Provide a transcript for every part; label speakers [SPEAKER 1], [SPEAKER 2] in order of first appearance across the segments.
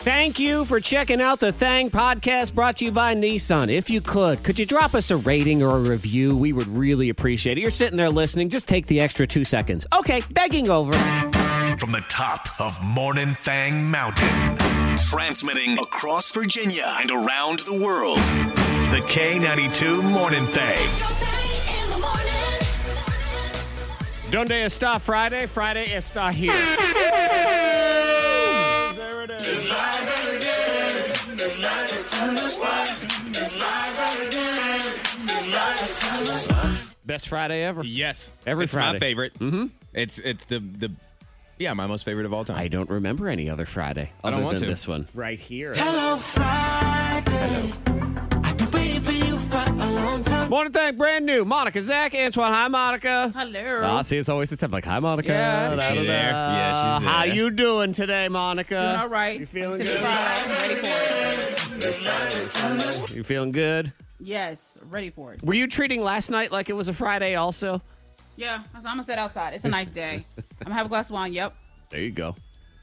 [SPEAKER 1] Thank you for checking out the Thang podcast brought to you by Nissan. If you could, could you drop us a rating or a review? We would really appreciate it. You're sitting there listening, just take the extra two seconds. Okay, begging over.
[SPEAKER 2] From the top of Morning Thang Mountain, transmitting across Virginia and around the world. The K92 Morning Thang.
[SPEAKER 1] Donde está Friday? Friday está here. there it is. Best Friday ever.
[SPEAKER 3] Yes,
[SPEAKER 1] Every
[SPEAKER 3] it's
[SPEAKER 1] Friday.
[SPEAKER 3] my favorite. Mm-hmm. It's it's the the yeah my most favorite of all time.
[SPEAKER 1] I don't remember any other Friday
[SPEAKER 3] I
[SPEAKER 1] other
[SPEAKER 3] don't want
[SPEAKER 1] than
[SPEAKER 3] to.
[SPEAKER 1] this one. Right here.
[SPEAKER 4] Hello, Friday. I've been waiting for you for a long time.
[SPEAKER 1] Morning thing, brand new. Monica, Zach, Antoine. Hi, Monica.
[SPEAKER 5] Hello.
[SPEAKER 1] Ah, see, it's always the time. Like, hi, Monica.
[SPEAKER 5] Yeah,
[SPEAKER 1] Da, da,
[SPEAKER 3] she's
[SPEAKER 1] da.
[SPEAKER 3] there. Yeah, she's
[SPEAKER 1] How
[SPEAKER 3] there.
[SPEAKER 1] you doing today, Monica?
[SPEAKER 5] Doing all right.
[SPEAKER 1] You feeling
[SPEAKER 5] Six
[SPEAKER 1] good?
[SPEAKER 5] o'clock. Ready for it.
[SPEAKER 1] You feeling good?
[SPEAKER 5] Yes, ready for it.
[SPEAKER 1] Were you treating last night like it was a Friday also?
[SPEAKER 5] Yeah, I'm gonna sit outside. It's a nice day. I'm gonna have a glass of wine. Yep.
[SPEAKER 1] There you go.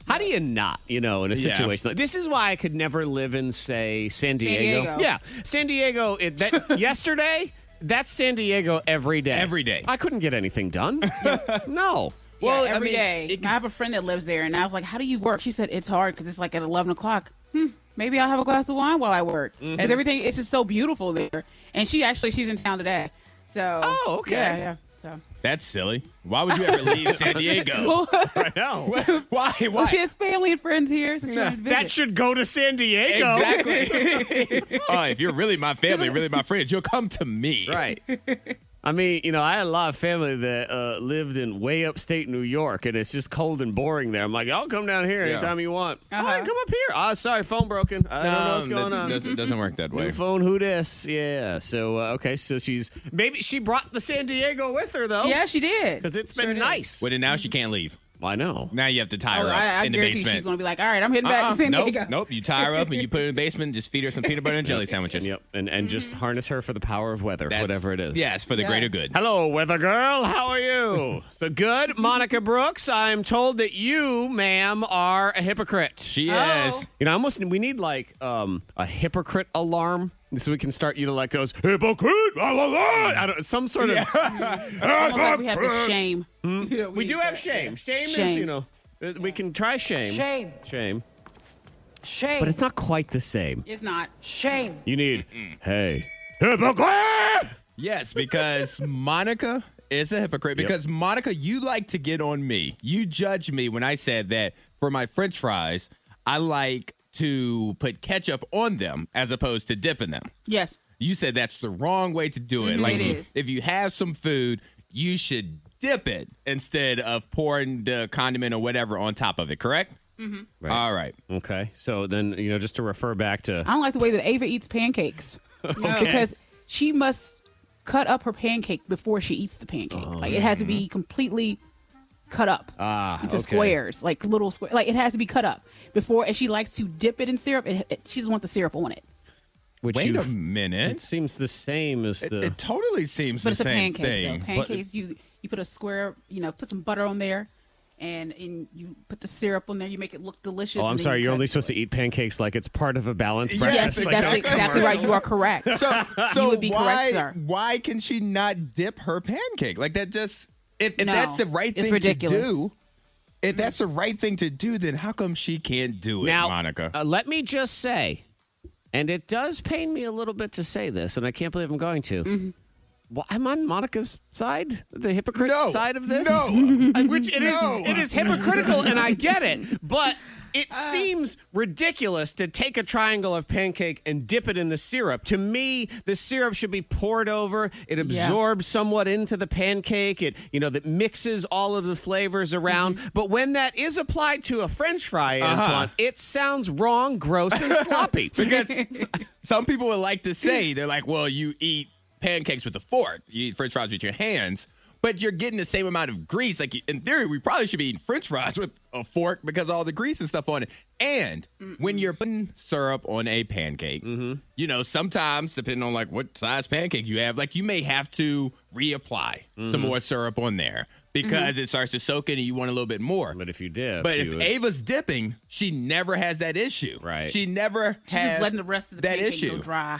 [SPEAKER 1] How do you not, you know, in a
[SPEAKER 3] Yeah.
[SPEAKER 1] situation like this? Is why I could never live in, say, San Diego.
[SPEAKER 5] Diego.
[SPEAKER 1] Yeah, San Diego. It, that yesterday, that's San Diego every day.
[SPEAKER 3] Every day.
[SPEAKER 1] I couldn't get anything done. no.
[SPEAKER 3] Well,
[SPEAKER 5] Well,
[SPEAKER 3] I
[SPEAKER 5] every
[SPEAKER 3] mean,
[SPEAKER 5] day.
[SPEAKER 3] it-
[SPEAKER 5] I have a friend that lives there, and I was like, "How do you work?" She said, "It's hard because it's like at 11 o'clock. Hmm, maybe I'll have a glass of wine while I work.
[SPEAKER 1] Mm-hmm.
[SPEAKER 5] Because everything, it's just so beautiful there." And she actually, she's in town today. So.
[SPEAKER 1] Oh, okay.
[SPEAKER 5] Yeah, yeah. So.
[SPEAKER 3] That's silly. Why would you ever leave San Diego?
[SPEAKER 1] I know.
[SPEAKER 3] Why?
[SPEAKER 5] Well,
[SPEAKER 3] Why?
[SPEAKER 5] she has family and friends here, so she wanted to visit.
[SPEAKER 1] That should go to San Diego.
[SPEAKER 3] Exactly. oh, if you're really my family, really my friends, you'll come to me.
[SPEAKER 1] Right. I mean, you know, I had a lot of family that uh, lived in way upstate New York, and it's just cold and boring there. I'm like, I'll come down here
[SPEAKER 3] Yeah.
[SPEAKER 1] anytime you want.
[SPEAKER 5] Uh-huh.
[SPEAKER 1] All right, come up here. Oh, sorry, phone broken. I don't know what's
[SPEAKER 3] Um,
[SPEAKER 1] going
[SPEAKER 3] that-
[SPEAKER 1] on.
[SPEAKER 5] Mm-hmm.
[SPEAKER 3] Doesn't, doesn't work that way.
[SPEAKER 1] New phone, who dis? Yeah. So uh, okay, so she's maybe she brought the San Diego with her though.
[SPEAKER 5] yeah, she did.
[SPEAKER 1] because it's been
[SPEAKER 5] Sure did.
[SPEAKER 1] nice.
[SPEAKER 3] Wait, and now she can't leave.
[SPEAKER 1] I know.
[SPEAKER 3] Now you have to tie
[SPEAKER 5] Oh,
[SPEAKER 3] her up
[SPEAKER 5] I, I
[SPEAKER 3] in the
[SPEAKER 5] guarantee
[SPEAKER 3] basement.
[SPEAKER 5] she's gonna be like, "All right, I'm heading back
[SPEAKER 3] Uh-uh.
[SPEAKER 5] to San
[SPEAKER 3] nope,
[SPEAKER 5] Diego."
[SPEAKER 3] nope. You tie her up and you put her in the basement. Just feed her some peanut butter and jelly sandwiches.
[SPEAKER 1] Yep, and and just
[SPEAKER 5] Mm-hmm.
[SPEAKER 1] harness her for the power of weather,
[SPEAKER 3] That's-
[SPEAKER 1] whatever it is.
[SPEAKER 3] Yes, for the
[SPEAKER 5] Yeah.
[SPEAKER 3] greater good.
[SPEAKER 1] Hello, weather girl. How are you? so good, Monica Brooks. I'm told that you, ma'am, are a hypocrite.
[SPEAKER 3] She
[SPEAKER 5] Oh.
[SPEAKER 3] is.
[SPEAKER 1] You know, I almost we need like um, a hypocrite alarm so we can start you to like those hypocrite. blah, blah, blah," I don't, some sort of.
[SPEAKER 5] Almost like we have the shame. You know,
[SPEAKER 1] We do
[SPEAKER 5] need
[SPEAKER 1] have
[SPEAKER 5] that.
[SPEAKER 1] shame. Shame, is
[SPEAKER 5] Shame.
[SPEAKER 1] you know uh, we can try shame.
[SPEAKER 6] Shame.
[SPEAKER 1] Shame.
[SPEAKER 6] Shame.
[SPEAKER 1] But it's not quite the same.
[SPEAKER 5] It's not.
[SPEAKER 6] shame.
[SPEAKER 1] You need hey hypocrite.
[SPEAKER 3] Yes, because Monica is a hypocrite.
[SPEAKER 1] Yep.
[SPEAKER 3] Because Monica, you like to get on me. You judge me when I said that for my French fries, I like to put ketchup on them as opposed to dipping them.
[SPEAKER 5] Yes.
[SPEAKER 3] You said that's the wrong way to do it.
[SPEAKER 5] Mhm.
[SPEAKER 3] like
[SPEAKER 5] It is.
[SPEAKER 3] if you have some food, you should dip it instead of pouring the condiment or whatever on top of it. Correct? Mm-hmm.
[SPEAKER 1] Right.
[SPEAKER 3] All right.
[SPEAKER 1] Okay, so then you know just to refer back to
[SPEAKER 5] I don't like the way that Ava eats pancakes. Because she must cut up her pancake before she eats the pancake. like it has to be completely cut up
[SPEAKER 1] ah
[SPEAKER 5] into
[SPEAKER 1] okay.
[SPEAKER 5] squares, like little squares. Like it has to be cut up before. And she likes to dip it in syrup. It, it- she doesn't want the syrup on it.
[SPEAKER 1] Which
[SPEAKER 3] Wait
[SPEAKER 1] you
[SPEAKER 3] a minute.
[SPEAKER 1] it seems the same as
[SPEAKER 3] It,
[SPEAKER 1] the
[SPEAKER 3] it totally seems
[SPEAKER 5] But
[SPEAKER 3] the
[SPEAKER 5] it's a
[SPEAKER 3] same
[SPEAKER 5] pancake.
[SPEAKER 3] thing.
[SPEAKER 5] Though. Pancakes. you you put a square. You know, put some butter on there, and and you put the syrup on there. You make it look delicious.
[SPEAKER 1] Oh,
[SPEAKER 5] and
[SPEAKER 1] I'm
[SPEAKER 5] then
[SPEAKER 1] sorry.
[SPEAKER 5] you
[SPEAKER 1] You're
[SPEAKER 5] cut-
[SPEAKER 1] only supposed to eat pancakes like it's part of a balanced
[SPEAKER 5] Yes,
[SPEAKER 1] breakfast.
[SPEAKER 3] Yes, like
[SPEAKER 5] that's
[SPEAKER 3] those
[SPEAKER 5] exactly right. You are correct.
[SPEAKER 3] So, so
[SPEAKER 5] would be
[SPEAKER 3] why,
[SPEAKER 5] correct, sir.
[SPEAKER 3] Why can she not dip her pancake? Like that just if, if
[SPEAKER 5] No,
[SPEAKER 3] that's the right
[SPEAKER 5] it's
[SPEAKER 3] thing
[SPEAKER 5] ridiculous.
[SPEAKER 3] to do. If that's the right thing to do, then how come she can't do it,
[SPEAKER 1] now,
[SPEAKER 3] Monica?
[SPEAKER 1] uh, let me just say, and it does pain me a little bit to say this, and I can't believe I'm going to.
[SPEAKER 3] Mm-hmm.
[SPEAKER 1] Well, I'm on Monica's side, the hypocrite
[SPEAKER 3] No.
[SPEAKER 1] side of this.
[SPEAKER 3] No.
[SPEAKER 1] Uh, which it is.
[SPEAKER 3] No.
[SPEAKER 1] It is hypocritical, and I get it, but. It
[SPEAKER 5] Ah.
[SPEAKER 1] seems ridiculous to take a triangle of pancake and dip it in the syrup. To me, the syrup should be poured over. It
[SPEAKER 5] Yeah.
[SPEAKER 1] absorbs somewhat into the pancake. It, you know, that mixes all of the flavors
[SPEAKER 5] Mm-hmm.
[SPEAKER 1] around. But when that is applied to a french fry,
[SPEAKER 5] Uh-huh.
[SPEAKER 1] Antoine, it sounds wrong, gross, and sloppy.
[SPEAKER 3] because some people would like to say they're like, well, you eat pancakes with a fork, you eat French fries with your hands, but you're getting the same amount of grease. Like in theory, we probably should be eating French fries with a fork because all the grease and stuff on it. And when you're putting syrup on a Mm-hmm. pancake, you know, sometimes depending on like what size pancake you have, like you may have to reapply some more syrup on there because it starts to soak in and you want Mm-hmm. a little bit more.
[SPEAKER 1] But if you dip,
[SPEAKER 3] But
[SPEAKER 1] you
[SPEAKER 3] if
[SPEAKER 1] would-
[SPEAKER 3] Ava's dipping, she never has that issue.
[SPEAKER 1] Right.
[SPEAKER 3] She never
[SPEAKER 5] She's
[SPEAKER 3] has
[SPEAKER 5] just letting the rest of the
[SPEAKER 3] that
[SPEAKER 5] pancake
[SPEAKER 3] issue.
[SPEAKER 5] go dry.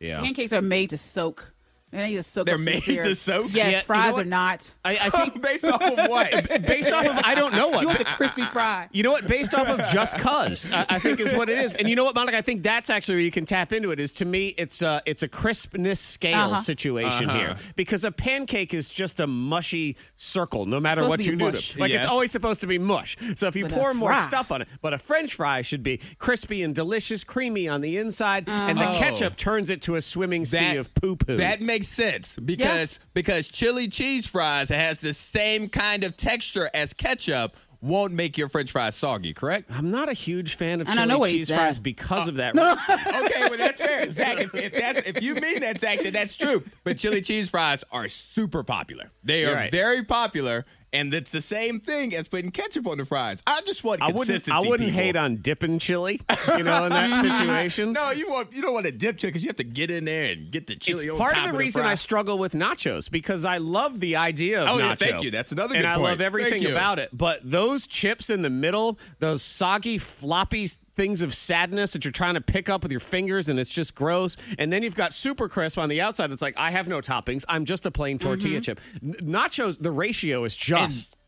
[SPEAKER 1] yeah.
[SPEAKER 5] Pancakes are made to soak. They need to soak.
[SPEAKER 3] They're
[SPEAKER 5] up some
[SPEAKER 3] made
[SPEAKER 5] syrup.
[SPEAKER 3] to soak?
[SPEAKER 5] Yes,
[SPEAKER 1] Yeah, you
[SPEAKER 5] fries
[SPEAKER 1] know what?
[SPEAKER 5] are not.
[SPEAKER 1] I, I think
[SPEAKER 3] Based off of what?
[SPEAKER 1] based off of I don't know what
[SPEAKER 5] You want the crispy fry?
[SPEAKER 1] You know what? Based off of just cuz, I, I think is what it is. And you know what, Monica? I think that's actually where you can tap into it. Is to me, it's a it's a crispness scale
[SPEAKER 5] Uh-huh.
[SPEAKER 1] situation here because a pancake is just a mushy circle, no matter
[SPEAKER 5] Supposed
[SPEAKER 1] what
[SPEAKER 5] to
[SPEAKER 1] you
[SPEAKER 5] be
[SPEAKER 1] noodle.
[SPEAKER 5] mush.
[SPEAKER 1] Like
[SPEAKER 3] Yes.
[SPEAKER 1] it's always supposed to be mush. So if you
[SPEAKER 5] But a
[SPEAKER 1] pour more
[SPEAKER 5] fry.
[SPEAKER 1] stuff on it, but a French fry should be crispy and delicious, creamy on the inside, and the
[SPEAKER 5] Uh-huh.
[SPEAKER 3] Oh.
[SPEAKER 1] ketchup turns it to a swimming sea of poo poo.
[SPEAKER 3] That makes sense because because chili cheese fries has the same kind of texture as ketchup won't make your french fries soggy, correct?
[SPEAKER 1] I'm not a huge fan of
[SPEAKER 5] I don't know
[SPEAKER 1] chili
[SPEAKER 5] what he
[SPEAKER 1] cheese
[SPEAKER 5] said.
[SPEAKER 1] fries because
[SPEAKER 3] Uh,
[SPEAKER 1] of that.
[SPEAKER 3] okay, well that's fair. Zach, if, if that's if you mean that, Zach, then that's true. But chili cheese fries are super popular. They
[SPEAKER 1] You're
[SPEAKER 3] are
[SPEAKER 1] right.
[SPEAKER 3] very popular. And it's the same thing as putting ketchup on the fries. I just want
[SPEAKER 1] I
[SPEAKER 3] consistency.
[SPEAKER 1] wouldn't. I wouldn't
[SPEAKER 3] people.
[SPEAKER 1] hate on dipping chili, you know, in that situation.
[SPEAKER 3] No, you want you don't want to dip chicken. You have to get in there and get the chili.
[SPEAKER 1] it's
[SPEAKER 3] on
[SPEAKER 1] part
[SPEAKER 3] top
[SPEAKER 1] of the reason
[SPEAKER 3] fry.
[SPEAKER 1] I struggle with nachos because I love the idea of
[SPEAKER 3] Oh,
[SPEAKER 1] nacho.
[SPEAKER 3] yeah, thank you. That's another
[SPEAKER 1] and
[SPEAKER 3] good
[SPEAKER 1] I
[SPEAKER 3] point.
[SPEAKER 1] love everything
[SPEAKER 3] Thank you.
[SPEAKER 1] about it. But those chips in the middle, those soggy, floppy s- things of sadness that you're trying to pick up with your fingers, and it's just gross. And then you've got super crisp on the outside. That's like I have no toppings. I'm just a plain
[SPEAKER 3] Mm-hmm.
[SPEAKER 1] tortilla chip. N- nachos. The ratio is just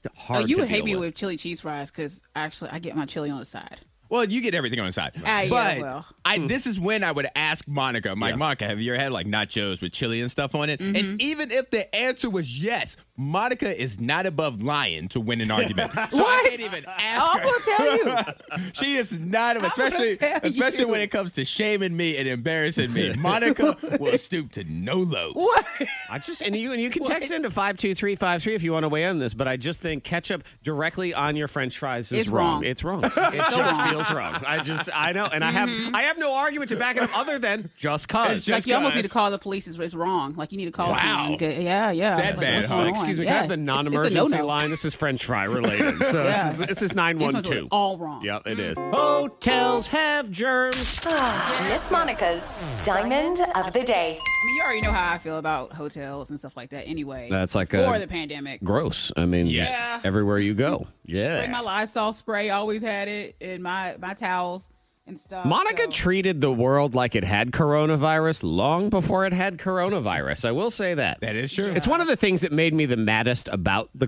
[SPEAKER 3] uh,
[SPEAKER 1] hard.
[SPEAKER 5] Oh, you
[SPEAKER 1] to
[SPEAKER 5] would hate
[SPEAKER 1] deal
[SPEAKER 5] me
[SPEAKER 1] with.
[SPEAKER 5] with chili cheese fries because actually I get my chili on the side.
[SPEAKER 3] Well, you get everything on the side.
[SPEAKER 5] Ah, yeah,
[SPEAKER 3] but
[SPEAKER 5] well.
[SPEAKER 3] I, this is when I would ask Monica, I'm like, Monica, have you ever had like nachos with chili and stuff on it?
[SPEAKER 5] Mm-hmm.
[SPEAKER 3] And even if the answer was yes, Monica is not above lying to win an argument. so I
[SPEAKER 5] What?
[SPEAKER 3] can't even
[SPEAKER 5] Oh,
[SPEAKER 3] ask
[SPEAKER 5] I'm gonna tell you.
[SPEAKER 3] her. she is not,
[SPEAKER 5] gonna
[SPEAKER 3] especially
[SPEAKER 5] tell
[SPEAKER 3] especially
[SPEAKER 5] you.
[SPEAKER 3] when it comes to shaming me and embarrassing me. Monica will stoop to no lows.
[SPEAKER 5] What?
[SPEAKER 1] I just and you and you can text into five two three five three if you want to weigh in on this, but I just think ketchup directly on your French fries is
[SPEAKER 5] It's
[SPEAKER 1] wrong.
[SPEAKER 5] wrong.
[SPEAKER 1] It's wrong. It just
[SPEAKER 5] wrong. Mm-hmm.
[SPEAKER 1] feels wrong. I just I know, and I have I have no argument to back it up other than just cause.
[SPEAKER 3] It's just-
[SPEAKER 5] Like you almost
[SPEAKER 3] guys.
[SPEAKER 5] need to call the police. It's, it's wrong. Like you need to call.
[SPEAKER 3] Wow.
[SPEAKER 5] someone. Okay, Yeah, yeah.
[SPEAKER 3] That
[SPEAKER 5] Like,
[SPEAKER 3] bad,
[SPEAKER 5] what's
[SPEAKER 3] huh?
[SPEAKER 5] going
[SPEAKER 1] Excuse
[SPEAKER 5] on?
[SPEAKER 1] me, can I
[SPEAKER 5] Yeah.
[SPEAKER 1] have the
[SPEAKER 5] It's- it's a
[SPEAKER 1] non-emergency
[SPEAKER 5] no-no.
[SPEAKER 1] line? This is French fry related, so
[SPEAKER 5] Yeah.
[SPEAKER 1] this is this is nine
[SPEAKER 5] These
[SPEAKER 1] one
[SPEAKER 5] ones
[SPEAKER 1] two.
[SPEAKER 5] were all Mm. wrong.
[SPEAKER 1] Yep, it is. Hotels have germs.
[SPEAKER 6] Miss Monica's Diamond of the Day.
[SPEAKER 5] I mean, you already know how I feel about hotels and stuff like that. Anyway,
[SPEAKER 1] That's like
[SPEAKER 5] before
[SPEAKER 1] a-
[SPEAKER 5] the pandemic.
[SPEAKER 1] Gross. I mean,
[SPEAKER 3] just
[SPEAKER 5] Yeah.
[SPEAKER 1] everywhere you go.
[SPEAKER 5] Like my
[SPEAKER 1] Yeah.
[SPEAKER 5] Lysol spray, I always had it in my my towels and stuff.
[SPEAKER 1] Monica
[SPEAKER 5] so-
[SPEAKER 1] treated the world like it had coronavirus long before it had coronavirus. I will say that.
[SPEAKER 3] That is true.
[SPEAKER 1] It's one of the things that made me the maddest about the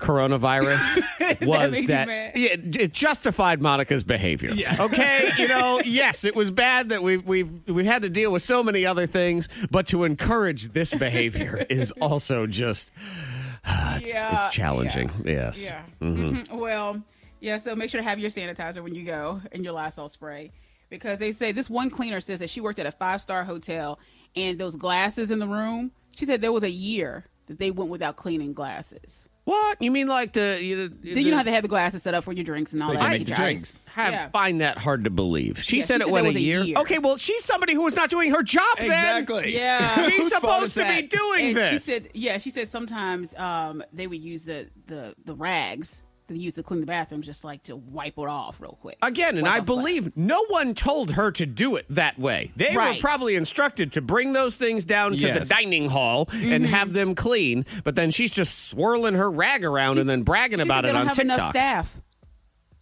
[SPEAKER 1] coronavirus was
[SPEAKER 5] made you
[SPEAKER 1] that,
[SPEAKER 5] mad.
[SPEAKER 1] yeah, it- it justified Monica's behavior. Okay, you know, yes, it was bad that we we we had to deal with so many other things, but to encourage this behavior is also just it's,
[SPEAKER 5] Yeah,
[SPEAKER 1] it's challenging. Yes.
[SPEAKER 5] Yeah. Mhm. Well, yeah. So make sure to have your sanitizer when you go and your Lysol spray, because they say this one cleaner says that she worked at a five star hotel and those glasses in the room. She said there was a year that they went without cleaning glasses.
[SPEAKER 1] What? You mean like the you,
[SPEAKER 5] Then you know how they have the glasses set up for your drinks and all
[SPEAKER 3] They
[SPEAKER 5] that.
[SPEAKER 3] can
[SPEAKER 5] You
[SPEAKER 3] make
[SPEAKER 5] get
[SPEAKER 3] the
[SPEAKER 5] your
[SPEAKER 3] drinks.
[SPEAKER 5] ice.
[SPEAKER 1] have
[SPEAKER 5] Yeah.
[SPEAKER 1] find that hard to believe. She
[SPEAKER 5] Yeah,
[SPEAKER 1] said
[SPEAKER 5] she
[SPEAKER 1] it
[SPEAKER 5] said
[SPEAKER 1] went
[SPEAKER 5] that
[SPEAKER 1] a
[SPEAKER 5] was a
[SPEAKER 1] year.
[SPEAKER 5] year.
[SPEAKER 1] Okay, well, she's somebody who was not doing her job then.
[SPEAKER 3] Exactly.
[SPEAKER 5] Yeah.
[SPEAKER 1] She's
[SPEAKER 3] Whose fault is
[SPEAKER 1] supposed to be
[SPEAKER 3] that?
[SPEAKER 1] doing
[SPEAKER 5] And
[SPEAKER 1] this.
[SPEAKER 5] she said, yeah, she said sometimes um, they would use the, the, the rags that they use to clean the bathrooms just like to wipe it off real quick.
[SPEAKER 1] Again, and
[SPEAKER 5] Wipe
[SPEAKER 1] I
[SPEAKER 5] off the-
[SPEAKER 1] believe no one told her to do it that way. They were
[SPEAKER 5] Right.
[SPEAKER 1] probably instructed to bring those things down to the
[SPEAKER 3] Yes.
[SPEAKER 1] dining hall
[SPEAKER 5] Mm-hmm.
[SPEAKER 1] and have them clean, but then she's just swirling her rag around and then bragging
[SPEAKER 5] She said
[SPEAKER 1] about
[SPEAKER 5] they
[SPEAKER 1] it
[SPEAKER 5] don't
[SPEAKER 1] on
[SPEAKER 5] have
[SPEAKER 1] TikTok.
[SPEAKER 5] enough staff,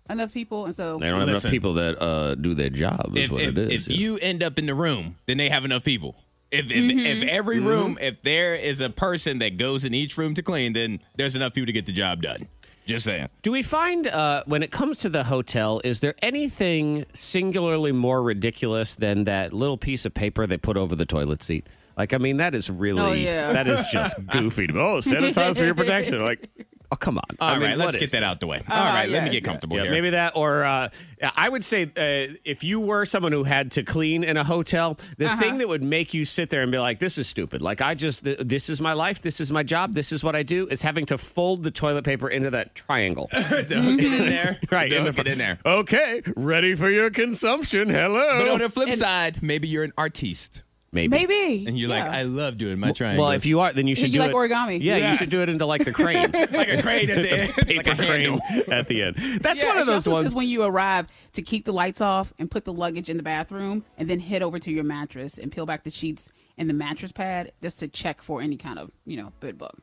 [SPEAKER 5] enough people, and so
[SPEAKER 1] They don't have enough
[SPEAKER 3] Listen.
[SPEAKER 1] people that uh, do their job, is
[SPEAKER 3] if,
[SPEAKER 1] what
[SPEAKER 3] if,
[SPEAKER 1] it is.
[SPEAKER 3] if
[SPEAKER 1] yeah.
[SPEAKER 3] you end up in the room, then they have enough people. If if, if
[SPEAKER 1] Mm-hmm.
[SPEAKER 3] every room, if there is a person that goes in each room to clean, then there's enough people to get the job done. Just saying.
[SPEAKER 1] Do we find uh, when it comes to the hotel, is there anything singularly more ridiculous than that little piece of paper they put over the toilet seat? Like, I mean, that is really
[SPEAKER 5] Oh, yeah.
[SPEAKER 1] that is just goofy. to me. Oh, sanitize for your protection. Like, oh come on.
[SPEAKER 3] All
[SPEAKER 1] I mean,
[SPEAKER 3] let's
[SPEAKER 1] what
[SPEAKER 3] get
[SPEAKER 1] is
[SPEAKER 3] that
[SPEAKER 1] this? Uh,
[SPEAKER 3] out the way. All right, let me
[SPEAKER 5] yes.
[SPEAKER 3] get comfortable
[SPEAKER 1] Yeah,
[SPEAKER 3] here.
[SPEAKER 1] maybe that, or uh, I would say uh, if you were someone who had to clean in a hotel, the
[SPEAKER 5] Uh-huh.
[SPEAKER 1] thing that would make you sit there and be like, "This is stupid." Like I just, th- this is my life, this is my job, this is what I do, is having to fold the toilet paper into that triangle.
[SPEAKER 3] Don't get in there.
[SPEAKER 1] Right,
[SPEAKER 3] Don't
[SPEAKER 1] in the
[SPEAKER 3] get
[SPEAKER 1] fr-
[SPEAKER 3] in there.
[SPEAKER 1] Okay, ready for your consumption.
[SPEAKER 3] But
[SPEAKER 1] Hello.
[SPEAKER 3] on the flip side, maybe you're an artiste
[SPEAKER 5] maybe.
[SPEAKER 3] and you're
[SPEAKER 5] Yeah.
[SPEAKER 3] like, I love doing my triangles.
[SPEAKER 1] well, if you are, then you should
[SPEAKER 5] you
[SPEAKER 1] do
[SPEAKER 5] like
[SPEAKER 1] it-
[SPEAKER 5] origami.
[SPEAKER 1] Yeah, you
[SPEAKER 3] Yes.
[SPEAKER 1] should do it into like the crane,
[SPEAKER 3] like a crane at the end, like
[SPEAKER 1] paper
[SPEAKER 3] a
[SPEAKER 1] crane
[SPEAKER 3] handle.
[SPEAKER 1] at the end. That's
[SPEAKER 5] Yeah,
[SPEAKER 1] one of
[SPEAKER 5] she
[SPEAKER 1] those
[SPEAKER 5] also says
[SPEAKER 1] ones.
[SPEAKER 5] when you arrive to keep the lights off and put the luggage in the bathroom and then head over to your mattress and peel back the sheets and the mattress pad just to check for any kind of, you know, bed bug.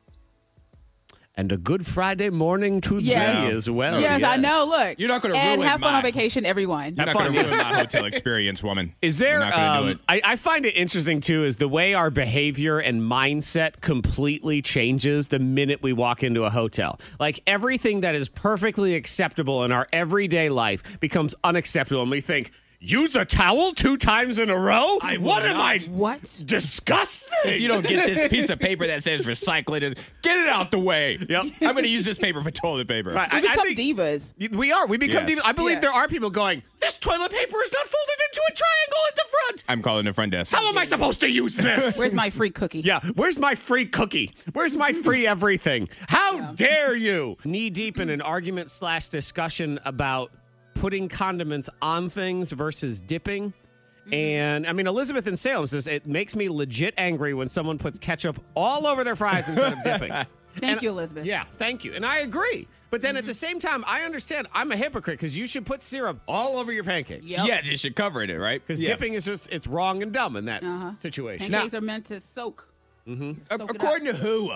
[SPEAKER 1] And a good Friday morning to
[SPEAKER 5] Yes.
[SPEAKER 1] thee as well.
[SPEAKER 5] yes, I know. Look,
[SPEAKER 3] You're not gonna
[SPEAKER 5] and
[SPEAKER 3] ruin
[SPEAKER 5] have fun
[SPEAKER 3] mine.
[SPEAKER 5] on vacation, everyone.
[SPEAKER 3] You're not
[SPEAKER 1] fun,
[SPEAKER 3] going to
[SPEAKER 1] yeah.
[SPEAKER 3] ruin my hotel experience, woman.
[SPEAKER 1] Is there?
[SPEAKER 3] You're not going to do
[SPEAKER 1] um,
[SPEAKER 3] it.
[SPEAKER 1] I, I find it interesting too. Is the way our behavior and mindset completely changes the minute we walk into a hotel. Like everything that is perfectly acceptable in our everyday life becomes unacceptable, and we think. Use a towel two times in a row?
[SPEAKER 3] I
[SPEAKER 1] what
[SPEAKER 3] will
[SPEAKER 1] am
[SPEAKER 3] not.
[SPEAKER 1] I?
[SPEAKER 5] What?
[SPEAKER 1] Disgusting.
[SPEAKER 3] If you don't get this piece of paper that says recycle it, get it out the way.
[SPEAKER 1] Yep.
[SPEAKER 3] I'm going to use this paper for toilet paper.
[SPEAKER 1] Right,
[SPEAKER 5] We
[SPEAKER 1] I- I
[SPEAKER 5] become
[SPEAKER 1] think-
[SPEAKER 5] divas.
[SPEAKER 1] We are. We become.
[SPEAKER 3] Yes.
[SPEAKER 1] div- I believe
[SPEAKER 5] Yeah.
[SPEAKER 1] there are people going. This toilet paper is not folded into a triangle at the front.
[SPEAKER 3] I'm calling the front desk.
[SPEAKER 1] How am I supposed to use this?
[SPEAKER 5] Where's my free cookie?
[SPEAKER 1] yeah. Where's my free cookie? Where's my free everything? How dare you? Knee deep in an argument slash discussion about putting condiments on things versus dipping.
[SPEAKER 3] Mm-hmm.
[SPEAKER 1] And I mean, Elizabeth in Salem says it makes me legit angry when someone puts ketchup all over their fries instead of dipping.
[SPEAKER 5] Thank you, Elizabeth.
[SPEAKER 1] Yeah, thank you. And I agree. But then at
[SPEAKER 3] Mm-hmm.
[SPEAKER 1] the same time, I understand I'm a hypocrite because you should put syrup all over your pancakes.
[SPEAKER 5] Yep.
[SPEAKER 3] Yeah, you should cover it, right?
[SPEAKER 1] Because
[SPEAKER 3] Yeah. Uh-huh.
[SPEAKER 1] dipping is just, it's wrong and dumb in that situation.
[SPEAKER 5] Pancakes are meant to soak.
[SPEAKER 3] A-
[SPEAKER 5] soak it
[SPEAKER 3] according to who?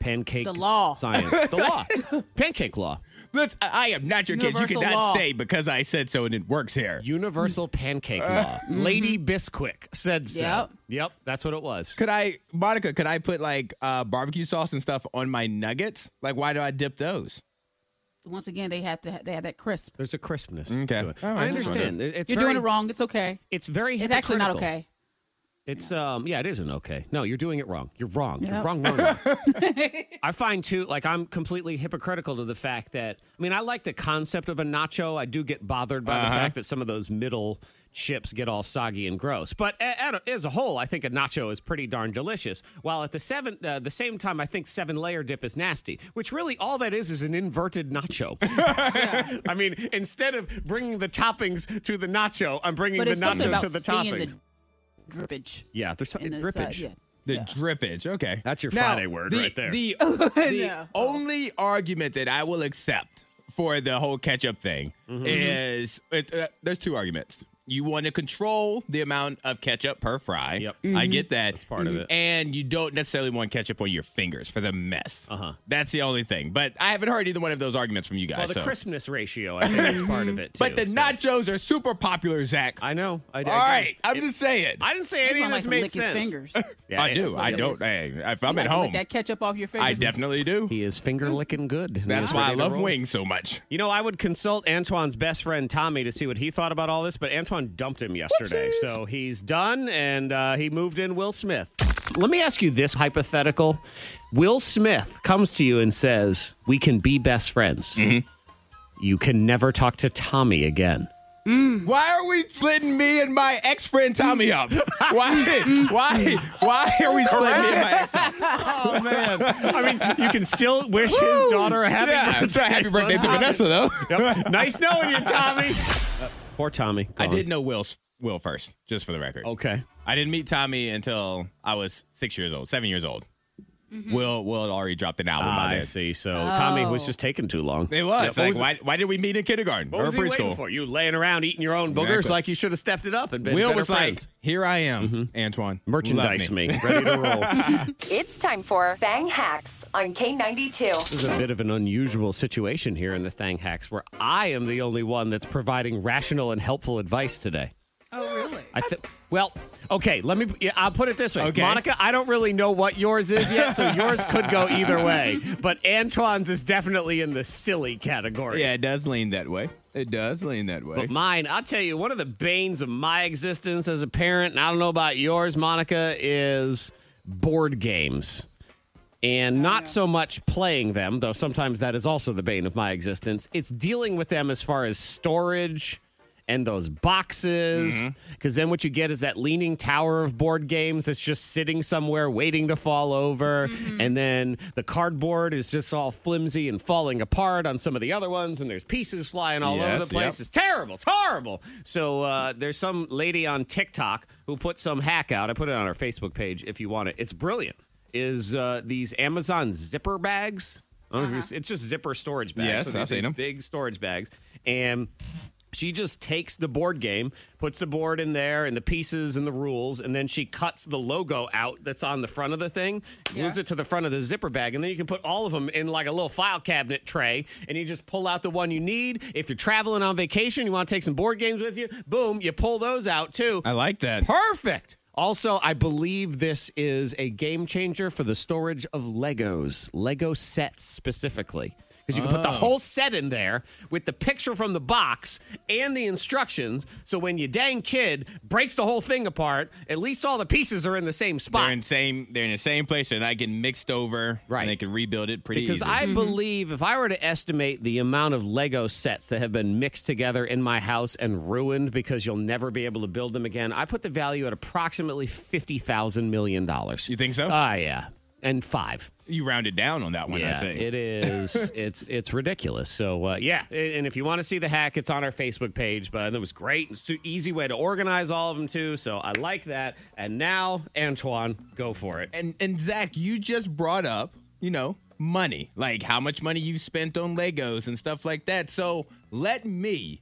[SPEAKER 1] Pancake
[SPEAKER 5] The law.
[SPEAKER 1] Science. the law. Pancake law.
[SPEAKER 3] Let's. I I am not your kid. You
[SPEAKER 5] Universal
[SPEAKER 3] cannot
[SPEAKER 5] law.
[SPEAKER 3] say because I said so and it works here.
[SPEAKER 1] Universal pancake
[SPEAKER 3] Uh,
[SPEAKER 1] law.
[SPEAKER 3] mm-hmm.
[SPEAKER 1] Lady Bisquick said so.
[SPEAKER 5] Yep.
[SPEAKER 1] Yep, that's what it was.
[SPEAKER 3] Could I, Monica? Could I put like uh, barbecue sauce and stuff on my nuggets? Like, why do I dip those?
[SPEAKER 5] Once again, they have to. They have that crisp.
[SPEAKER 1] There's a crispness.
[SPEAKER 3] Okay.
[SPEAKER 1] To it.
[SPEAKER 3] All right,
[SPEAKER 1] I
[SPEAKER 3] just
[SPEAKER 1] understand. It- It's
[SPEAKER 5] You're
[SPEAKER 1] very,
[SPEAKER 5] doing it wrong. It's okay.
[SPEAKER 1] It's very
[SPEAKER 5] It's actually not
[SPEAKER 1] hypocritical.
[SPEAKER 5] okay.
[SPEAKER 1] It's um yeah, it isn't okay. No, you're doing it wrong. You're wrong. You're wrong, wrong, wrong. I find too like I'm completely hypocritical to the fact that I mean I like the concept of a nacho. I do get bothered by
[SPEAKER 5] Uh-huh.
[SPEAKER 1] the fact that some of those middle chips get all soggy and gross. But a- at a- as a whole, I think a nacho is pretty darn delicious. While at the seven uh, the same time, I think seven layer dip is nasty. Which really all that is is an inverted nacho. I mean, instead of bringing the toppings to the nacho, I'm bringing
[SPEAKER 5] But
[SPEAKER 1] the
[SPEAKER 5] it's something
[SPEAKER 1] nacho
[SPEAKER 5] about
[SPEAKER 1] to the
[SPEAKER 5] seeing
[SPEAKER 1] toppings.
[SPEAKER 5] the drippage.
[SPEAKER 1] yeah, there's something
[SPEAKER 5] in this, uh,
[SPEAKER 1] drippage.
[SPEAKER 5] yeah.
[SPEAKER 3] The drippage. Okay.
[SPEAKER 1] That's your
[SPEAKER 3] Now,
[SPEAKER 1] Friday word
[SPEAKER 3] the-
[SPEAKER 1] right there.
[SPEAKER 3] The,
[SPEAKER 5] Oh,
[SPEAKER 3] the
[SPEAKER 5] Yeah.
[SPEAKER 3] only argument that I will accept for the whole ketchup thing
[SPEAKER 1] Mm-hmm.
[SPEAKER 3] is it, uh, there's two arguments. You want to control the amount of ketchup per fry.
[SPEAKER 1] Yep.
[SPEAKER 5] Mm-hmm.
[SPEAKER 3] I get that. That's
[SPEAKER 1] part of it.
[SPEAKER 3] And you don't necessarily want ketchup on your fingers for the mess.
[SPEAKER 1] Uh-huh.
[SPEAKER 3] That's the only thing. But I haven't heard either one of those arguments from you guys.
[SPEAKER 1] Well, the
[SPEAKER 3] so.
[SPEAKER 1] crispness ratio, I think, is part of it. Too,
[SPEAKER 3] but the
[SPEAKER 1] so.
[SPEAKER 3] nachos are super popular, Zach.
[SPEAKER 1] I know. I, I,
[SPEAKER 3] All right. I'm
[SPEAKER 1] it-
[SPEAKER 3] just saying.
[SPEAKER 1] I didn't say
[SPEAKER 5] This
[SPEAKER 1] any of
[SPEAKER 5] one likes
[SPEAKER 1] this
[SPEAKER 5] to
[SPEAKER 1] made
[SPEAKER 5] lick
[SPEAKER 1] sense.
[SPEAKER 5] his fingers.
[SPEAKER 1] Yeah,
[SPEAKER 3] I
[SPEAKER 1] it is.
[SPEAKER 3] do. I
[SPEAKER 5] it
[SPEAKER 3] don't.
[SPEAKER 5] is.
[SPEAKER 3] Hey, if I'm
[SPEAKER 5] Like,
[SPEAKER 3] at home,
[SPEAKER 5] Lick that ketchup off your fingers.
[SPEAKER 3] I definitely do.
[SPEAKER 1] He is finger
[SPEAKER 5] Mm-hmm.
[SPEAKER 1] licking good. and
[SPEAKER 3] That's
[SPEAKER 1] he's
[SPEAKER 3] why I
[SPEAKER 1] ready to
[SPEAKER 3] love
[SPEAKER 1] roll.
[SPEAKER 3] wings so much.
[SPEAKER 1] You know, I would consult Antoine's best friend Tommy to see what he thought about all this, but Antoine dumped him yesterday, so he's done, and uh, he moved in Will Smith. Let me ask you this hypothetical: Will Smith comes to you and says, "We can be best friends." You can never talk to Tommy again.
[SPEAKER 3] Why are we splitting me and my ex friend Tommy up? Why? Why? Why are we splitting me and my ex?
[SPEAKER 1] Oh man! I mean, you can still wish his daughter a happy
[SPEAKER 3] Yeah, it's not happy birthday to Vanessa though.
[SPEAKER 1] Yep. Nice knowing you, Tommy. Uh, Poor Tommy.
[SPEAKER 3] I
[SPEAKER 1] Gone.
[SPEAKER 3] did know Will Will first, just for the record.
[SPEAKER 1] Okay.
[SPEAKER 3] I didn't meet Tommy until I was six years old, seven years old.
[SPEAKER 1] Mm-hmm.
[SPEAKER 3] Will Will had already dropped an album. by
[SPEAKER 1] I
[SPEAKER 3] then.
[SPEAKER 1] see. So Tommy was just taking too long.
[SPEAKER 3] It
[SPEAKER 1] Yeah,
[SPEAKER 3] was
[SPEAKER 1] what
[SPEAKER 3] like,
[SPEAKER 1] was,
[SPEAKER 3] why, why did we meet in kindergarten
[SPEAKER 1] what
[SPEAKER 3] or
[SPEAKER 1] was he
[SPEAKER 3] preschool?
[SPEAKER 1] waiting for? You laying around eating your own boogers
[SPEAKER 3] Exactly.
[SPEAKER 1] like you should have stepped it up and been
[SPEAKER 3] Will
[SPEAKER 1] better
[SPEAKER 3] was
[SPEAKER 1] friends.
[SPEAKER 3] like, "Here I am, Antoine. Love
[SPEAKER 1] Merchandise me. ready to roll.
[SPEAKER 6] It's time for Thang Hacks on K92.
[SPEAKER 1] This is a bit of an unusual situation here in the Thang Hacks where I am the only one that's providing rational and helpful advice today.
[SPEAKER 5] Oh, really?
[SPEAKER 1] I th- well, okay, let me yeah, I'll put it this way.
[SPEAKER 3] Okay.
[SPEAKER 1] Monica, I don't really know what yours is yet, so yours could go either way. But Antoine's is definitely in the silly category.
[SPEAKER 3] Yeah, it does lean that way. It does lean that way.
[SPEAKER 1] But mine, I'll tell you, one of the banes of my existence as a parent, and I don't know about yours, Monica, is board games. And not so much playing them, though sometimes that is also the bane of my existence. It's dealing with them as far as storage and those boxes.
[SPEAKER 3] Mm-hmm.
[SPEAKER 1] Because then what you get is that leaning tower of board games that's just sitting somewhere waiting to fall over. And then the cardboard is just all flimsy and falling apart on some of the other ones. And there's pieces flying all
[SPEAKER 3] Yes,
[SPEAKER 1] over the place.
[SPEAKER 3] yep.
[SPEAKER 1] It's terrible. It's horrible. So uh, there's some lady on TikTok who put some hack out. I put it on our Facebook page if you want it. It's brilliant. Is uh, these Amazon zipper bags? I don't know if you- it's just zipper storage bags.
[SPEAKER 3] Uh-huh. Yes,
[SPEAKER 1] these
[SPEAKER 3] I've seen
[SPEAKER 1] are
[SPEAKER 3] 'em.
[SPEAKER 1] Big storage bags, and She just takes the board game, puts the board in there and the pieces and the rules, and then she cuts the logo out that's on the front of the thing, glues
[SPEAKER 5] Yeah.
[SPEAKER 1] it to the front of the zipper bag, and then you can put all of them in like a little file cabinet tray, and you just pull out the one you need. If you're traveling on vacation, you want to take some board games with you, boom, you pull those out too.
[SPEAKER 3] I like that.
[SPEAKER 1] Perfect. Also, I believe this is a game changer for the storage of Legos, Lego sets specifically. Because you can
[SPEAKER 3] Oh.
[SPEAKER 1] put the whole set in there with the picture from the box and the instructions. So when your dang kid breaks the whole thing apart, at least all the pieces are in the same spot.
[SPEAKER 3] They're in same. They're in the same place, and I get mixed over.
[SPEAKER 1] Right.
[SPEAKER 3] and they can rebuild it pretty
[SPEAKER 1] because
[SPEAKER 3] easy.
[SPEAKER 1] I believe if I were to estimate the amount of Lego sets that have been mixed together in my house and ruined because you'll never be able to build them again, I put the value at approximately fifty thousand million dollars.
[SPEAKER 3] You think so?
[SPEAKER 1] Ah, yeah, and five.
[SPEAKER 3] you rounded down on that one. I
[SPEAKER 1] yeah,
[SPEAKER 3] say
[SPEAKER 1] it is. it's it's ridiculous. So uh, yeah, and and if you want to see the hack, it's on our Facebook page. But it was great. It's an easy way to organize all of them too. So I like that. And now Antoine, go for it.
[SPEAKER 3] and and Zach, you just brought up, you know, money, like how much money you spent on Legos and stuff like that. So let me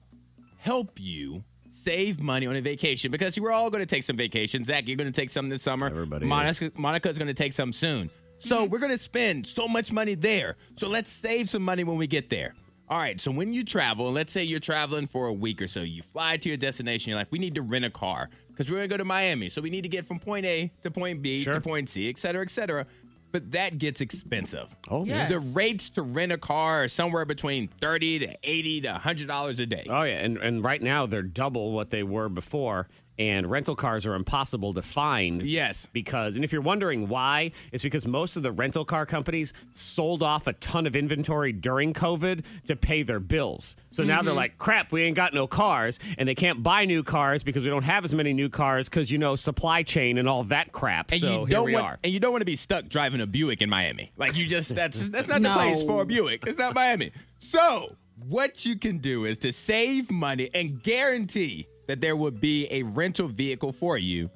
[SPEAKER 3] help you save money on a vacation because we're all going to take some vacations. Zach, you're going to take some this summer.
[SPEAKER 1] Everybody
[SPEAKER 3] Monica, Monica's going to take some soon. So
[SPEAKER 1] Mm-hmm.
[SPEAKER 3] we're going to spend so much money there. So let's save some money when we get there. All right, so when you travel, and let's say you're traveling for a week or so, you fly to your destination, you're like, we need to rent a car because we're going to go to Miami. So we need to get from point A to point B
[SPEAKER 1] Sure.
[SPEAKER 3] to point C, et cetera, et cetera. But that gets expensive.
[SPEAKER 1] Oh,
[SPEAKER 5] yeah.
[SPEAKER 3] The
[SPEAKER 5] Yes.
[SPEAKER 3] rates to rent a car are somewhere between 30 to 80 to $100 a day.
[SPEAKER 1] Oh yeah, and and right now they're double what they were before. And rental cars are impossible to find.
[SPEAKER 3] Yes.
[SPEAKER 1] Because, and if you're wondering why, it's because most of the rental car companies sold off a ton of inventory during COVID to pay their bills. So now
[SPEAKER 3] Mm-hmm.
[SPEAKER 1] they're like, crap, we ain't got no cars. And they can't buy new cars because we don't have as many new cars because, you know, supply chain and all that crap.
[SPEAKER 3] And
[SPEAKER 1] so
[SPEAKER 3] you
[SPEAKER 1] here
[SPEAKER 3] don't
[SPEAKER 1] we
[SPEAKER 3] want,
[SPEAKER 1] are.
[SPEAKER 3] and you don't want to be stuck driving a Buick in Miami. Like you just that's that's not the
[SPEAKER 5] No.
[SPEAKER 3] place for a Buick. It's not Miami. So what you can do is to save money and guarantee that there will be a rental vehicle for you.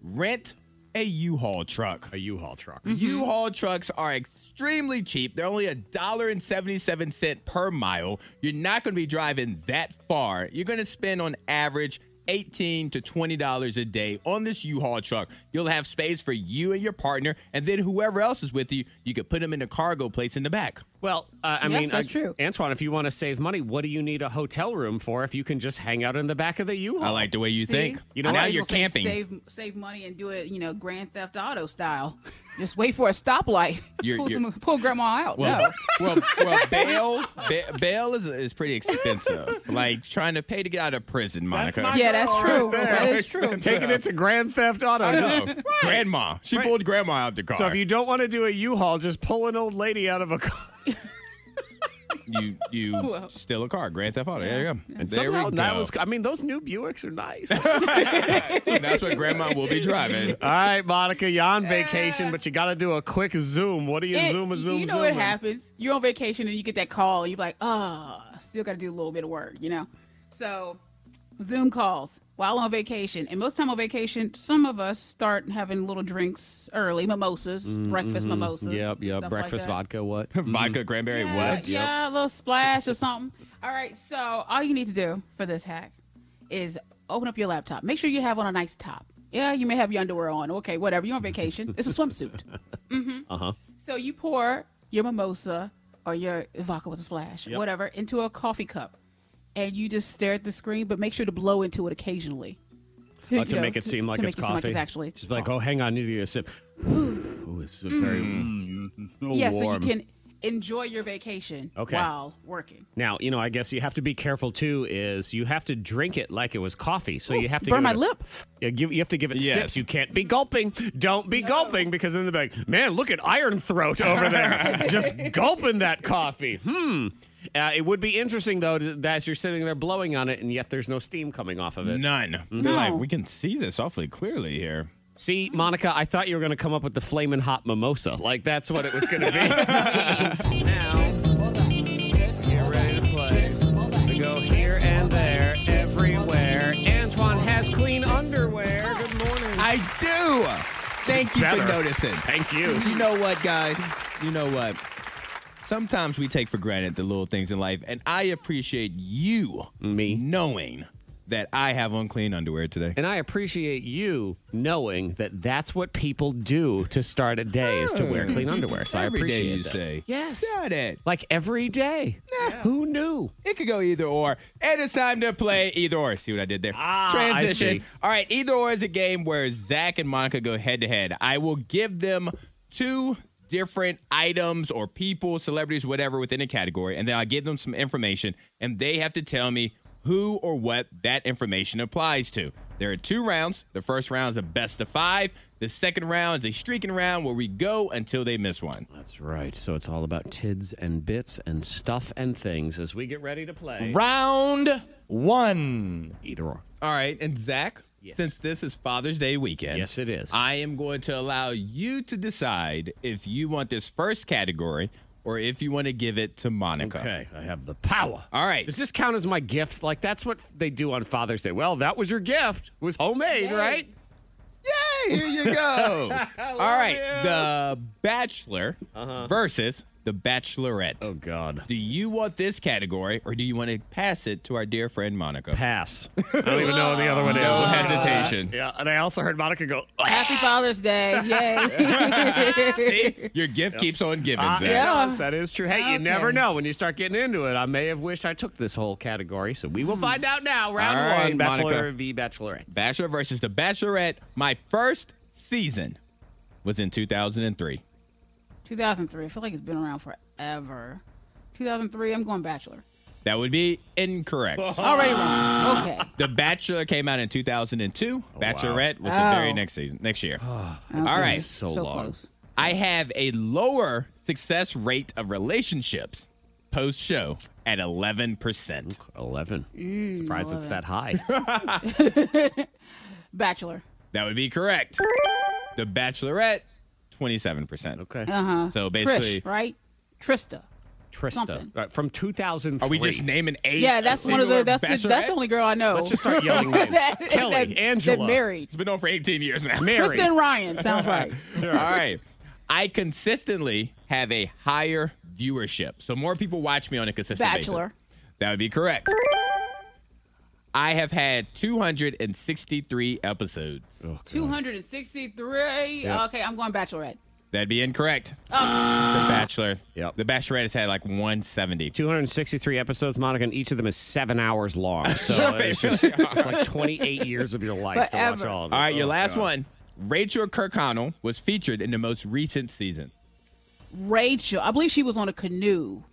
[SPEAKER 3] Rent a U-Haul truck.
[SPEAKER 1] A U-Haul truck.
[SPEAKER 5] Mm-hmm.
[SPEAKER 3] U-Haul trucks are extremely cheap. They're only a dollar and seventy-seven cent per mile. You're not going to be driving that far. You're going to spend on average eighteen to twenty dollars a day on this U-Haul truck. You'll have space for you and your partner, and then whoever else is with you, you could put them in a cargo place in the back.
[SPEAKER 1] Well, uh, I
[SPEAKER 5] Yes,
[SPEAKER 1] mean,
[SPEAKER 5] that's
[SPEAKER 1] I-
[SPEAKER 5] true.
[SPEAKER 1] Antoine, if you want to save money, what do you need a hotel room for if you can just hang out in the back of the U-Haul?
[SPEAKER 3] I like the way you
[SPEAKER 5] Oh, See?
[SPEAKER 3] think.
[SPEAKER 1] You know
[SPEAKER 3] now
[SPEAKER 1] what?
[SPEAKER 5] Might as
[SPEAKER 3] you're
[SPEAKER 5] well say
[SPEAKER 3] camping.
[SPEAKER 5] Save, save money and do it, you know, Grand Theft Auto style. Just wait for a stoplight.
[SPEAKER 3] You're-
[SPEAKER 5] pull,
[SPEAKER 3] you're-
[SPEAKER 5] some, pull grandma out.
[SPEAKER 3] Well,
[SPEAKER 5] no.
[SPEAKER 3] well, well, bail, ba- bail is is pretty expensive. Like trying to pay to get out of prison, Monica.
[SPEAKER 1] my
[SPEAKER 5] Yeah, that's
[SPEAKER 1] girl
[SPEAKER 5] true.
[SPEAKER 1] right there.
[SPEAKER 5] That is true.
[SPEAKER 1] Taking it to Grand Theft Auto.
[SPEAKER 3] No, grandma. She
[SPEAKER 1] Right.
[SPEAKER 3] pulled grandma out the car.
[SPEAKER 1] So if you don't want to do a U-Haul, just pull an old lady out of a car.
[SPEAKER 3] you you
[SPEAKER 5] Well.
[SPEAKER 3] steal a car, Grand Theft Auto. There you go. And there
[SPEAKER 1] Somehow
[SPEAKER 3] we go.
[SPEAKER 1] that was. I mean, those new Buicks are nice. All
[SPEAKER 3] That's what grandma will be driving.
[SPEAKER 1] right, Monica, you're on vacation, but you got to do a quick zoom. What do you
[SPEAKER 5] It-
[SPEAKER 1] zoom? A zoom.
[SPEAKER 5] you know
[SPEAKER 1] zoom
[SPEAKER 5] what
[SPEAKER 1] in?
[SPEAKER 5] happens. You're on vacation and you get that call and you're like, oh, still got to do a little bit of work, you know? So Zoom calls while on vacation. And most time on vacation, some of us start having little drinks early, mimosas, breakfast mimosas.
[SPEAKER 1] Mm-hmm. Yep, yep.
[SPEAKER 5] stuff like
[SPEAKER 1] Breakfast
[SPEAKER 5] that.
[SPEAKER 1] vodka. What? mm.
[SPEAKER 3] Vodka cranberry.
[SPEAKER 5] Yeah,
[SPEAKER 3] What?
[SPEAKER 5] Yeah, a little splash or something. All right, so all you need to do for this hack is open up your laptop. Make sure you have on a nice top. Yeah, you may have your underwear on. Okay, whatever. You're on vacation. It's a swimsuit. Mm-hmm. Uh huh.
[SPEAKER 1] Uh-huh.
[SPEAKER 5] So you pour your mimosa or your vodka with a splash, whatever, into a coffee cup, and you just stare at the screen. But make sure to blow into it occasionally.
[SPEAKER 1] Oh,
[SPEAKER 5] you
[SPEAKER 1] to
[SPEAKER 5] know,
[SPEAKER 1] make it seem like
[SPEAKER 5] to
[SPEAKER 1] it's
[SPEAKER 5] make it
[SPEAKER 1] coffee.
[SPEAKER 5] seem like it's actually
[SPEAKER 1] Just be like, oh, hang on, need to do a sip. Ooh, it's very.
[SPEAKER 5] mm. yeah, so
[SPEAKER 1] warm.
[SPEAKER 5] you can enjoy your vacation
[SPEAKER 1] Okay.
[SPEAKER 5] while working.
[SPEAKER 1] Now, you know, I guess you have to be careful too. Is you have to drink it like it was coffee, so you have to
[SPEAKER 5] burn
[SPEAKER 1] give
[SPEAKER 5] my
[SPEAKER 1] it a-
[SPEAKER 5] lip.
[SPEAKER 1] Yeah, give, you have to give it sips.
[SPEAKER 3] Yes.
[SPEAKER 1] You can't be gulping. Don't be gulping because then they're like, man, look at Iron Throat over there, just gulping that coffee. Hmm. Uh, it would be interesting though to- that as you're sitting there blowing on it, and yet there's no steam coming off of it.
[SPEAKER 3] None. They're like, we can see this awfully clearly here.
[SPEAKER 1] See, Monica, I thought you were going to come up with the flaming hot mimosa. Like that's what it was going to be. Get ready to play. We go here and there, everywhere. Antoine has clean underwear. Good morning.
[SPEAKER 3] I do. Thank you
[SPEAKER 1] Better.
[SPEAKER 3] for noticing.
[SPEAKER 1] Thank you.
[SPEAKER 3] You know what, guys? You know what? Sometimes we take for granted the little things in life, and I appreciate you
[SPEAKER 1] Me.
[SPEAKER 3] knowing that I have unclean underwear today.
[SPEAKER 1] And I appreciate you knowing that that's what people do to start a day is to wear clean underwear. So
[SPEAKER 3] Every
[SPEAKER 1] I
[SPEAKER 3] day
[SPEAKER 1] appreciate
[SPEAKER 3] you
[SPEAKER 1] that.
[SPEAKER 3] say,
[SPEAKER 1] Yes.
[SPEAKER 3] Got it.
[SPEAKER 1] Like every day. Who knew?
[SPEAKER 3] It could go either or. And it's time to play either or. See what I did there?
[SPEAKER 1] Ah, I
[SPEAKER 3] Transition.
[SPEAKER 1] see.
[SPEAKER 3] All right, either or is a game where Zach and Monica go head to head. I will give them two different items or people, celebrities, whatever within a category, and then I'll give them some information, and they have to tell me who or what that information applies to. There are two rounds. The first round is a best of five. The second round is a streaking round where we go until they miss one.
[SPEAKER 1] That's right. So it's all about tids and bits and stuff and things as we get ready to play.
[SPEAKER 3] Round one.
[SPEAKER 1] Either or.
[SPEAKER 3] All right, and Zach, since this is Father's Day weekend,
[SPEAKER 1] Yes, it is.
[SPEAKER 3] I am going to allow you to decide if you want this first category or if you want to give it to Monica.
[SPEAKER 1] Okay, I have the power.
[SPEAKER 3] All right.
[SPEAKER 1] Does this count as my gift? Like that's what they do on Father's Day. Well, that was your gift. It was homemade, right?
[SPEAKER 3] Yay! Here you go. All right, The Bachelor versus The Bachelorette.
[SPEAKER 1] Uh-huh. Oh God.
[SPEAKER 3] Do you want this category or do you want to pass it to our dear friend Monica?
[SPEAKER 1] Pass. I don't even know what the other one is.
[SPEAKER 3] No hesitation.
[SPEAKER 1] Yeah, and I also heard Monica go.
[SPEAKER 5] Happy Father's Day. Yay.
[SPEAKER 3] See, your gift keeps on giving,
[SPEAKER 1] Ah,
[SPEAKER 3] Zach.
[SPEAKER 5] Yeah.
[SPEAKER 1] yes, that is true. Hey, you
[SPEAKER 5] Okay.
[SPEAKER 1] never know when you start getting into it. I may have wished I took this whole category, so we will
[SPEAKER 5] Hmm.
[SPEAKER 1] find out now. Round
[SPEAKER 3] All right,
[SPEAKER 1] one: Bachelor
[SPEAKER 3] Monica.
[SPEAKER 1] v Bachelorette.
[SPEAKER 3] Bachelor versus The Bachelorette. My first season was in 2003.
[SPEAKER 5] 2003. I feel like it's been around forever. 2003. I'm going Bachelor.
[SPEAKER 3] That would be incorrect.
[SPEAKER 5] Already wrong. Okay.
[SPEAKER 3] the Bachelor came out in 2002. Bachelorette was the
[SPEAKER 5] Wow.
[SPEAKER 3] very next season, next year.
[SPEAKER 5] All
[SPEAKER 3] right.
[SPEAKER 1] So long.
[SPEAKER 5] close.
[SPEAKER 3] I have a lower success rate of relationships post show at 11%.
[SPEAKER 1] Eleven. Surprised it's that high.
[SPEAKER 5] Bachelor.
[SPEAKER 3] That would be correct. The Bachelorette, 27%.
[SPEAKER 1] Okay.
[SPEAKER 5] Uh-huh.
[SPEAKER 3] So basically,
[SPEAKER 5] Trish, right? Trista.
[SPEAKER 1] Trista
[SPEAKER 5] Something.
[SPEAKER 1] All right, from 2003.
[SPEAKER 3] are we just naming eight?
[SPEAKER 5] Yeah, that's
[SPEAKER 3] a
[SPEAKER 5] one of the.
[SPEAKER 3] singular
[SPEAKER 5] That's the, that's the
[SPEAKER 3] Bachelorette?
[SPEAKER 5] only girl I know.
[SPEAKER 1] Let's just start yelling names. Kelly,
[SPEAKER 5] that-
[SPEAKER 1] Angela,
[SPEAKER 5] That married.
[SPEAKER 3] It's been on for 18 years now.
[SPEAKER 1] Mary.
[SPEAKER 5] Trista and Ryan sounds right.
[SPEAKER 3] All right. I consistently have a higher viewership. So more people watch me on a consistent
[SPEAKER 5] Bachelor.
[SPEAKER 3] basis. That would be correct. I have had 263 episodes.
[SPEAKER 5] Two hundred and sixty-three.
[SPEAKER 1] Yep.
[SPEAKER 5] Okay, I'm going Bachelorette.
[SPEAKER 3] That'd be incorrect. The Bachelor.
[SPEAKER 1] Yep.
[SPEAKER 3] The Bachelorette has had like 170.
[SPEAKER 1] 263 episodes, Monica, and each of them is seven hours long. So it's, just, it's like 28 years of your life to
[SPEAKER 5] Forever.
[SPEAKER 1] watch all of it.
[SPEAKER 3] All right, your
[SPEAKER 1] Oh,
[SPEAKER 3] last
[SPEAKER 1] God.
[SPEAKER 3] one. Rachel Kirkconnell was featured in the most recent season.
[SPEAKER 5] Rachel, I believe she was on a canoe,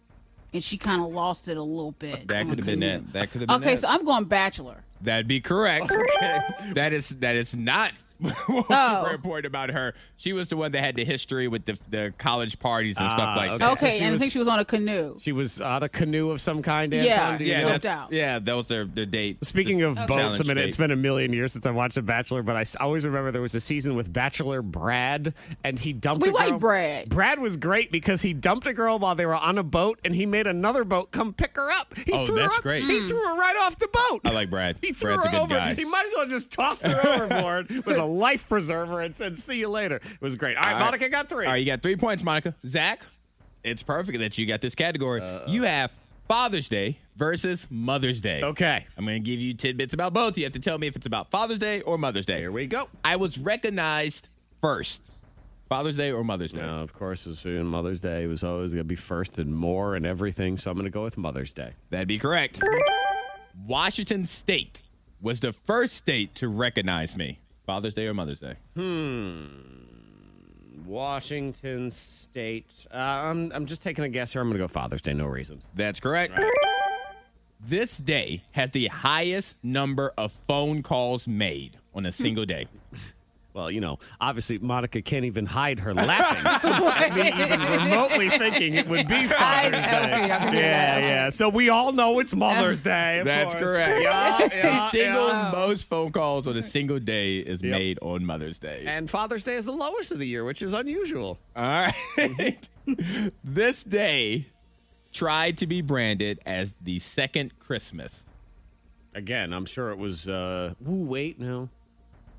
[SPEAKER 5] and she kind of lost it a little bit.
[SPEAKER 3] That
[SPEAKER 5] on
[SPEAKER 3] could have
[SPEAKER 5] a
[SPEAKER 3] been
[SPEAKER 5] canoe.
[SPEAKER 3] it. That could have been
[SPEAKER 5] Okay,
[SPEAKER 3] it.
[SPEAKER 5] so I'm going Bachelor.
[SPEAKER 3] That'd be correct. That is that is not what's
[SPEAKER 5] Oh.
[SPEAKER 3] super important about her. She was the one that had the history with the, the college parties and stuff like
[SPEAKER 1] Ah, okay.
[SPEAKER 3] that.
[SPEAKER 1] So
[SPEAKER 5] Okay,
[SPEAKER 1] she
[SPEAKER 5] and
[SPEAKER 1] was-
[SPEAKER 5] I think she was on a canoe.
[SPEAKER 1] She was on a canoe of some kind, Anton.
[SPEAKER 5] Yeah.
[SPEAKER 1] do you
[SPEAKER 3] Yeah,
[SPEAKER 1] know?
[SPEAKER 5] No
[SPEAKER 3] that's,
[SPEAKER 5] doubt.
[SPEAKER 3] yeah, that was their, their date.
[SPEAKER 1] Speaking of boats, I
[SPEAKER 3] Challenge
[SPEAKER 1] mean, it's
[SPEAKER 3] date.
[SPEAKER 1] been a million years since I watched The Bachelor, but I s- always remember there was a season with Bachelor Brad, and he dumped.
[SPEAKER 5] We
[SPEAKER 1] a girl.
[SPEAKER 5] like Brad.
[SPEAKER 1] Brad was great because he dumped a girl while they were on a boat, and he made another boat come pick her up. He
[SPEAKER 3] Oh,
[SPEAKER 1] threw her
[SPEAKER 3] that's
[SPEAKER 1] up-
[SPEAKER 3] great.
[SPEAKER 1] He threw her right off the boat.
[SPEAKER 3] I like Brad.
[SPEAKER 1] He threw her
[SPEAKER 3] Brad's a good
[SPEAKER 1] over.
[SPEAKER 3] guy.
[SPEAKER 1] He might as well just tossed her overboard with a life preserver and said, "See you later." It was great. All right,
[SPEAKER 3] All right.
[SPEAKER 1] Monica got three.
[SPEAKER 3] All right, you got three points, Monica. Zach, it's perfect that you got this category. you have Father's Day versus Mother's Day.
[SPEAKER 1] Okay.
[SPEAKER 3] I'm going to give you tidbits about both. You have to tell me if it's about Father's Day or Mother's Day.
[SPEAKER 1] Here we go.
[SPEAKER 3] I was recognized first. Father's Day or Mother's Day?
[SPEAKER 1] Now, of course, as soon Mother's Day was always going to be first and more and everything, so I'm going to go with Mother's Day.
[SPEAKER 3] That'd be correct. Washington State was the first state to recognize me. Father's Day or Mother's Day?
[SPEAKER 1] Washington State. Uh, I'm, I'm just taking a guess here. I'm going to go Father's Day. No reasons.
[SPEAKER 3] That's correct. This day has the highest number of phone calls made on
[SPEAKER 1] Hmm.
[SPEAKER 3] a single day.
[SPEAKER 1] Well, you know, obviously Monica can't even hide her laughing. I mean, even remotely thinking it would be Father's Day.
[SPEAKER 5] okay, I
[SPEAKER 1] yeah,
[SPEAKER 5] can do that.
[SPEAKER 1] yeah. So we all know it's Mother's Day. of
[SPEAKER 3] That's
[SPEAKER 1] course.
[SPEAKER 3] correct.
[SPEAKER 1] Yeah, yeah,
[SPEAKER 3] the single
[SPEAKER 1] yeah.
[SPEAKER 3] most phone calls on a single day is
[SPEAKER 1] Yep.
[SPEAKER 3] made on Mother's Day.
[SPEAKER 1] And Father's Day is the lowest of the year, which is unusual.
[SPEAKER 3] All right. this day tried to be branded as the second Christmas.
[SPEAKER 1] Again, I'm sure it was. Uh, ooh, wait, no.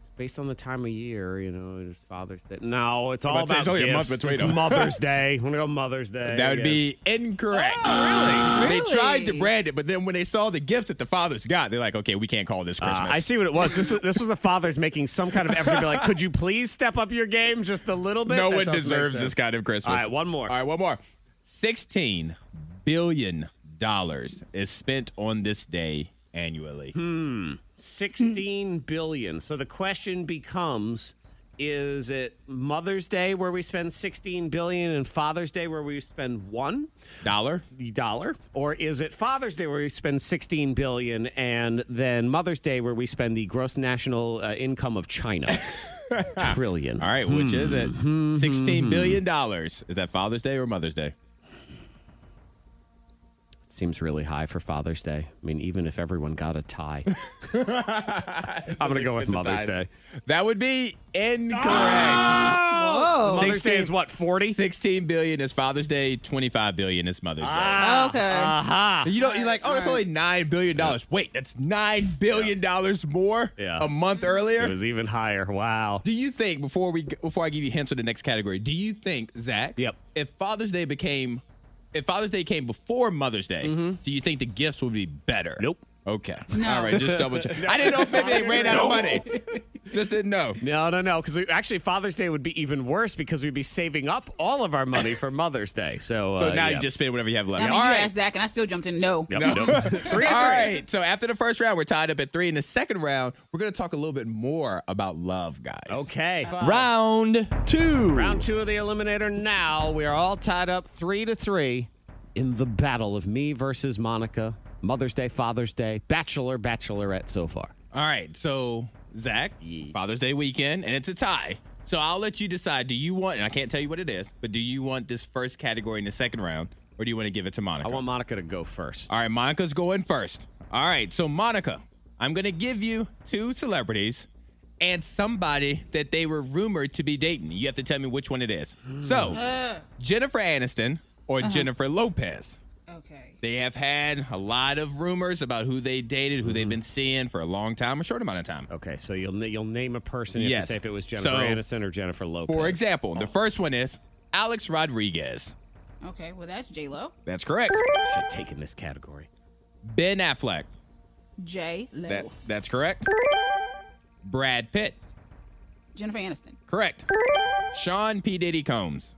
[SPEAKER 1] It's based on the time of year, you know, it is Father's Day. No, it's all
[SPEAKER 3] about to say,
[SPEAKER 1] about
[SPEAKER 3] it's only a
[SPEAKER 1] gifts.
[SPEAKER 3] month between
[SPEAKER 1] It's
[SPEAKER 3] them.
[SPEAKER 1] Mother's Day. I want to go Oh, Mother's Day.
[SPEAKER 3] That would
[SPEAKER 1] yeah.
[SPEAKER 3] be incorrect. really? They tried to brand it, but then when they saw the gifts that the fathers got, they're like, okay, we can't call this
[SPEAKER 1] Uh,
[SPEAKER 3] Christmas.
[SPEAKER 1] I see what it was. This was this was the fathers making some kind of effort to be like, could you please step up your game just a little bit?
[SPEAKER 3] No
[SPEAKER 1] That
[SPEAKER 3] one
[SPEAKER 1] doesn't make
[SPEAKER 3] deserves this
[SPEAKER 1] sense.
[SPEAKER 3] kind of Christmas.
[SPEAKER 1] All right, one more.
[SPEAKER 3] All right, one more. Sixteen billion dollars is spent on this day annually.
[SPEAKER 1] Hmm. 16 billion. So the question becomes is it Mother's Day where we spend 16 billion and Father's Day where we spend 1
[SPEAKER 3] Dollar.
[SPEAKER 1] dollar or is it Father's Day where we spend 16 billion and then Mother's Day where we spend the gross national uh, income of China? Trillion.
[SPEAKER 3] All right, which is it?
[SPEAKER 1] Hmm.
[SPEAKER 3] Sixteen billion dollars. Is that Father's Day or Mother's Day?
[SPEAKER 1] Seems really high for Father's Day. I mean, even if everyone got a tie. I'm going to go with Mother's Day.
[SPEAKER 3] That would be incorrect.
[SPEAKER 1] Ah!
[SPEAKER 5] Whoa.
[SPEAKER 1] Oh, Mother's Day
[SPEAKER 3] 16
[SPEAKER 1] is what, 40?
[SPEAKER 3] Sixteen billion is Father's Day. Twenty-five billion is Mother's
[SPEAKER 1] Ah,
[SPEAKER 5] okay.
[SPEAKER 1] Um, Aha.
[SPEAKER 3] Day. You don't. You're like, oh, that's only nine billion dollars. Wait, that's nine billion dollars more
[SPEAKER 1] Yeah.
[SPEAKER 3] a month earlier.
[SPEAKER 1] It was even higher. Wow.
[SPEAKER 3] Do you think before we before I give you hints on the next category? Do you think Zach?
[SPEAKER 1] Yep.
[SPEAKER 3] If Father's Day became, if Father's Day came before Mother's Day, do you think the gifts would be better?
[SPEAKER 1] Mm-hmm. Nope.
[SPEAKER 3] Okay.
[SPEAKER 5] No.
[SPEAKER 3] All right. Just double check. I didn't know if maybe they ran out of money. Just didn't know.
[SPEAKER 1] No, no, no. Because actually, Father's Day would be even worse because we'd be saving up all of our money for Mother's Day. So,
[SPEAKER 3] So
[SPEAKER 1] uh,
[SPEAKER 3] now
[SPEAKER 1] yeah.
[SPEAKER 3] you just spend whatever you have left.
[SPEAKER 5] I mean,
[SPEAKER 3] All
[SPEAKER 5] you
[SPEAKER 3] right.
[SPEAKER 5] asked Zach, and I still jumped in. No.
[SPEAKER 1] Yep,
[SPEAKER 3] No.
[SPEAKER 1] yep. three
[SPEAKER 3] All
[SPEAKER 1] and three.
[SPEAKER 3] right. So after the first round, we're tied up at three. In the second round, we're going to talk a little bit more about love, guys.
[SPEAKER 1] Okay.
[SPEAKER 3] Round two.
[SPEAKER 1] Round two of the Eliminator now. We are all tied up three to three in the battle of me versus Monica. Mother's Day, Father's Day, Bachelor, Bachelorette so far.
[SPEAKER 3] All right, so Zach, Father's Day weekend, and it's a tie. So I'll let you decide. Do you want? And I can't tell you what it is, but do you want this first category in the second round, or do you want to give it to Monica?
[SPEAKER 1] I want Monica to go first.
[SPEAKER 3] All right, Monica's going first. All right, so Monica, I'm gonna give you two celebrities and somebody that they were rumored to be dating. You have to tell me which one it is. So Jennifer Aniston or Jennifer Lopez.
[SPEAKER 5] Okay.
[SPEAKER 3] They have had a lot of rumors about who they dated, who they've been seeing for a long time, a short amount of time.
[SPEAKER 1] Okay, so you'll na- you'll name a person. You have
[SPEAKER 3] Yes.
[SPEAKER 1] to say if it was Jennifer
[SPEAKER 3] So-
[SPEAKER 1] Aniston or Jennifer Lopez.
[SPEAKER 3] For example, the first one is Alex Rodriguez.
[SPEAKER 5] Okay. Well, that's J Lo.
[SPEAKER 3] That's correct.
[SPEAKER 1] should have taken this category.
[SPEAKER 3] Ben Affleck.
[SPEAKER 5] J Lo.
[SPEAKER 3] That, that's correct. Brad Pitt.
[SPEAKER 5] Jennifer Aniston.
[SPEAKER 3] Correct. Sean P. Diddy Combs.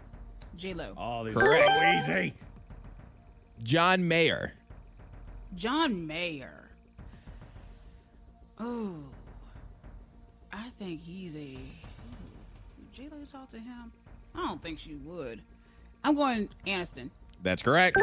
[SPEAKER 5] J Lo.
[SPEAKER 1] Oh, these
[SPEAKER 3] Correct.
[SPEAKER 1] are so easy.
[SPEAKER 3] John Mayer.
[SPEAKER 5] John Mayer. Oh, I think he's a. Would J Lo talk to him? I don't think she would. I'm going Aniston.
[SPEAKER 3] That's correct.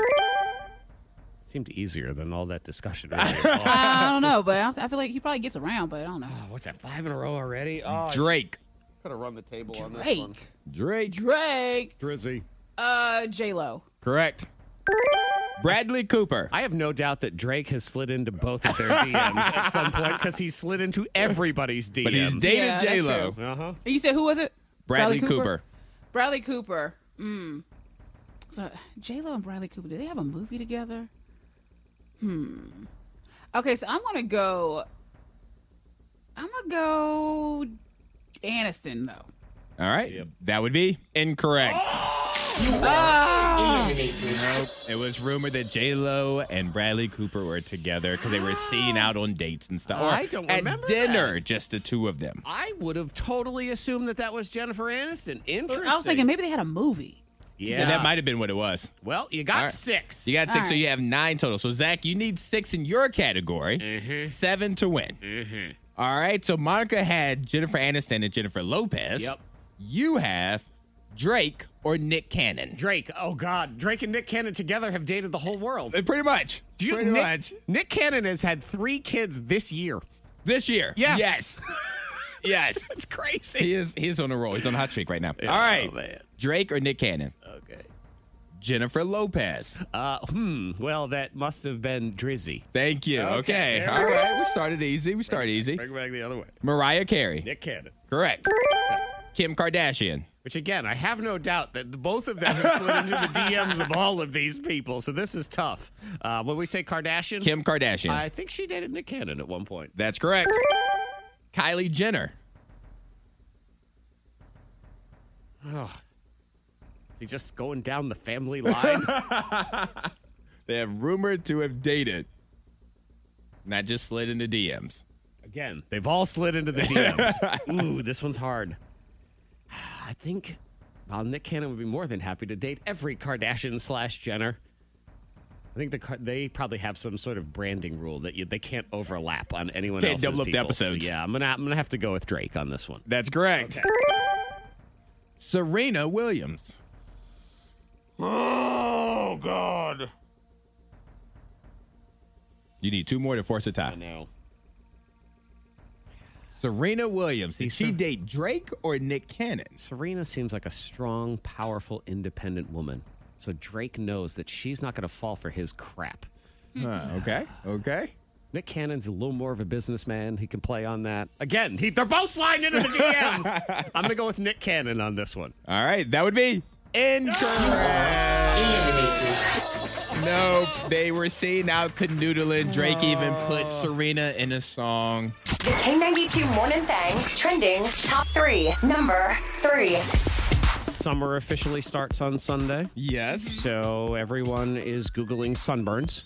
[SPEAKER 1] Seemed easier than all that discussion. Earlier.
[SPEAKER 5] I don't know, but I, I feel like he probably gets around, but I don't know.
[SPEAKER 1] Oh, What's that? Five in a row already? Oh,
[SPEAKER 3] Drake.
[SPEAKER 1] could have run the table on
[SPEAKER 5] Drake.
[SPEAKER 3] Drake.
[SPEAKER 5] Drake.
[SPEAKER 1] Drizzy.
[SPEAKER 5] Uh, J Lo.
[SPEAKER 3] Correct. Bradley Cooper.
[SPEAKER 1] I have no doubt that Drake has slid into both of their DMs at some point because he's slid into everybody's DMs.
[SPEAKER 3] But he's dated
[SPEAKER 5] Yeah, that's
[SPEAKER 3] J Lo.
[SPEAKER 5] true. And you said who was it?
[SPEAKER 3] Bradley, Cooper.
[SPEAKER 5] Bradley Cooper. Mm. So J Lo and Bradley Cooper, do they have a movie together? Hmm. Okay, so I'm gonna go. I'm gonna go Aniston though.
[SPEAKER 3] All right. That would be incorrect. It was rumored that J Lo and Bradley Cooper were together because they were seen out on dates and stuff. Or
[SPEAKER 1] I don't
[SPEAKER 3] at
[SPEAKER 1] remember
[SPEAKER 3] dinner, just the two of them.
[SPEAKER 1] I would have totally assumed that that was Jennifer Aniston. Interesting.
[SPEAKER 5] I was thinking maybe they had a movie.
[SPEAKER 1] yeah.
[SPEAKER 3] And that might have been what it was.
[SPEAKER 1] well, you got
[SPEAKER 3] right.
[SPEAKER 1] six.
[SPEAKER 3] You got six,
[SPEAKER 5] All
[SPEAKER 3] so
[SPEAKER 5] right.
[SPEAKER 3] you have nine total. So Zach, you need six in your category,
[SPEAKER 1] Mm-hmm.
[SPEAKER 3] seven to win. All right. So Monica had Jennifer Aniston and Jennifer Lopez.
[SPEAKER 1] Yep.
[SPEAKER 3] You have Drake or Nick Cannon.
[SPEAKER 1] Drake. Oh God, Drake and Nick Cannon together have dated the whole world.
[SPEAKER 3] Uh, Pretty much.
[SPEAKER 1] Do you-
[SPEAKER 3] Pretty
[SPEAKER 1] Nick,
[SPEAKER 3] much.
[SPEAKER 1] Nick Cannon has had three kids this year.
[SPEAKER 3] This year.
[SPEAKER 1] Yes.
[SPEAKER 3] Yes. yes.
[SPEAKER 1] It's crazy. Oh,
[SPEAKER 3] He is he is on a roll. He's on a hot streak right now. All right.
[SPEAKER 1] man.
[SPEAKER 3] Drake or Nick Cannon?
[SPEAKER 1] Okay.
[SPEAKER 3] Jennifer Lopez.
[SPEAKER 1] Uh, hmm. Well, that must have been Drizzy.
[SPEAKER 3] Thank you. Okay.
[SPEAKER 1] Okay.
[SPEAKER 3] All right. We started easy. We started easy.
[SPEAKER 1] it back the other way.
[SPEAKER 3] Mariah Carey.
[SPEAKER 1] Nick Cannon.
[SPEAKER 3] Correct. Kim Kardashian.
[SPEAKER 1] Which again, I have no doubt that the- both of them have slid into the DMs of all of these people. So this is tough. Uh, when we say Kardashian,
[SPEAKER 3] Kim Kardashian.
[SPEAKER 1] I think she dated Nick Cannon at one point.
[SPEAKER 3] That's correct. Kylie Jenner.
[SPEAKER 1] Is he just going down the family line?
[SPEAKER 3] They have rumored to have dated, not just slid into DMs.
[SPEAKER 1] Again, they've all slid into the DMs. Ooh, this one's hard. I think well, Nick Cannon would be more than happy to date every Kardashian slash Jenner. I think the Kar- they probably have some sort of branding rule that you, they can't overlap on anyone
[SPEAKER 3] Can't
[SPEAKER 1] else's
[SPEAKER 3] double up the
[SPEAKER 1] people.
[SPEAKER 3] episodes.
[SPEAKER 1] So, yeah, I'm gonna I'm gonna have to go with Drake on this one.
[SPEAKER 3] That's correct. Serena Williams.
[SPEAKER 1] Oh God!
[SPEAKER 3] You need two more to force a tie.
[SPEAKER 1] I know.
[SPEAKER 3] Serena Williams. Did
[SPEAKER 1] See,
[SPEAKER 3] she
[SPEAKER 1] Ser-
[SPEAKER 3] date Drake or Nick Cannon?
[SPEAKER 1] Serena seems like a strong, powerful, independent woman. So Drake knows that she's not gonna fall for his crap. Ah,
[SPEAKER 3] Huh, okay. Okay.
[SPEAKER 1] Nick Cannon's a little more of a businessman. He can play on that. Again, he, they're both sliding into the DMs. I'm going to go with Nick Cannon on this one.
[SPEAKER 3] All right. That would be incorrect. Nope. They were seen out canoodling. Drake even put Serena in a song.
[SPEAKER 6] The K92 Morning Thang trending top three. Number three.
[SPEAKER 1] Summer officially starts on Sunday.
[SPEAKER 3] Yes.
[SPEAKER 1] So everyone is Googling sunburns.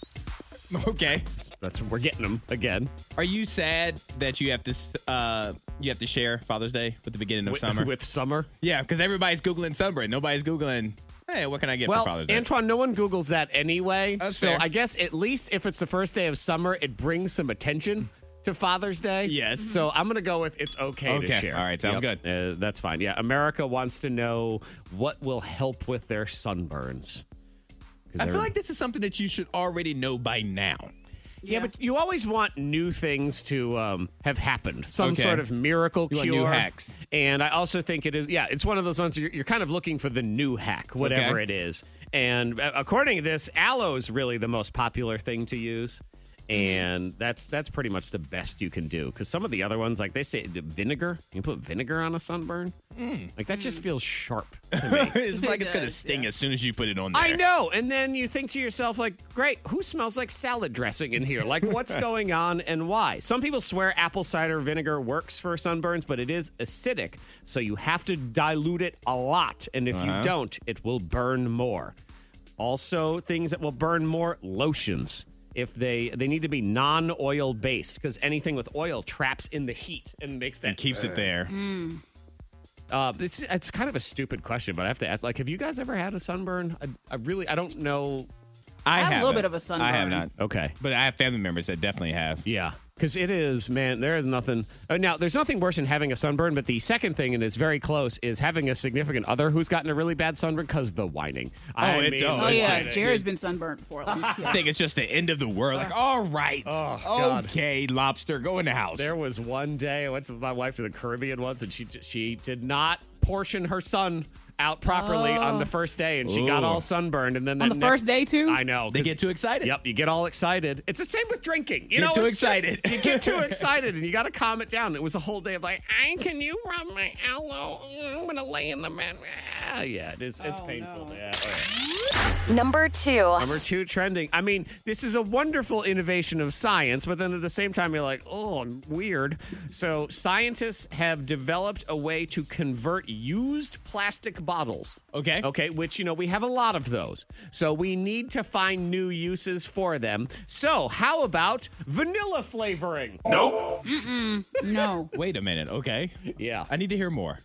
[SPEAKER 3] Okay.
[SPEAKER 1] That's We're getting them again.
[SPEAKER 3] Are you sad that you have to uh you have to share Father's Day with the beginning of
[SPEAKER 1] With-
[SPEAKER 3] summer?
[SPEAKER 1] With summer.
[SPEAKER 3] yeah, because everybody's googling sunburn. Nobody's googling. Hey, what can I get for
[SPEAKER 1] Well,
[SPEAKER 3] Father's Day?
[SPEAKER 1] Antoine, no one Googles that anyway.
[SPEAKER 3] That's
[SPEAKER 1] so
[SPEAKER 3] fair.
[SPEAKER 1] I guess at least if it's the first day of summer, it brings some attention to Father's Day.
[SPEAKER 3] Yes.
[SPEAKER 1] So I'm going to go with it's okay, to
[SPEAKER 3] Okay.
[SPEAKER 1] share.
[SPEAKER 3] All right. Sounds
[SPEAKER 1] good. Uh, that's fine. Yeah. America wants to know what will help with their sunburns. 'Cause
[SPEAKER 3] I
[SPEAKER 1] they're-
[SPEAKER 3] feel like this is something that you should already know by now.
[SPEAKER 1] yeah, but you always want new things to um, have happened, some
[SPEAKER 3] Okay.
[SPEAKER 1] sort of miracle
[SPEAKER 3] You want
[SPEAKER 1] cure.
[SPEAKER 3] new hacks.
[SPEAKER 1] And I also think it is, yeah, it's one of those ones where you're, you're kind of looking for the new hack, whatever
[SPEAKER 3] Okay.
[SPEAKER 1] it is. And uh, according to this, aloe is really the most popular thing to use.
[SPEAKER 3] Mm-hmm.
[SPEAKER 1] And that's that's pretty much the best you can do because some of the other ones, like they say, the vinegar. You put vinegar on a sunburn,
[SPEAKER 3] Mm.
[SPEAKER 1] like that just feels sharp to me.
[SPEAKER 3] it's like it's gonna
[SPEAKER 5] does,
[SPEAKER 3] sting as soon as you put it on there.
[SPEAKER 1] I know. And then you think to yourself, like, great, who smells like salad dressing in here? Like, what's going on and why? Some people swear apple cider vinegar works for sunburns, but it is acidic. So you have to dilute it a lot. And if you don't, it will burn more. Also, things that will burn more lotions. If they they need to be non-oil based because anything with oil traps in the heat and makes that
[SPEAKER 3] It keeps it there.
[SPEAKER 5] Mm.
[SPEAKER 1] uh, it's it's kind of a stupid question, but I have to ask. Like, have you guys ever had a sunburn? I, I really I don't know.
[SPEAKER 3] I,
[SPEAKER 5] have a little
[SPEAKER 3] haven't.
[SPEAKER 5] bit of a sunburn.
[SPEAKER 3] I have not,
[SPEAKER 1] Okay.
[SPEAKER 3] but I have family members that definitely have.
[SPEAKER 1] Yeah, because it is, man. There is nothing. uh, Now, there's nothing worse than having a sunburn. But the second thing, and it's very close, is having a significant other who's gotten a really bad sunburn because the whining. I
[SPEAKER 3] Oh, it don't.
[SPEAKER 5] Oh
[SPEAKER 3] It's
[SPEAKER 5] yeah,
[SPEAKER 3] like-
[SPEAKER 5] Jared's been sunburned before. Like,
[SPEAKER 3] I think it's just the end of the world. Like, all right,
[SPEAKER 1] Oh, God.
[SPEAKER 3] okay, lobster, go in the house.
[SPEAKER 1] There was one day I went with my wife to the Caribbean once, and she she did not portion her son out properly on the first day, and she got
[SPEAKER 3] Ooh.
[SPEAKER 1] all sunburned. And then
[SPEAKER 5] Oh. On
[SPEAKER 1] that
[SPEAKER 5] the
[SPEAKER 1] next-
[SPEAKER 5] first day, too?
[SPEAKER 1] I know
[SPEAKER 3] they
[SPEAKER 1] 'cause-
[SPEAKER 3] get too excited.
[SPEAKER 1] Yep, you get all excited. It's the same with drinking. You
[SPEAKER 3] Get
[SPEAKER 1] know,
[SPEAKER 3] too
[SPEAKER 1] it's just-
[SPEAKER 3] excited.
[SPEAKER 1] you get too excited, and you got to calm it down. It was a whole day of like, "Ay, can you rub my aloe? Mm, I'm gonna lay in the bed." Ah, Yeah, it is. It's
[SPEAKER 5] Oh,
[SPEAKER 1] painful.
[SPEAKER 5] no.
[SPEAKER 1] Yeah, all right.
[SPEAKER 6] Number two.
[SPEAKER 1] Number two trending. I mean, this is a wonderful innovation of science, but then at the same time, you're like, oh, weird. So, scientists have developed a way to convert used plastic bottles.
[SPEAKER 3] Okay.
[SPEAKER 1] Okay, which, you know, we have a lot of those. So, we need to find new uses for them. So, how about vanilla flavoring?
[SPEAKER 2] Nope.
[SPEAKER 5] no.
[SPEAKER 3] Wait a minute. Okay.
[SPEAKER 1] Yeah.
[SPEAKER 3] I need to hear more.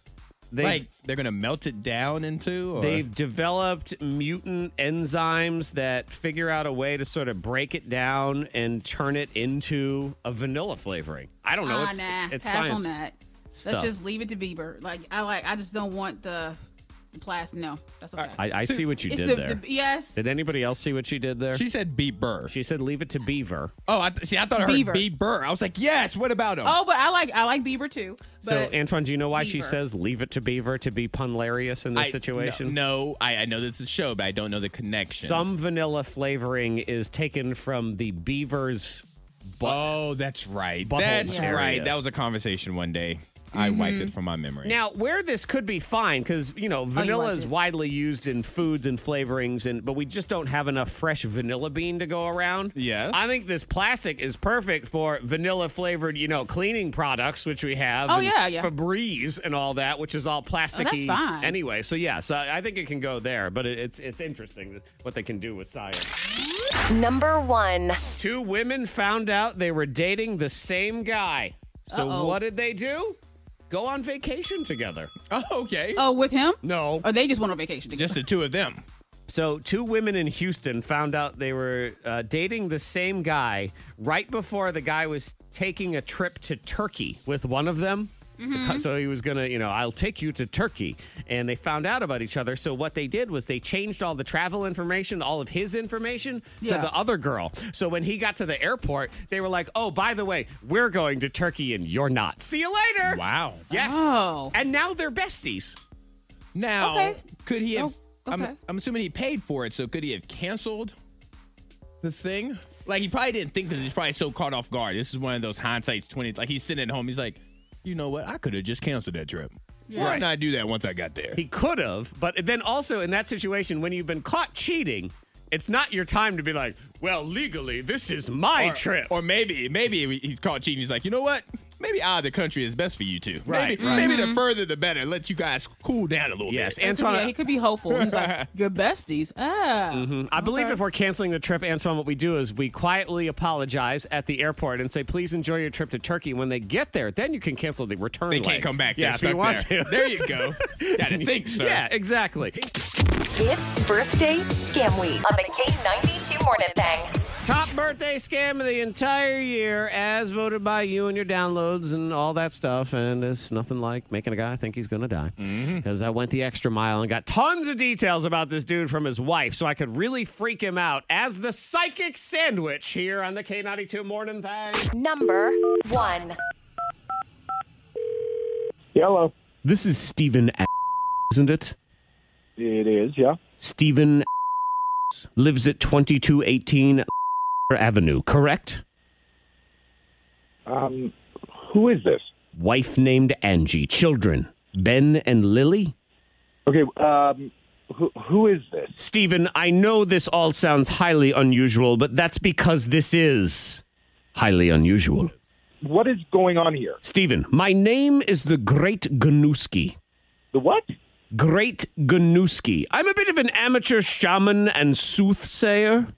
[SPEAKER 1] They've,
[SPEAKER 3] like they're gonna melt it down into. Or?
[SPEAKER 1] They've developed mutant enzymes that figure out a way to sort of break it down and turn it into a vanilla flavoring. I don't know.
[SPEAKER 5] Ah,
[SPEAKER 1] it's
[SPEAKER 5] nah.
[SPEAKER 1] it's
[SPEAKER 5] Pass
[SPEAKER 1] science.
[SPEAKER 5] on that.
[SPEAKER 1] stuff.
[SPEAKER 5] Let's just leave it to Bieber. Like I like. I just don't want the, the plastic. No, that's okay.
[SPEAKER 1] I, I see what you
[SPEAKER 5] It's
[SPEAKER 1] did
[SPEAKER 5] the-
[SPEAKER 1] there.
[SPEAKER 5] the- yes.
[SPEAKER 1] did anybody else see what she did there? She,
[SPEAKER 3] She said be burr.
[SPEAKER 1] said, "Leave it to Beaver."
[SPEAKER 3] oh, I th- see. I thought I heard
[SPEAKER 5] Beaver.
[SPEAKER 3] be burr. I was like, yes. What about him?
[SPEAKER 5] oh, but I like I like Bieber too. But
[SPEAKER 1] so, Antoine, do you know why she
[SPEAKER 5] Beaver.
[SPEAKER 1] says "Leave it to Beaver" to be punlarious in this
[SPEAKER 3] I-
[SPEAKER 1] situation?
[SPEAKER 3] No, no, I, I know this is a show, but I don't know the connection.
[SPEAKER 1] Some vanilla flavoring is taken from the beaver's butt.
[SPEAKER 3] Oh, that's right.
[SPEAKER 1] Butthole
[SPEAKER 3] That's
[SPEAKER 1] area.
[SPEAKER 3] right. That was a conversation one day. I wiped
[SPEAKER 5] Mm-hmm.
[SPEAKER 3] it from my memory.
[SPEAKER 1] Now, where this could be fine, because you know vanilla
[SPEAKER 5] liked
[SPEAKER 1] is
[SPEAKER 5] Oh, it.
[SPEAKER 1] widely used in foods and flavorings, and but we just don't have enough fresh vanilla bean to go around.
[SPEAKER 3] Yes.
[SPEAKER 1] I think this plastic is perfect for vanilla flavored, you know, cleaning products, which we have.
[SPEAKER 5] Oh,
[SPEAKER 1] and
[SPEAKER 5] yeah, yeah.
[SPEAKER 1] Febreze and all that, which is all plasticky
[SPEAKER 5] fine.
[SPEAKER 1] anyway. So yeah, so I I think it can go there, but it, it's it's interesting what they can do with science.
[SPEAKER 6] Number one.
[SPEAKER 1] Two women found out they were dating the same guy. So
[SPEAKER 5] Uh-oh.
[SPEAKER 1] what did they do? Go on vacation together.
[SPEAKER 3] Oh, okay.
[SPEAKER 5] Oh, with him?
[SPEAKER 1] No.
[SPEAKER 5] Or they just went on vacation together.
[SPEAKER 3] Just the two of them.
[SPEAKER 1] So two women in Houston found out they were uh, dating the same guy right before the guy was taking a trip to Turkey with one of them.
[SPEAKER 5] Mm-hmm.
[SPEAKER 1] So he was gonna, you know, I'll take you to Turkey, and they found out about each other. So what they did was they changed all the travel information, all of his information,
[SPEAKER 5] Yeah.
[SPEAKER 1] to the other girl. So when he got to the airport, they were like, "Oh, by the way, we're going to Turkey, and you're not. See you later."
[SPEAKER 3] Wow.
[SPEAKER 1] Yes.
[SPEAKER 5] Oh.
[SPEAKER 1] And now they're besties.
[SPEAKER 3] Now,
[SPEAKER 5] Okay.
[SPEAKER 3] could he have?
[SPEAKER 5] Oh,
[SPEAKER 3] I'm,
[SPEAKER 5] okay.
[SPEAKER 3] I'm assuming he paid for it, so could he have canceled the thing? Like he probably didn't think because he's probably so caught off guard. This is one of those hindsight's twenty. Like he's sitting at home, he's like, you know what? I could have just canceled that trip. Why didn't I do that once I got there?
[SPEAKER 1] He could have, but then also in that situation, when you've been caught cheating, it's not your time to be like, well, legally, this is my
[SPEAKER 3] or,
[SPEAKER 1] trip.
[SPEAKER 3] Or maybe, maybe he's caught cheating. He's like, you know what? Maybe out of the country is best for you two.
[SPEAKER 1] Right,
[SPEAKER 3] Maybe,
[SPEAKER 1] right.
[SPEAKER 3] maybe
[SPEAKER 5] Mm-hmm.
[SPEAKER 3] the further the better. Let you guys cool down a little
[SPEAKER 1] yes,
[SPEAKER 3] bit.
[SPEAKER 5] He could be-
[SPEAKER 1] Antoine,
[SPEAKER 5] he could be hopeful. He's like, your besties. Ah.
[SPEAKER 3] Mm-hmm.
[SPEAKER 1] I believe if we're canceling the trip, Antoine, what we do is we quietly apologize at the airport and say, please enjoy your trip to Turkey. When they get there, then you can cancel the return
[SPEAKER 3] They
[SPEAKER 1] leg.
[SPEAKER 3] can't come back.
[SPEAKER 1] Yeah,
[SPEAKER 3] They're
[SPEAKER 1] if you
[SPEAKER 3] stuck
[SPEAKER 1] want
[SPEAKER 3] there.
[SPEAKER 1] to.
[SPEAKER 3] There you go. Gotta think, sir.
[SPEAKER 1] Yeah, exactly.
[SPEAKER 6] It's birthday scam week on the K92 Morning Thing.
[SPEAKER 1] Top birthday scam of the entire year, as voted by you and your downloads and all that stuff. And it's nothing like making a guy think he's going to die. Because I went the extra mile and got tons of details about this dude from his wife so I could really freak him out as the psychic sandwich here on the K92 Morning Thing.
[SPEAKER 6] Number one.
[SPEAKER 7] Hello.
[SPEAKER 1] This is Stephen, A- isn't it?
[SPEAKER 7] It is, yeah.
[SPEAKER 1] Stephen A- lives at 2218 Avenue, correct?
[SPEAKER 7] Um, who is this?
[SPEAKER 1] Wife named Angie, children Ben and Lily.
[SPEAKER 7] Okay, um, who, who is this?
[SPEAKER 1] Stephen, I know this all sounds highly unusual, but that's because this is highly unusual.
[SPEAKER 7] What is going on here?
[SPEAKER 1] Stephen, my name is the Great Ganouski.
[SPEAKER 7] The what?
[SPEAKER 1] Great Ganouski. I'm a bit of an amateur shaman and soothsayer.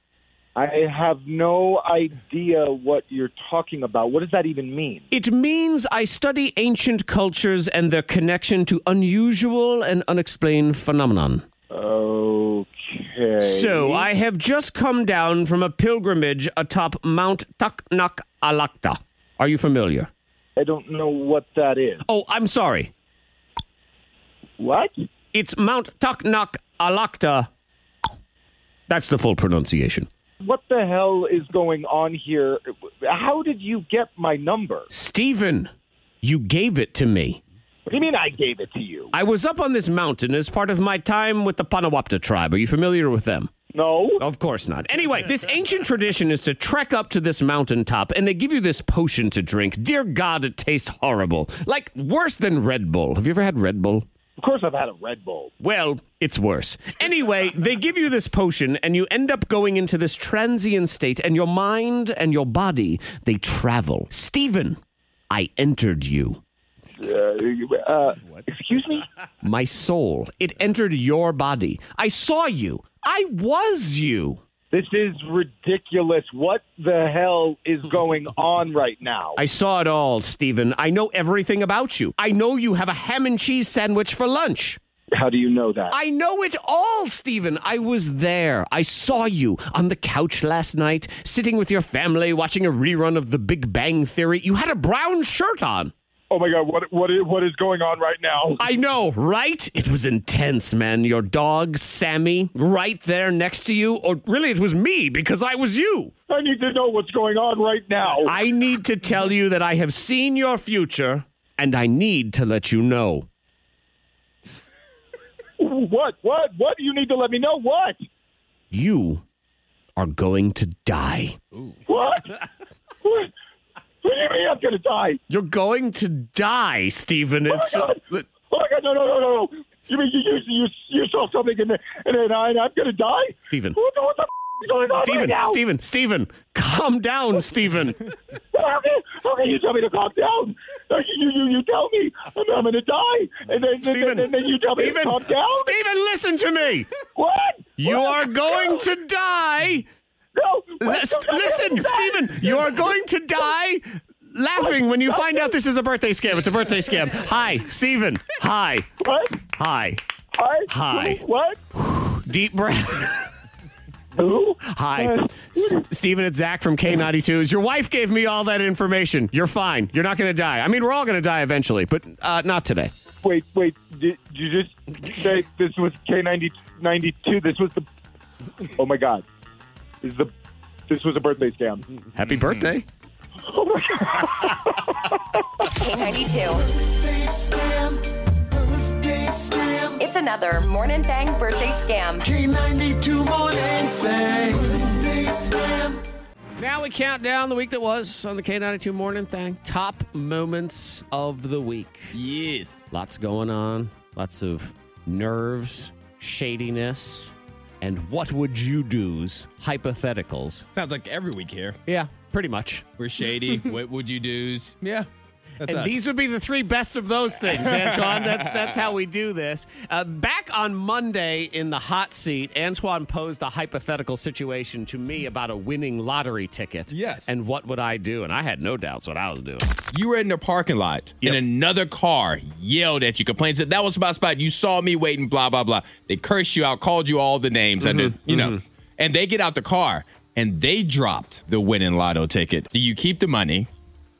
[SPEAKER 7] I have no idea what you're talking about. What does that even mean?
[SPEAKER 1] It means I study ancient cultures and their connection to unusual and unexplained phenomenon.
[SPEAKER 7] Okay.
[SPEAKER 1] So I have just come down from a pilgrimage atop Mount Taknak Alakta. Are you familiar?
[SPEAKER 7] I don't know what that is.
[SPEAKER 1] Oh, I'm sorry.
[SPEAKER 7] What?
[SPEAKER 1] It's Mount Taknak Alakta. That's the full pronunciation.
[SPEAKER 7] What the hell is going on here? How did you get my number?
[SPEAKER 1] Stephen, you gave it to me.
[SPEAKER 7] What do you mean I gave it to you?
[SPEAKER 1] I was up on this mountain as part of my time with the Panawapta tribe. Are you familiar with them?
[SPEAKER 7] No.
[SPEAKER 1] Of course not. Anyway, this ancient tradition is to trek up to this mountaintop and they give you this potion to drink. Dear God, it tastes horrible. Like worse than Red Bull. Have you ever had Red Bull?
[SPEAKER 7] Of course I've had a Red Bull.
[SPEAKER 1] Well, it's worse. Anyway, they give you this potion, and you end up going into this transient state, and your mind and your body, they travel. Stephen, I entered you.
[SPEAKER 7] Uh, uh, excuse me?
[SPEAKER 1] My soul, it entered your body. I saw you. I was you.
[SPEAKER 7] This is ridiculous. What the hell is going on right now?
[SPEAKER 1] I saw it all, Stephen. I know everything about you. I know you have a ham and cheese sandwich for lunch.
[SPEAKER 7] How do you know that?
[SPEAKER 1] I know it all, Stephen. I was there. I saw you on the couch last night, sitting with your family, watching a rerun of The Big Bang Theory. You had a brown shirt on.
[SPEAKER 7] oh my god, what what is, what is going on right now?
[SPEAKER 1] I know, right? It was intense, man. Your dog, Sammy, right there next to you. Or really, it was me because I was you.
[SPEAKER 7] I need to know what's going on right now.
[SPEAKER 1] I need to tell you that I have seen your future, and I need to let you know.
[SPEAKER 7] what what what do you need to let me know? What
[SPEAKER 1] you are going to die.
[SPEAKER 7] what? What? What do you mean I'm gonna die?
[SPEAKER 1] You're going to die, Stephen. It's
[SPEAKER 7] Oh my god! Oh my god! No! No! No! No! You mean you you you, you saw something in the and then I, I'm gonna die?
[SPEAKER 1] Stephen.
[SPEAKER 7] What, the- what the f- is going on right
[SPEAKER 1] Stephen,
[SPEAKER 7] now?
[SPEAKER 1] Stephen, Stephen, calm down, Stephen.
[SPEAKER 7] How can, how can you tell me to calm down? You, you, you, you tell me I'm, I'm going to die, and then,
[SPEAKER 1] Stephen,
[SPEAKER 7] then, then, then you tell me
[SPEAKER 1] Stephen,
[SPEAKER 7] to calm down.
[SPEAKER 1] Stephen, listen to me.
[SPEAKER 7] What?
[SPEAKER 1] You
[SPEAKER 7] What?
[SPEAKER 1] are going to die.
[SPEAKER 7] No. What?
[SPEAKER 1] Lis-
[SPEAKER 7] I'm not
[SPEAKER 1] Listen,
[SPEAKER 7] gonna die.
[SPEAKER 1] Stephen, you are going to die laughing when you find out this is a birthday scam. It's a birthday scam. Hi, Stephen. Hi.
[SPEAKER 7] What?
[SPEAKER 1] Hi.
[SPEAKER 7] Hi.
[SPEAKER 1] Hi.
[SPEAKER 7] What?
[SPEAKER 1] Deep breath.
[SPEAKER 7] Who?
[SPEAKER 1] Hi. S- Stephen, it's Zach from K92. Is Your wife gave me all that information. You're fine. You're not going to die. I mean, we're all going to die eventually, but uh, not today.
[SPEAKER 7] Wait, wait. Did you just say this was K92? This was the. Oh my God! Is the this was a birthday scam?
[SPEAKER 1] Happy birthday.
[SPEAKER 6] K92. It's another Morning Thang birthday scam.
[SPEAKER 4] K92 morning thing.
[SPEAKER 1] Now we count down the week that was on the K92 morning thing. Top moments of the week.
[SPEAKER 3] Yes.
[SPEAKER 1] Lots going on, lots of nerves, shadiness, and what would you do's hypotheticals.
[SPEAKER 3] Sounds like every week here.
[SPEAKER 1] Yeah, pretty much.
[SPEAKER 3] We're shady. what would you do's? Yeah. That's
[SPEAKER 1] and
[SPEAKER 3] us.
[SPEAKER 1] these would be the three best of those things, Antoine. that's that's how we do this. Uh, back on Monday in the hot seat, Antoine posed a hypothetical situation to me about a winning lottery ticket.
[SPEAKER 3] Yes.
[SPEAKER 1] And what would I do? And I had no doubts what I was doing.
[SPEAKER 3] you were in the parking lot
[SPEAKER 1] Yep.
[SPEAKER 3] and another car yelled at you, complained, said, That was my spot. You saw me waiting, blah, blah, blah. They cursed you out, called you all the names, and then, you know, and they get out the car and they dropped the winning lotto ticket. Do you keep the money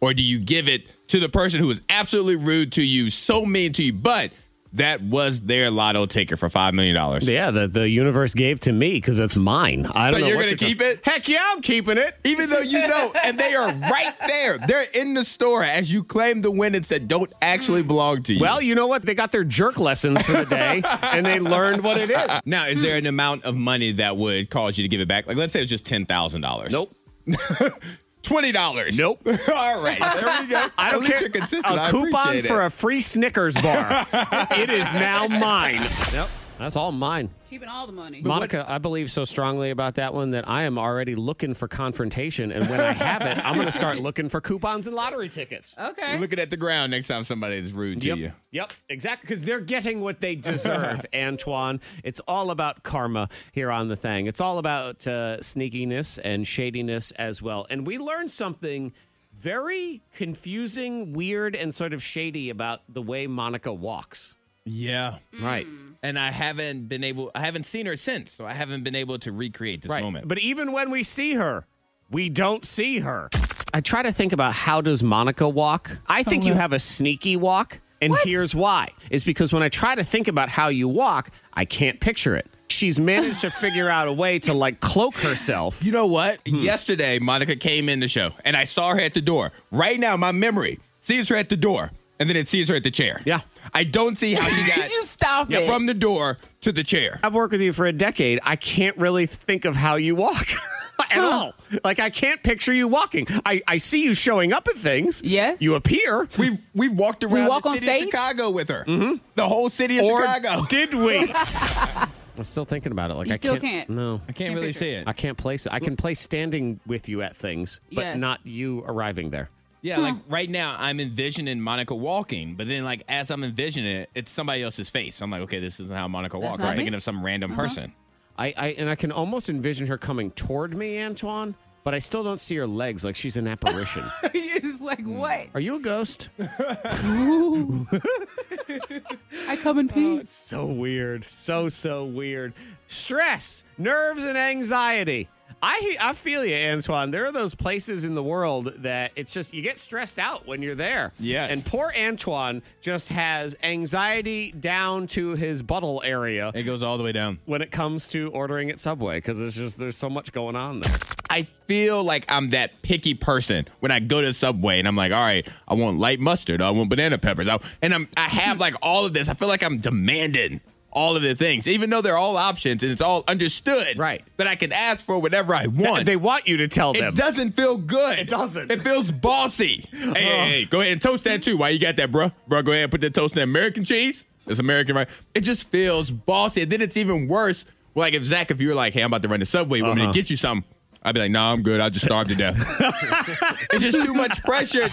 [SPEAKER 3] or do you give it to the person who was absolutely rude to you, so mean to you, but that was their lotto ticket for $5 million?
[SPEAKER 1] Yeah, the, the universe gave to me because it's mine. I
[SPEAKER 3] So
[SPEAKER 1] don't know
[SPEAKER 3] you're
[SPEAKER 1] what
[SPEAKER 3] gonna keep it?
[SPEAKER 1] Heck yeah, I'm keeping it.
[SPEAKER 3] Even though you know, and they are right there. They're in the store as you claim the winnings that don't actually belong to you.
[SPEAKER 1] Mm. Well, you know what? They got their jerk lessons for the day and they learned what it is.
[SPEAKER 3] Now, is
[SPEAKER 1] Hmm.
[SPEAKER 3] there an amount of money that would cause you to give it back? Like, let's say it's just ten thousand dollars.
[SPEAKER 1] Nope.
[SPEAKER 3] Twenty dollars.
[SPEAKER 1] Nope.
[SPEAKER 3] All right. There we go.
[SPEAKER 1] I don't
[SPEAKER 3] At least
[SPEAKER 1] care.
[SPEAKER 3] You're consistent.
[SPEAKER 1] A
[SPEAKER 3] I
[SPEAKER 1] coupon
[SPEAKER 3] appreciate
[SPEAKER 1] for
[SPEAKER 3] it.
[SPEAKER 1] a free Snickers bar. it is now mine. Yep. That's all mine.
[SPEAKER 5] Keeping all the money.
[SPEAKER 1] Monica, I believe so strongly about that one that I am already looking for confrontation. And when I have it, I'm going to start looking for coupons and lottery tickets.
[SPEAKER 5] Okay.
[SPEAKER 3] looking at the ground next time somebody is rude to you.
[SPEAKER 1] Yep. Yep. Exactly. Because they're getting what they deserve, Antoine. It's all about karma here on the thing. It's all about uh, sneakiness and shadiness as well. And we learned something very confusing, weird, and sort of shady about the way Monica walks.
[SPEAKER 3] Yeah.
[SPEAKER 1] Right.
[SPEAKER 3] And I haven't been able. I haven't seen her since, so I haven't been able to recreate this
[SPEAKER 1] Right.
[SPEAKER 3] moment.
[SPEAKER 1] But even when we see her, we don't see her. I try to think about how does Monica walk? I think
[SPEAKER 5] Uh-huh.
[SPEAKER 1] you have a sneaky walk, and here's why. Is because when I try to think about how you walk, I can't picture it. She's managed to figure out a way to like cloak herself.
[SPEAKER 3] You know what? Yesterday, Monica came in the show, and I saw her at the door. Right now, my memory sees her at the door, and then it sees her at the chair.
[SPEAKER 1] Yeah.
[SPEAKER 3] I don't see how she got
[SPEAKER 5] Just stop it.
[SPEAKER 3] from the door to the chair.
[SPEAKER 1] I've worked with you for a decade. I can't really think of how you walk at all. Like I can't picture you walking. I, I see you showing up at things.
[SPEAKER 5] Yes.
[SPEAKER 1] You appear.
[SPEAKER 3] We've we've walked around
[SPEAKER 5] walk
[SPEAKER 3] the
[SPEAKER 5] on
[SPEAKER 3] city of
[SPEAKER 5] stage?
[SPEAKER 3] Chicago with her. The whole city of
[SPEAKER 1] or
[SPEAKER 3] Chicago.
[SPEAKER 1] did we? I'm still thinking about it. Like
[SPEAKER 5] You
[SPEAKER 1] I
[SPEAKER 5] still
[SPEAKER 1] can't.
[SPEAKER 5] can't.
[SPEAKER 1] No.
[SPEAKER 3] I can't really see it.
[SPEAKER 1] I can't place it. I can place standing with you at things, but
[SPEAKER 5] Yes.
[SPEAKER 1] not you arriving there.
[SPEAKER 3] Yeah, like right now I'm envisioning Monica walking, but then like as I'm envisioning it, it's somebody else's face. I'm like, okay, this isn't how Monica walks.
[SPEAKER 5] not
[SPEAKER 3] I'm
[SPEAKER 5] me. Uh-huh.
[SPEAKER 3] thinking of some random person.
[SPEAKER 1] I, I and I can almost envision her coming toward me, Antoine, but I still don't see her legs like she's an apparition.
[SPEAKER 5] You're just like,
[SPEAKER 3] Mm.
[SPEAKER 5] what?
[SPEAKER 1] Are you a ghost?
[SPEAKER 5] I come
[SPEAKER 3] Oh,
[SPEAKER 5] in peace.
[SPEAKER 1] so weird. So so weird. Stress, nerves and anxiety. I I feel you, Antoine. There are those places in the world that it's just you get stressed out when you're there.
[SPEAKER 3] Yes.
[SPEAKER 1] And poor Antoine just has anxiety down to his buttle area.
[SPEAKER 3] It goes all the way down.
[SPEAKER 1] when it comes to ordering at Subway because it's just there's so much going on there.
[SPEAKER 3] I feel like I'm that picky person when I go to Subway and I'm like, all right, I want light mustard, I want banana peppers, I, and I'm I have like all of this. I feel like I'm demanding all of the things, even though they're all options and it's all understood.
[SPEAKER 1] Right.
[SPEAKER 3] That I can ask for whatever I want.
[SPEAKER 1] They want you to tell
[SPEAKER 3] it
[SPEAKER 1] them.
[SPEAKER 3] doesn't feel good.
[SPEAKER 1] It doesn't.
[SPEAKER 3] It Uh-huh. feels bossy. Hey, hey, hey, go ahead and toast that too. Why you got that, bro? Bro, go ahead and put that toast in that American cheese. It's American, right? It just feels bossy. And then it's even worse. Like if Zach, if you were like, hey, I'm about to run to Subway, want me to get you something? I'd be like, nah, I'm good. I just starved to death. it's just too much pressure.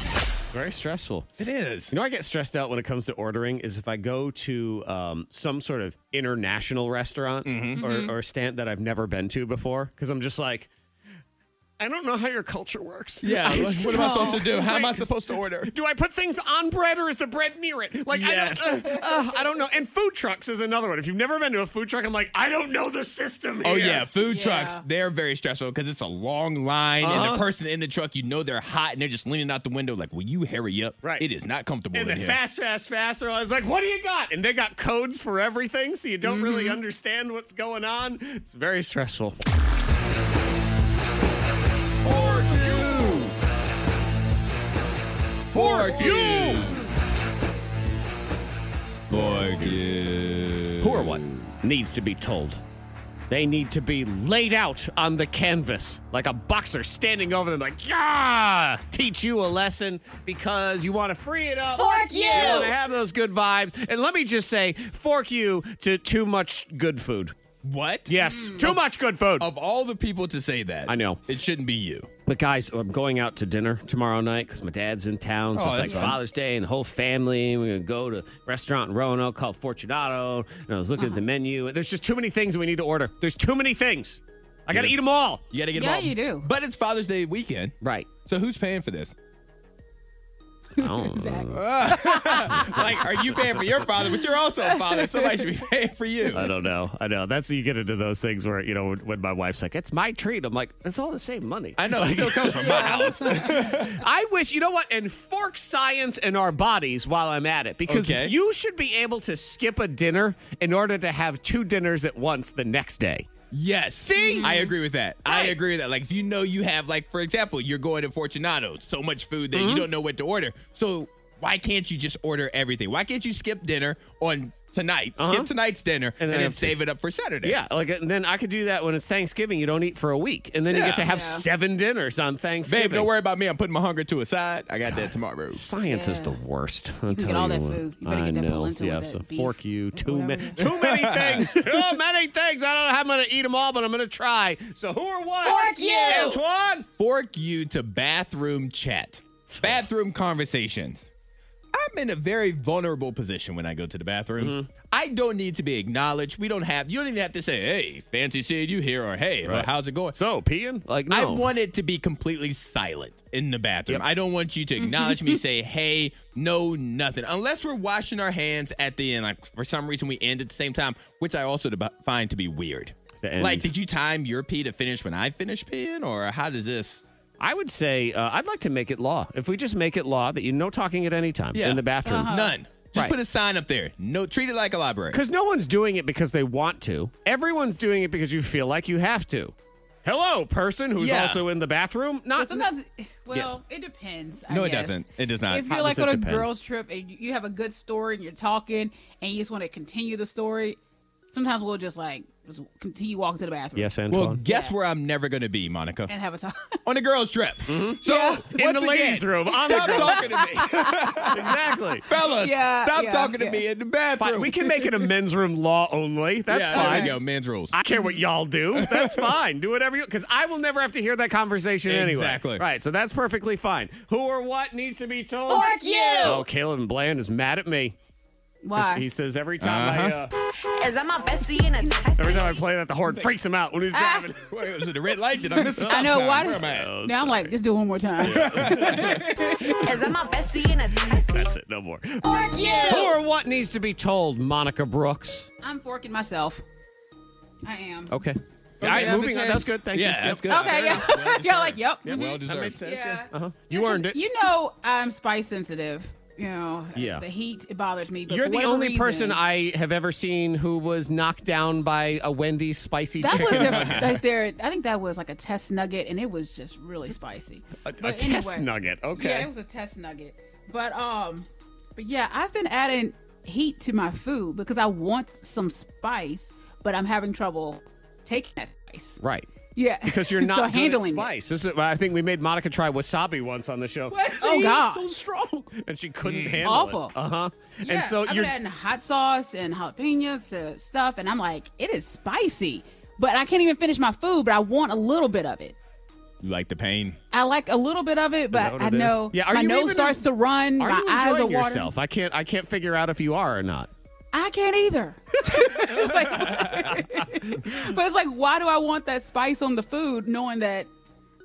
[SPEAKER 1] Very stressful.
[SPEAKER 3] It is.
[SPEAKER 1] You know, I get stressed out when it comes to ordering is if I go to um, some sort of international restaurant
[SPEAKER 3] Mm-hmm.
[SPEAKER 1] or, or stand that I've never been to before because I'm just like, I don't know how your culture works.
[SPEAKER 3] Yeah.
[SPEAKER 1] I
[SPEAKER 3] What,
[SPEAKER 1] just-
[SPEAKER 3] what am I supposed to do? How am I
[SPEAKER 1] Wait.
[SPEAKER 3] supposed to order?
[SPEAKER 1] Do I put things on bread or is the bread near it? Like
[SPEAKER 3] Yes.
[SPEAKER 1] I don't, uh, uh, I don't know. And food trucks is another one. If you've never been to a food truck, I'm like, I don't know the system.
[SPEAKER 3] Oh
[SPEAKER 1] here.
[SPEAKER 3] yeah, food
[SPEAKER 5] Yeah.
[SPEAKER 3] trucks. They're very stressful because it's a long line, and
[SPEAKER 1] Uh-huh.
[SPEAKER 3] the person in the truck, you know, they're hot, and they're just leaning out the window, like, "Will you hurry up?"
[SPEAKER 1] Right.
[SPEAKER 3] It is not comfortable
[SPEAKER 1] And
[SPEAKER 3] in
[SPEAKER 1] then
[SPEAKER 3] here.
[SPEAKER 1] fast, fast, fast. Or I was like, what do you got? And they got codes for everything, so you don't
[SPEAKER 3] Mm-hmm.
[SPEAKER 1] really understand what's going on. It's very stressful.
[SPEAKER 3] Fork you. Fork you.
[SPEAKER 1] Poor one needs to be told. They need to be laid out on the canvas like a boxer standing over them, like, yeah, teach you a lesson because you want to free it up.
[SPEAKER 6] Fork you!
[SPEAKER 1] want to have those good vibes. And let me just say, fork you to too much good food.
[SPEAKER 3] What?
[SPEAKER 1] Yes,
[SPEAKER 6] Mm.
[SPEAKER 1] too much good food.
[SPEAKER 3] Of all the people to say that,
[SPEAKER 1] I know.
[SPEAKER 3] it shouldn't be you.
[SPEAKER 1] But guys, I'm going out to dinner tomorrow night because my dad's in town. So
[SPEAKER 3] Oh,
[SPEAKER 1] it's like
[SPEAKER 3] that's fun.
[SPEAKER 1] Father's Day and the whole family. We're gonna go to a restaurant in Roanoke called Fortunato. And I was looking at the menu. There's just too many things we need to order. There's too many things. I gotta
[SPEAKER 3] Yeah.
[SPEAKER 1] eat them all.
[SPEAKER 3] You gotta get
[SPEAKER 5] Yeah,
[SPEAKER 3] them all.
[SPEAKER 5] you do.
[SPEAKER 3] But it's Father's Day weekend,
[SPEAKER 1] Right.
[SPEAKER 3] so who's paying for this?
[SPEAKER 1] Oh.
[SPEAKER 5] Exactly.
[SPEAKER 3] like, are you paying for your father? But you're also a father. Somebody should be paying for you.
[SPEAKER 1] I don't know. I know. That's you get into those things where you know when my wife's like, "It's my treat." I'm like, "It's all the same money."
[SPEAKER 3] I know. It still comes from my house.
[SPEAKER 1] I wish, you know what, and fork science in our bodies while I'm at it because
[SPEAKER 3] Okay.
[SPEAKER 1] you should be able to skip a dinner in order to have two dinners at once the next day.
[SPEAKER 3] Yes. See? I agree with that. I agree with that. Like, if you know you have, like, for example, you're going to Fortunato's, so much food that
[SPEAKER 1] Mm-hmm.
[SPEAKER 3] you don't know what to order. So, why can't you just order everything? Why can't you skip dinner on tonight?
[SPEAKER 1] Uh-huh.
[SPEAKER 3] Skip tonight's dinner
[SPEAKER 1] And
[SPEAKER 3] and
[SPEAKER 1] then
[SPEAKER 3] then,
[SPEAKER 1] have to-
[SPEAKER 3] save it up for Saturday.
[SPEAKER 1] Yeah, like and then I could do that when it's Thanksgiving. You don't eat for a week, and then you get
[SPEAKER 3] Yeah.
[SPEAKER 1] to have
[SPEAKER 5] Yeah.
[SPEAKER 1] seven dinners on Thanksgiving.
[SPEAKER 3] Babe, don't worry about me. I'm putting my hunger to a side. I got that tomorrow.
[SPEAKER 1] Science is the worst. i
[SPEAKER 5] can get all that food. You better
[SPEAKER 1] I
[SPEAKER 5] get that
[SPEAKER 1] know.
[SPEAKER 5] polenta with
[SPEAKER 1] yeah,
[SPEAKER 5] that
[SPEAKER 1] so
[SPEAKER 5] beef,
[SPEAKER 1] fork you. Too
[SPEAKER 5] whatever
[SPEAKER 1] many,
[SPEAKER 5] it
[SPEAKER 1] too many things. too many things. I don't know how I'm going to eat them all, but I'm going to try. So who or what?
[SPEAKER 6] Fork you!
[SPEAKER 1] Antoine.
[SPEAKER 3] Fork you to bathroom chat, bathroom conversations. I'm in a very vulnerable position when I go to the bathrooms.
[SPEAKER 1] Mm-hmm.
[SPEAKER 3] I don't need to be acknowledged. We don't have, you don't even have to say, hey, fancy seeing you here, or hey, or,
[SPEAKER 1] Right.
[SPEAKER 3] how's it going?
[SPEAKER 1] So peeing? Like no.
[SPEAKER 3] I want it to be completely silent in the bathroom.
[SPEAKER 1] Yep. Mm-hmm.
[SPEAKER 3] I don't want you to acknowledge me, say, hey, no, nothing. Unless we're washing our hands at the end. Like, for some reason, we end at the same time, which I also deb- find to be weird.
[SPEAKER 1] The end.
[SPEAKER 3] Like, did you time your pee to finish when I finish peeing, or how does this?
[SPEAKER 1] I would say uh, I'd like to make it law. If we just make it law that you no talking at any time
[SPEAKER 3] Yeah.
[SPEAKER 1] in the bathroom.
[SPEAKER 5] Uh-huh.
[SPEAKER 3] None. Just
[SPEAKER 1] Right.
[SPEAKER 3] put a sign up there. No, treat it like a library.
[SPEAKER 1] Because no one's doing it because they want to. Everyone's doing it because you feel like you have to. Hello, person who's
[SPEAKER 3] Yeah.
[SPEAKER 1] also in the bathroom.
[SPEAKER 5] But
[SPEAKER 1] Not
[SPEAKER 5] Uh, sometimes, well, it depends. I
[SPEAKER 3] No, it
[SPEAKER 5] guess.
[SPEAKER 3] doesn't. It does not.
[SPEAKER 5] If
[SPEAKER 3] How
[SPEAKER 5] you're like
[SPEAKER 1] does it
[SPEAKER 5] on a
[SPEAKER 1] depend?
[SPEAKER 5] girls' trip and you have a good story and you're talking and you just want to continue the story, sometimes we'll just like just continue walking to the bathroom.
[SPEAKER 1] yes,
[SPEAKER 3] well,
[SPEAKER 1] Antoine.
[SPEAKER 3] guess where I'm never going to be, Monica?
[SPEAKER 5] And have a talk.
[SPEAKER 3] On a girl's trip.
[SPEAKER 1] Mm-hmm.
[SPEAKER 3] So,
[SPEAKER 1] in the
[SPEAKER 3] once
[SPEAKER 1] ladies'
[SPEAKER 3] again,
[SPEAKER 1] room. On the
[SPEAKER 3] Stop
[SPEAKER 1] girls-
[SPEAKER 3] talking to me.
[SPEAKER 1] exactly.
[SPEAKER 3] Fellas,
[SPEAKER 5] Yeah,
[SPEAKER 3] stop
[SPEAKER 5] yeah,
[SPEAKER 3] talking to
[SPEAKER 5] yeah.
[SPEAKER 3] me in the bathroom.
[SPEAKER 1] Fine. We can make it a men's room law only. That's
[SPEAKER 3] yeah,
[SPEAKER 1] fine.
[SPEAKER 3] There we go. Men's rules.
[SPEAKER 1] I care what y'all do. That's fine. Do whatever you because I will never have to hear that conversation anyway.
[SPEAKER 3] Exactly.
[SPEAKER 1] Right. So that's perfectly fine. Who or what needs to be told?
[SPEAKER 6] Fork you!
[SPEAKER 1] Oh, Caleb and Bland is mad at me.
[SPEAKER 5] Why?
[SPEAKER 1] He says every time
[SPEAKER 3] Uh-huh.
[SPEAKER 1] I uh,
[SPEAKER 8] Is that my bestie in a test?
[SPEAKER 1] every time I play that the horn freaks him out when he's
[SPEAKER 5] Ah.
[SPEAKER 1] driving.
[SPEAKER 3] Wait, was it a red light? Did I miss the
[SPEAKER 5] I know.
[SPEAKER 3] stop
[SPEAKER 5] Why?
[SPEAKER 3] sign?
[SPEAKER 5] do-
[SPEAKER 3] Where am I
[SPEAKER 1] Uh-huh.
[SPEAKER 3] at?
[SPEAKER 5] now I'm like, just do it one more time.
[SPEAKER 8] Is that my bestie in a test?
[SPEAKER 1] That's it. No more.
[SPEAKER 5] Oh.
[SPEAKER 6] Fork
[SPEAKER 1] Who
[SPEAKER 6] you!
[SPEAKER 1] or what needs to be told, Monica Brooks?
[SPEAKER 5] I'm forking myself. I am.
[SPEAKER 1] Okay. All right,
[SPEAKER 5] yeah,
[SPEAKER 1] moving on.
[SPEAKER 5] because-
[SPEAKER 1] That's good. Thank you.
[SPEAKER 3] Yeah, that's good.
[SPEAKER 5] Okay, yeah. You're like, yep. mhm.
[SPEAKER 3] Well
[SPEAKER 1] That made
[SPEAKER 3] deserved.
[SPEAKER 1] sense.
[SPEAKER 5] Yeah.
[SPEAKER 1] Yeah. Uh-huh. You earned it.
[SPEAKER 5] You know, I'm spice sensitive. You know,
[SPEAKER 1] Yeah.
[SPEAKER 5] the heat it bothers me. But
[SPEAKER 1] You're
[SPEAKER 5] for
[SPEAKER 1] the
[SPEAKER 5] whatever
[SPEAKER 1] only person
[SPEAKER 5] reason-
[SPEAKER 1] I have ever seen who was knocked down by a Wendy's spicy
[SPEAKER 5] That was
[SPEAKER 1] chicken.
[SPEAKER 5] their, like their. I think that was like a test nugget, and it was just really spicy.
[SPEAKER 1] a a
[SPEAKER 5] But
[SPEAKER 1] test
[SPEAKER 5] anyway.
[SPEAKER 1] nugget. Okay.
[SPEAKER 5] Yeah, it was a test nugget. But um, but yeah, I've been adding heat to my food because I want some spice, but I'm having trouble taking that spice.
[SPEAKER 1] Right.
[SPEAKER 5] Yeah,
[SPEAKER 1] Because you're not
[SPEAKER 5] so
[SPEAKER 1] good at
[SPEAKER 5] handling it.
[SPEAKER 1] spice. This is, I think we made Monica try wasabi once on the show.
[SPEAKER 5] Oh God, Hmm.
[SPEAKER 1] strong. And she couldn't handle
[SPEAKER 5] Awful.
[SPEAKER 1] it. Uh huh.
[SPEAKER 5] Yeah,
[SPEAKER 1] and so
[SPEAKER 5] I've
[SPEAKER 1] you're
[SPEAKER 5] been adding hot sauce and jalapenos to stuff, and I'm like, it is spicy, but I can't even finish my food. But I want a little bit of it.
[SPEAKER 3] You like the pain?
[SPEAKER 5] I like a little bit of it,
[SPEAKER 3] that
[SPEAKER 5] but
[SPEAKER 3] what
[SPEAKER 5] I
[SPEAKER 3] it is?
[SPEAKER 5] know
[SPEAKER 1] Yeah, are
[SPEAKER 5] my
[SPEAKER 1] you
[SPEAKER 5] nose
[SPEAKER 1] even-
[SPEAKER 5] starts to run.
[SPEAKER 1] are
[SPEAKER 5] my
[SPEAKER 1] you
[SPEAKER 5] eyes are
[SPEAKER 1] enjoying
[SPEAKER 5] watering.
[SPEAKER 1] yourself? I can't. I can't figure out if you are or not.
[SPEAKER 5] I can't either. it's like, but it's like, why do I want that spice on the food, knowing that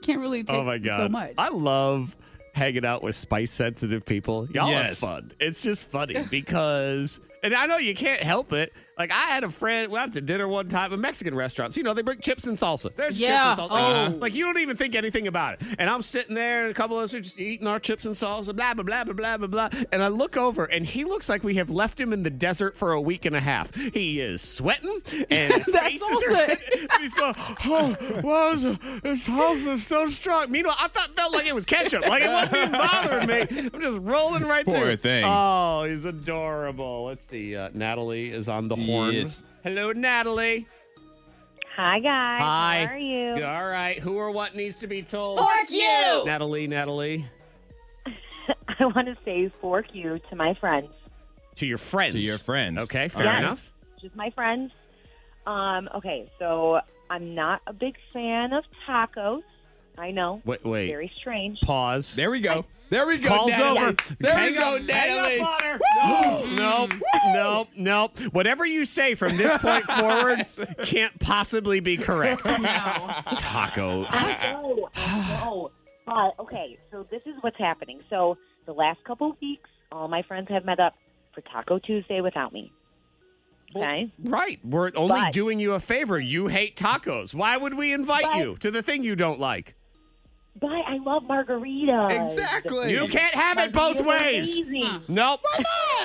[SPEAKER 5] can't really take
[SPEAKER 1] oh my god
[SPEAKER 5] so much?
[SPEAKER 1] i love hanging out with spice sensitive people y'all
[SPEAKER 3] Yes.
[SPEAKER 1] are fun it's just funny because and i know you can't help it like i had a friend we went out to dinner one time at mexican restaurants you know they bring chips and salsa there's
[SPEAKER 5] Yeah.
[SPEAKER 1] chips and salsa Uh-huh.
[SPEAKER 5] Oh.
[SPEAKER 1] like you don't even think anything about it and i'm sitting there and a couple of us are just eating our chips and salsa blah blah blah blah blah blah blah and i look over and he looks like we have left him in the desert for a week and a half he is sweating and his
[SPEAKER 5] That's
[SPEAKER 1] face is
[SPEAKER 5] also
[SPEAKER 1] red. And he's going, oh, wow, this- this house is so strong. Meanwhile, I thought felt like it was ketchup. Like it wasn't even bothering me. I'm just rolling right
[SPEAKER 3] Poor
[SPEAKER 1] through.
[SPEAKER 3] thing.
[SPEAKER 1] Oh, he's adorable. Let's see. Uh, Natalie is on the horn.
[SPEAKER 3] Yes.
[SPEAKER 1] Hello, Natalie.
[SPEAKER 9] Hi guys.
[SPEAKER 1] Hi.
[SPEAKER 9] How are you?
[SPEAKER 1] You All right. Who or what needs to be told?
[SPEAKER 6] Fork you!
[SPEAKER 1] Natalie, Natalie.
[SPEAKER 9] I want to say fork you to my friends.
[SPEAKER 1] To your friends.
[SPEAKER 3] To your friends.
[SPEAKER 1] Okay, fair
[SPEAKER 9] Yes.
[SPEAKER 1] enough.
[SPEAKER 9] Just my friends. Um, okay, so I'm not a big fan of tacos. I know.
[SPEAKER 1] Wait, wait.
[SPEAKER 9] Very strange.
[SPEAKER 1] Pause.
[SPEAKER 3] There we go. There we go.
[SPEAKER 1] Call's
[SPEAKER 3] Natalie.
[SPEAKER 1] over.
[SPEAKER 3] There
[SPEAKER 1] Hang
[SPEAKER 3] we go,
[SPEAKER 1] up-
[SPEAKER 3] Natalie.
[SPEAKER 1] Hang up on her. No, no, no. Whatever you say from this point forward can't possibly be correct.
[SPEAKER 5] no.
[SPEAKER 1] Taco.
[SPEAKER 9] I know. I know. But okay, so this is what's happening. So the last couple of weeks, all my friends have met up for Taco Tuesday without me. Okay.
[SPEAKER 1] Right. We're only
[SPEAKER 9] But-
[SPEAKER 1] doing you a favor. You hate tacos. Why would we invite
[SPEAKER 9] But-
[SPEAKER 1] you to the thing you don't like?
[SPEAKER 9] But I love margaritas.
[SPEAKER 3] Exactly.
[SPEAKER 1] You can't have it both
[SPEAKER 9] Margaritas are
[SPEAKER 1] ways.
[SPEAKER 9] amazing.
[SPEAKER 1] Nope.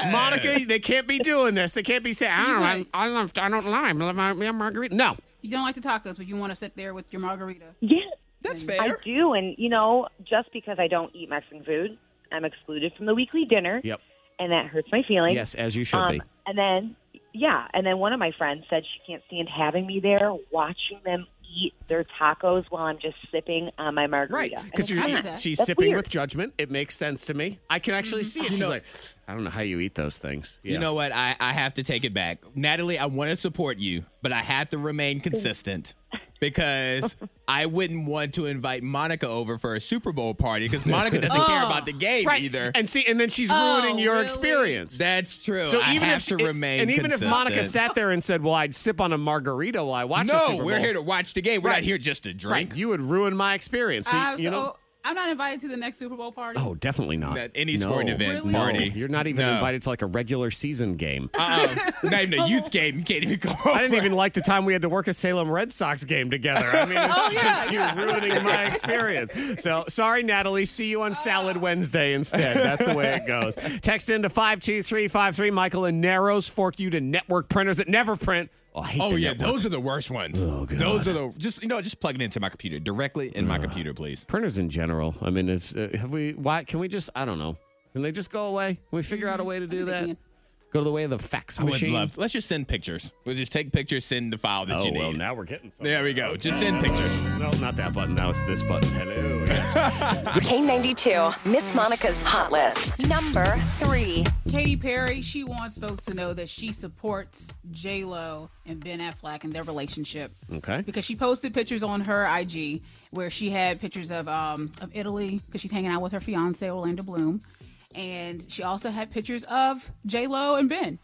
[SPEAKER 1] Monica, they can't be doing this. They can't be saying, I don't, I, I, love, I don't lie. I love my, my margarita. No.
[SPEAKER 5] You don't like the tacos, but you want to sit there with your margarita.
[SPEAKER 9] Yeah.
[SPEAKER 3] That's
[SPEAKER 9] I
[SPEAKER 3] fair.
[SPEAKER 9] do, and you know, just because I don't eat Mexican food, I'm excluded from the weekly dinner,
[SPEAKER 1] Yep.
[SPEAKER 9] and that hurts my feelings.
[SPEAKER 1] Yes, as you should
[SPEAKER 9] um,
[SPEAKER 1] be.
[SPEAKER 9] And then, yeah, and then one of my friends said she can't stand having me there, watching them eat their tacos while I'm just sipping on my
[SPEAKER 1] Right,
[SPEAKER 9] margarita.
[SPEAKER 1] because
[SPEAKER 5] I
[SPEAKER 1] you're
[SPEAKER 5] get that.
[SPEAKER 1] she's
[SPEAKER 9] That's
[SPEAKER 1] sipping
[SPEAKER 9] weird.
[SPEAKER 1] with judgment. It makes sense to me. I can actually
[SPEAKER 5] Mm-hmm.
[SPEAKER 1] see it. She's like, I don't know how you eat those things. Yeah.
[SPEAKER 3] You know what? I, I have to take it back. Natalie, I want to support you, but I have to remain consistent because I wouldn't want to invite Monica over for a Super Bowl party because Monica doesn't care about the game
[SPEAKER 1] Oh, right?
[SPEAKER 3] either.
[SPEAKER 1] And see, and then she's
[SPEAKER 5] Oh,
[SPEAKER 1] ruining your
[SPEAKER 5] really?
[SPEAKER 1] experience.
[SPEAKER 3] That's true.
[SPEAKER 1] so
[SPEAKER 3] I
[SPEAKER 1] even
[SPEAKER 3] have
[SPEAKER 1] if
[SPEAKER 3] to
[SPEAKER 1] it-
[SPEAKER 3] remain
[SPEAKER 1] and even
[SPEAKER 3] consistent.
[SPEAKER 1] if Monica sat there and said, "Well, I'd sip on a margarita while I watch," the
[SPEAKER 3] No,
[SPEAKER 1] Super
[SPEAKER 3] we're
[SPEAKER 1] Bowl,"
[SPEAKER 3] here to watch the game. We're
[SPEAKER 1] Right.
[SPEAKER 3] not here just to drink.
[SPEAKER 1] right, you would ruin my experience. So,
[SPEAKER 5] I'm,
[SPEAKER 1] you know.
[SPEAKER 5] Uh, so- I'm not invited to the next Super Bowl party.
[SPEAKER 1] Oh, definitely not.
[SPEAKER 3] At any
[SPEAKER 1] No.
[SPEAKER 3] sporting event,
[SPEAKER 5] Really?
[SPEAKER 3] party.
[SPEAKER 1] No, you're not even
[SPEAKER 3] No.
[SPEAKER 1] invited to like a regular season game.
[SPEAKER 3] Uh-uh. not even a youth game. You can't even go.
[SPEAKER 1] I didn't
[SPEAKER 3] over.
[SPEAKER 1] even like the time we had to work a Salem Red Sox game together. I mean, it's just you ruining my experience. So sorry, Natalie. See you on Salad Wednesday instead. That's the way it goes. Text into five two three five three. Michael and Narrows fork you to network printers that never print. Oh, I hate
[SPEAKER 3] Oh
[SPEAKER 1] the
[SPEAKER 3] yeah,
[SPEAKER 1] network.
[SPEAKER 3] those are the worst ones.
[SPEAKER 1] Oh,
[SPEAKER 3] Those are the just you know just plug it into my computer directly in my computer, please.
[SPEAKER 1] printers in general. I mean, it's uh, have we? Why can we just? I don't know. Can they just go away? Can we figure out a way to do that?
[SPEAKER 5] can.
[SPEAKER 1] Go to the way of the fax machine.
[SPEAKER 3] Let's just send pictures. We'll just take pictures, send the file that
[SPEAKER 1] Oh
[SPEAKER 3] you need.
[SPEAKER 1] well, now we're getting somewhere.
[SPEAKER 3] There we go. Just send pictures.
[SPEAKER 1] No, not that button. Now it's this button. Hello. Yes.
[SPEAKER 6] K92, Miss Monica's Hot List. Number three.
[SPEAKER 5] Katy Perry, she wants folks to know that she supports J Lo and Ben Affleck and their relationship
[SPEAKER 1] okay.
[SPEAKER 5] because she posted pictures on her IG where she had pictures of um of Italy because she's hanging out with her fiance Orlando Bloom, and she also had pictures of J Lo and Ben,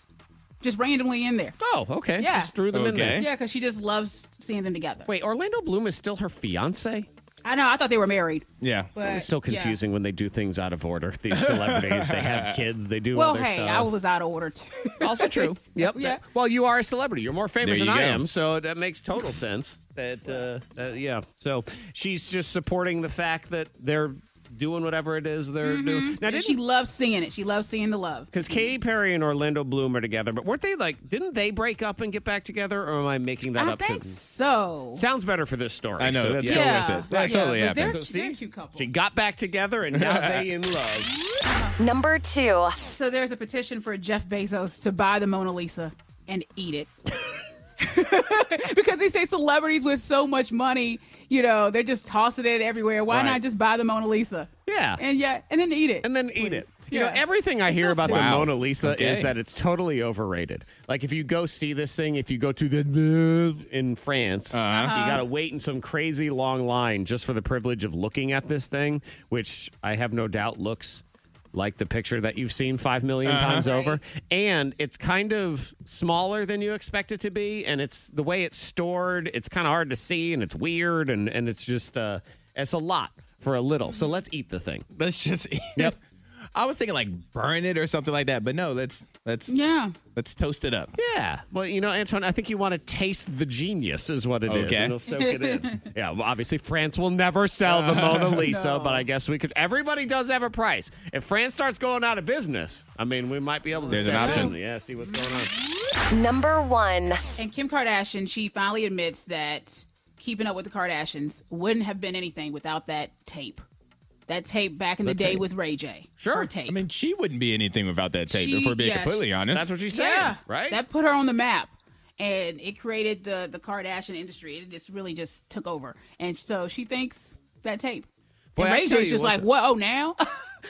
[SPEAKER 5] just randomly in there.
[SPEAKER 1] Oh, okay.
[SPEAKER 5] Yeah.
[SPEAKER 1] Just threw them in
[SPEAKER 3] Okay.
[SPEAKER 1] there.
[SPEAKER 5] Yeah, because she just loves seeing them together.
[SPEAKER 1] Wait, Orlando Bloom is still her fiance?
[SPEAKER 5] I know. I thought they were married,
[SPEAKER 3] Yeah.
[SPEAKER 5] but
[SPEAKER 1] It's so confusing when they do things out of order. These celebrities, they have kids, they do
[SPEAKER 5] Yeah. Well,
[SPEAKER 1] all their
[SPEAKER 5] hey,
[SPEAKER 1] stuff.
[SPEAKER 5] I was out of order too.
[SPEAKER 1] also true. Yep.
[SPEAKER 5] Yeah.
[SPEAKER 1] Well, you are a celebrity. You're more famous
[SPEAKER 3] There
[SPEAKER 1] than
[SPEAKER 3] you
[SPEAKER 1] I
[SPEAKER 3] go.
[SPEAKER 1] am, so that makes total sense. That, uh, uh, yeah. So she's just supporting the fact that they're doing whatever it is they're doing. Now, didn't
[SPEAKER 5] And Mm-hmm. she loves seeing it. She loves seeing the love.
[SPEAKER 1] Because Katy Perry and Orlando Bloom are together, but weren't they like? Didn't they break up and get back together, or am I making that
[SPEAKER 5] I
[SPEAKER 1] up?
[SPEAKER 5] think
[SPEAKER 1] 'Cause-
[SPEAKER 5] so.
[SPEAKER 1] Sounds better for this story.
[SPEAKER 3] I know,
[SPEAKER 1] so,
[SPEAKER 3] that's
[SPEAKER 1] yeah.
[SPEAKER 3] totally with it. That totally
[SPEAKER 5] but
[SPEAKER 3] happens.
[SPEAKER 5] They're,
[SPEAKER 1] So,
[SPEAKER 5] they're
[SPEAKER 1] see?
[SPEAKER 5] a cute couple.
[SPEAKER 1] She got back together, and now they in love.
[SPEAKER 6] Number two.
[SPEAKER 5] So there's a petition for Jeff Bezos to buy the Mona Lisa and eat it. because they say celebrities with so much money, you know, they're just tossing it everywhere. Why
[SPEAKER 1] Right.
[SPEAKER 5] not just buy the Mona Lisa?
[SPEAKER 1] Yeah.
[SPEAKER 5] And yeah, and then eat it.
[SPEAKER 1] and then eat it. You know,
[SPEAKER 5] Yeah.
[SPEAKER 1] everything I hear
[SPEAKER 5] so
[SPEAKER 1] about the
[SPEAKER 5] stupid.
[SPEAKER 3] Wow.
[SPEAKER 1] Mona Lisa
[SPEAKER 3] Okay.
[SPEAKER 1] is that it's totally overrated. Like, if you go see this thing, if you go to the Louvre in France,
[SPEAKER 3] Uh-huh.
[SPEAKER 1] you got to wait in some crazy long line just for the privilege of looking at this thing, which I have no doubt looks like the picture that you've seen five million
[SPEAKER 3] Uh-huh.
[SPEAKER 1] times over. And it's kind of smaller than you expect it to be. And it's the way it's stored, it's kind of hard to see and it's weird. And, and it's just, uh, it's a lot for a little.
[SPEAKER 3] Mm-hmm.
[SPEAKER 1] So let's eat the thing.
[SPEAKER 3] Let's just eat
[SPEAKER 1] Yep.
[SPEAKER 3] it. I was thinking like burn it or something like that, but no, let's let's
[SPEAKER 5] Yeah.
[SPEAKER 3] let's toast it up.
[SPEAKER 1] Yeah. Well, you know, Antoine, I think you want to taste the genius, is what it is,
[SPEAKER 3] Okay.
[SPEAKER 1] And it'll soak it in. yeah. Well, obviously, France will never sell the Mona Lisa, but I guess we could. Everybody does have a price. If France starts going out of business, I mean, we might be able to.
[SPEAKER 3] There's an
[SPEAKER 1] step
[SPEAKER 3] option.
[SPEAKER 1] in. Yeah. See what's going on.
[SPEAKER 6] Number one.
[SPEAKER 5] And Kim Kardashian, she finally admits that keeping up with the Kardashians wouldn't have been anything without that tape. That tape back in the, day with Ray J.
[SPEAKER 1] Sure.
[SPEAKER 5] Her tape.
[SPEAKER 3] I mean, she wouldn't be anything without that tape.
[SPEAKER 5] She-
[SPEAKER 3] if we're being
[SPEAKER 5] yeah,
[SPEAKER 3] completely
[SPEAKER 5] she-
[SPEAKER 3] honest,
[SPEAKER 1] That's what she's saying,
[SPEAKER 5] Yeah,
[SPEAKER 1] right?
[SPEAKER 5] That put her on the map, and it created the the Kardashian industry. It just really just took over, and so she thinks that tape.
[SPEAKER 1] Boy,
[SPEAKER 5] and
[SPEAKER 1] I
[SPEAKER 5] Ray
[SPEAKER 1] tell
[SPEAKER 5] J's
[SPEAKER 1] you
[SPEAKER 5] just
[SPEAKER 1] what
[SPEAKER 5] like,
[SPEAKER 1] the-
[SPEAKER 5] whoa, now.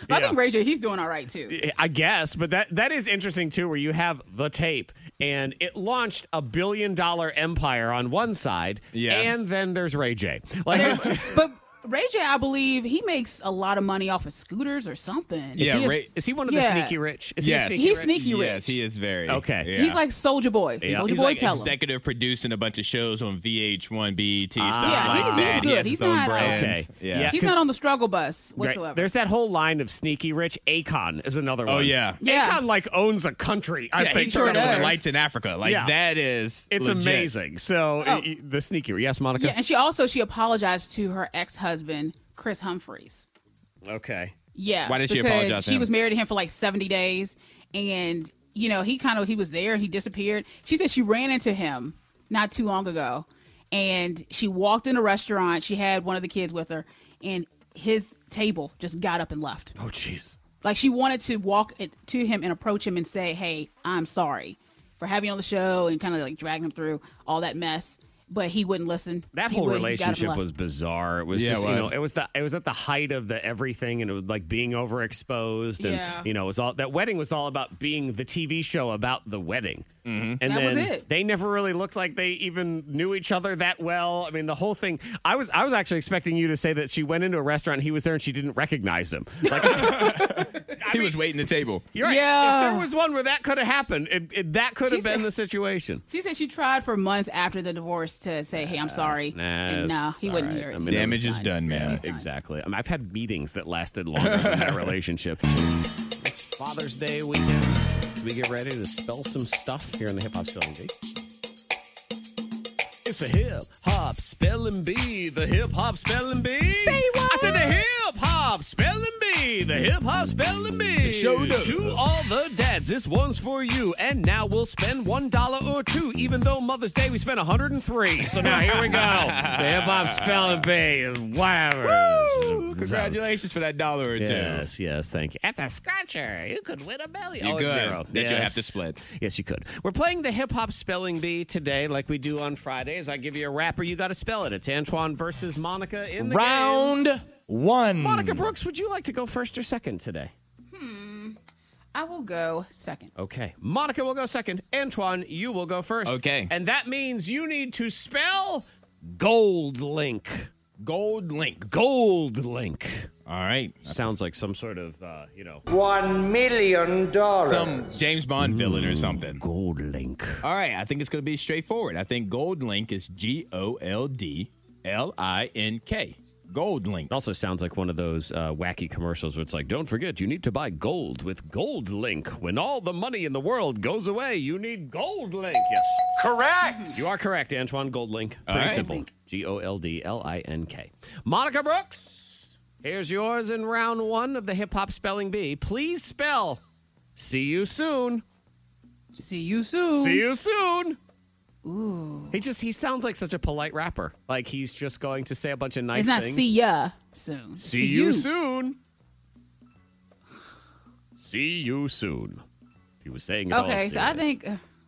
[SPEAKER 5] But I
[SPEAKER 1] Yeah.
[SPEAKER 5] think Ray J, he's doing all right too.
[SPEAKER 1] I guess, but that that is interesting too, where you have the tape and it launched a billion dollar empire on one side,
[SPEAKER 3] Yes.
[SPEAKER 1] and then there's Ray J. Like,
[SPEAKER 5] There's-
[SPEAKER 1] it's,
[SPEAKER 5] but Ray J, I believe he makes a lot of money off of scooters or something.
[SPEAKER 3] Yeah,
[SPEAKER 1] he is,
[SPEAKER 3] Ray-
[SPEAKER 1] is he one of the
[SPEAKER 5] Yeah.
[SPEAKER 1] sneaky rich? Is
[SPEAKER 3] yes,
[SPEAKER 1] he a sneaky
[SPEAKER 5] He's
[SPEAKER 1] rich?
[SPEAKER 5] sneaky rich.
[SPEAKER 3] Yes, he is very
[SPEAKER 1] Okay.
[SPEAKER 3] Yeah.
[SPEAKER 5] He's like Soldier Boy. Soldier
[SPEAKER 3] He's
[SPEAKER 5] Boy,
[SPEAKER 3] like
[SPEAKER 5] tell him.
[SPEAKER 3] executive producing a bunch of shows on VH1, BET, stuff
[SPEAKER 5] Yeah,
[SPEAKER 3] like
[SPEAKER 5] he's- he's
[SPEAKER 3] that.
[SPEAKER 5] good.
[SPEAKER 3] He has
[SPEAKER 5] He's
[SPEAKER 3] his own
[SPEAKER 5] not, uh,
[SPEAKER 3] brands.
[SPEAKER 1] Ah. Okay.
[SPEAKER 3] Yeah.
[SPEAKER 1] Yeah.
[SPEAKER 5] He's
[SPEAKER 1] 'cause-
[SPEAKER 5] not on the struggle bus
[SPEAKER 1] Right.
[SPEAKER 5] whatsoever.
[SPEAKER 1] There's that whole line of sneaky rich. Akon is another one.
[SPEAKER 3] Oh, yeah.
[SPEAKER 5] Yeah.
[SPEAKER 1] Akon like owns a country. I
[SPEAKER 3] yeah, he
[SPEAKER 1] think
[SPEAKER 5] sure
[SPEAKER 3] turned
[SPEAKER 1] so.
[SPEAKER 3] over the
[SPEAKER 5] does.
[SPEAKER 3] lights in Africa. Like
[SPEAKER 1] Yeah.
[SPEAKER 3] that is
[SPEAKER 1] It's
[SPEAKER 3] legit.
[SPEAKER 1] amazing. So
[SPEAKER 5] Oh.
[SPEAKER 1] i- i- the sneaky. Yes, Monica.
[SPEAKER 5] yeah, and she also she apologized to her ex husband Chris Humphreys.
[SPEAKER 1] Okay.
[SPEAKER 5] Yeah.
[SPEAKER 3] Why did she
[SPEAKER 5] because
[SPEAKER 3] apologize to
[SPEAKER 5] She
[SPEAKER 3] him?
[SPEAKER 5] was married to him for like 70 days. And, you know, he kind of, he was there and he disappeared. She said she ran into him not too long ago. And she walked in a restaurant. She had one of the kids with her. And his table just got up and left.
[SPEAKER 1] Oh jeez.
[SPEAKER 5] Like she wanted to walk it, to him and approach him and say, "Hey, I'm sorry for having you on the show and kind of like dragging him through all that mess." But he wouldn't listen.
[SPEAKER 1] That
[SPEAKER 5] He
[SPEAKER 1] whole
[SPEAKER 5] wouldn't. He's got him
[SPEAKER 1] relationship
[SPEAKER 5] left.
[SPEAKER 1] was bizarre. It was
[SPEAKER 3] Yeah, it
[SPEAKER 1] just, you know,
[SPEAKER 3] was.
[SPEAKER 1] it was the it was at the height of the everything and it was like being overexposed and
[SPEAKER 5] Yeah.
[SPEAKER 1] you know, it was all that wedding was all about being the TV show about the wedding. Mm-hmm. And
[SPEAKER 5] That
[SPEAKER 1] then
[SPEAKER 5] was it.
[SPEAKER 1] they never really looked like they even knew each other that well. I mean, the whole thing I was I was actually expecting you to say that she went into a restaurant and he was there and she didn't recognize him. Like
[SPEAKER 3] He was waiting the table.
[SPEAKER 1] You're right.
[SPEAKER 5] Yeah.
[SPEAKER 1] If there was one where that could have happened, it, it, that could have
[SPEAKER 5] She's-
[SPEAKER 1] been the situation.
[SPEAKER 5] She said she tried for months after the divorce to say, "Hey, I'm sorry."
[SPEAKER 1] nah,
[SPEAKER 5] and
[SPEAKER 1] it's
[SPEAKER 5] no, he
[SPEAKER 1] all
[SPEAKER 5] wouldn't
[SPEAKER 1] right.
[SPEAKER 5] hear it.
[SPEAKER 1] I mean,
[SPEAKER 5] He
[SPEAKER 1] Damage
[SPEAKER 3] is
[SPEAKER 5] was fine.
[SPEAKER 3] done, man.
[SPEAKER 5] He was fine.
[SPEAKER 1] Exactly. I mean, I've had meetings that lasted longer than that relationship. It's Father's Day weekend. We get ready to spell some stuff here in the Hip Hop Spelling Bee. It's a hip hop spelling bee, the hip hop spelling bee. Say what? I said the hip hop spelling bee, the hip hop spelling bee.
[SPEAKER 3] Show it up.
[SPEAKER 1] To all the dads, this one's for you. And now we'll spend one dollar or two, even though Mother's Day we spent 103. So now here we go. the hip hop spelling bee and whatever.
[SPEAKER 3] Ooh, Congratulations for that dollar or two.
[SPEAKER 1] Yes, yes, thank you. That's a scratcher. You could win a million.
[SPEAKER 3] You
[SPEAKER 1] oh, it's
[SPEAKER 3] could.
[SPEAKER 1] zero.
[SPEAKER 3] That you have to split.
[SPEAKER 1] Yes, you could. We're playing the hip hop spelling bee today, like we do on Fridays. I give you a rapper, you got to spell it. It's Antoine versus Monica in the game.
[SPEAKER 3] Round one.
[SPEAKER 1] Monica Brooks, would you like to go first or second today?
[SPEAKER 5] I will go second.
[SPEAKER 1] Okay. Monica will go second. Antoine, you will go first.
[SPEAKER 3] Okay.
[SPEAKER 1] And that means you need to spell Gold Link.
[SPEAKER 3] Gold link.
[SPEAKER 1] Gold Link.
[SPEAKER 3] All right.
[SPEAKER 1] Sounds like some sort of, uh, you know,
[SPEAKER 10] One million dollars.
[SPEAKER 3] Some James Bond villain or something.
[SPEAKER 1] Gold Link.
[SPEAKER 3] All right, I think it's going to be straightforward. I think Gold Link is G O L D L I N K. Gold Link.
[SPEAKER 1] It also sounds like one of those uh, wacky commercials where it's like, don't forget, you need to buy gold with Gold Link. When all the money in the world goes away, you need Gold Link. Yes. Correct. You are correct, Antoine. Gold Link. Pretty
[SPEAKER 3] right.
[SPEAKER 1] simple. G O L D L I N K. Monica Brooks, Here's yours in round one of the hip hop spelling bee. Please spell. See you soon.
[SPEAKER 5] See you soon.
[SPEAKER 1] See you soon.
[SPEAKER 5] Ooh.
[SPEAKER 1] He just he sounds like such a polite rapper. Like he's just going to say a bunch of nice
[SPEAKER 5] it's not
[SPEAKER 1] things.
[SPEAKER 5] see ya soon.
[SPEAKER 1] See, you, soon. See you soon. He was saying it all
[SPEAKER 5] Okay, so I
[SPEAKER 1] serious.
[SPEAKER 5] think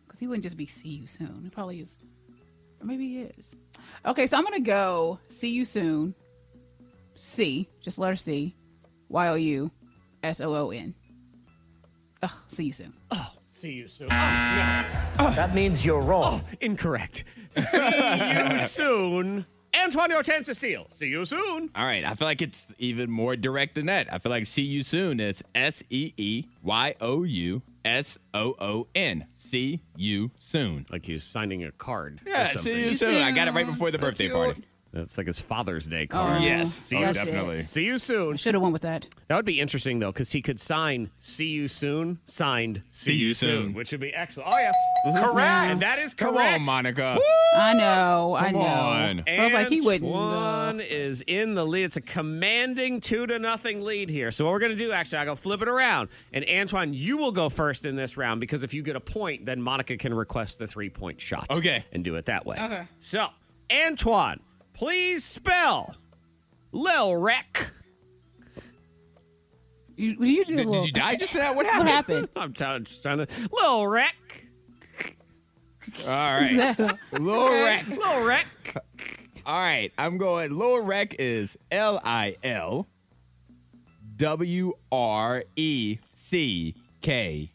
[SPEAKER 5] because he wouldn't just be see you soon. It probably is. Or maybe he is. Okay, so I'm gonna go see you soon. C, just letter C, Y O U, S O O N. Oh, see you soon.
[SPEAKER 1] See you soon. That means you're wrong. Oh, incorrect. See you soon. Antoine, your chance to steal. See you soon.
[SPEAKER 3] All right, I feel like it's even more direct than that. I feel like see you soon is S E E Y O U S O O N. See you soon.
[SPEAKER 1] Like he's signing a card. or
[SPEAKER 3] Yeah,
[SPEAKER 1] something.
[SPEAKER 3] see you soon. I got it right before the
[SPEAKER 5] So
[SPEAKER 3] birthday
[SPEAKER 5] cute.
[SPEAKER 3] party.
[SPEAKER 1] That's like his Father's Day card.
[SPEAKER 5] Oh,
[SPEAKER 3] Yes.
[SPEAKER 1] See
[SPEAKER 3] oh,
[SPEAKER 1] you,
[SPEAKER 5] that's it.
[SPEAKER 3] definitely.
[SPEAKER 1] see you soon.
[SPEAKER 5] Should have went with that.
[SPEAKER 1] That would be interesting though, because he could sign "See you soon," signed "See,
[SPEAKER 3] you
[SPEAKER 1] you,
[SPEAKER 3] soon."
[SPEAKER 1] soon. which would be excellent. Oh yeah, correct. And that is
[SPEAKER 3] Come
[SPEAKER 1] correct.
[SPEAKER 3] on, Monica.
[SPEAKER 5] I know.
[SPEAKER 3] Come
[SPEAKER 5] I know.
[SPEAKER 3] on.
[SPEAKER 5] But I was like, he wouldn't.
[SPEAKER 1] One is in the lead. It's a commanding two to nothing lead here. So what we're gonna do, actually, I go flip it around, and Antoine, you will go first in this round because if you get a point, then Monica can request the three point shot.
[SPEAKER 3] Okay.
[SPEAKER 1] and do it that way.
[SPEAKER 5] Okay.
[SPEAKER 1] So Antoine, please spell Lil Rec.
[SPEAKER 5] You, would you do a
[SPEAKER 3] Did,
[SPEAKER 5] little,
[SPEAKER 3] did you die just now? What
[SPEAKER 5] What
[SPEAKER 3] happened?
[SPEAKER 5] happened?
[SPEAKER 1] I'm trying, just trying to Lil Rec.
[SPEAKER 3] All right. Lil Rec.
[SPEAKER 1] Lil Rec.
[SPEAKER 3] All right, I'm going. Lil Rec is L I L W R E C K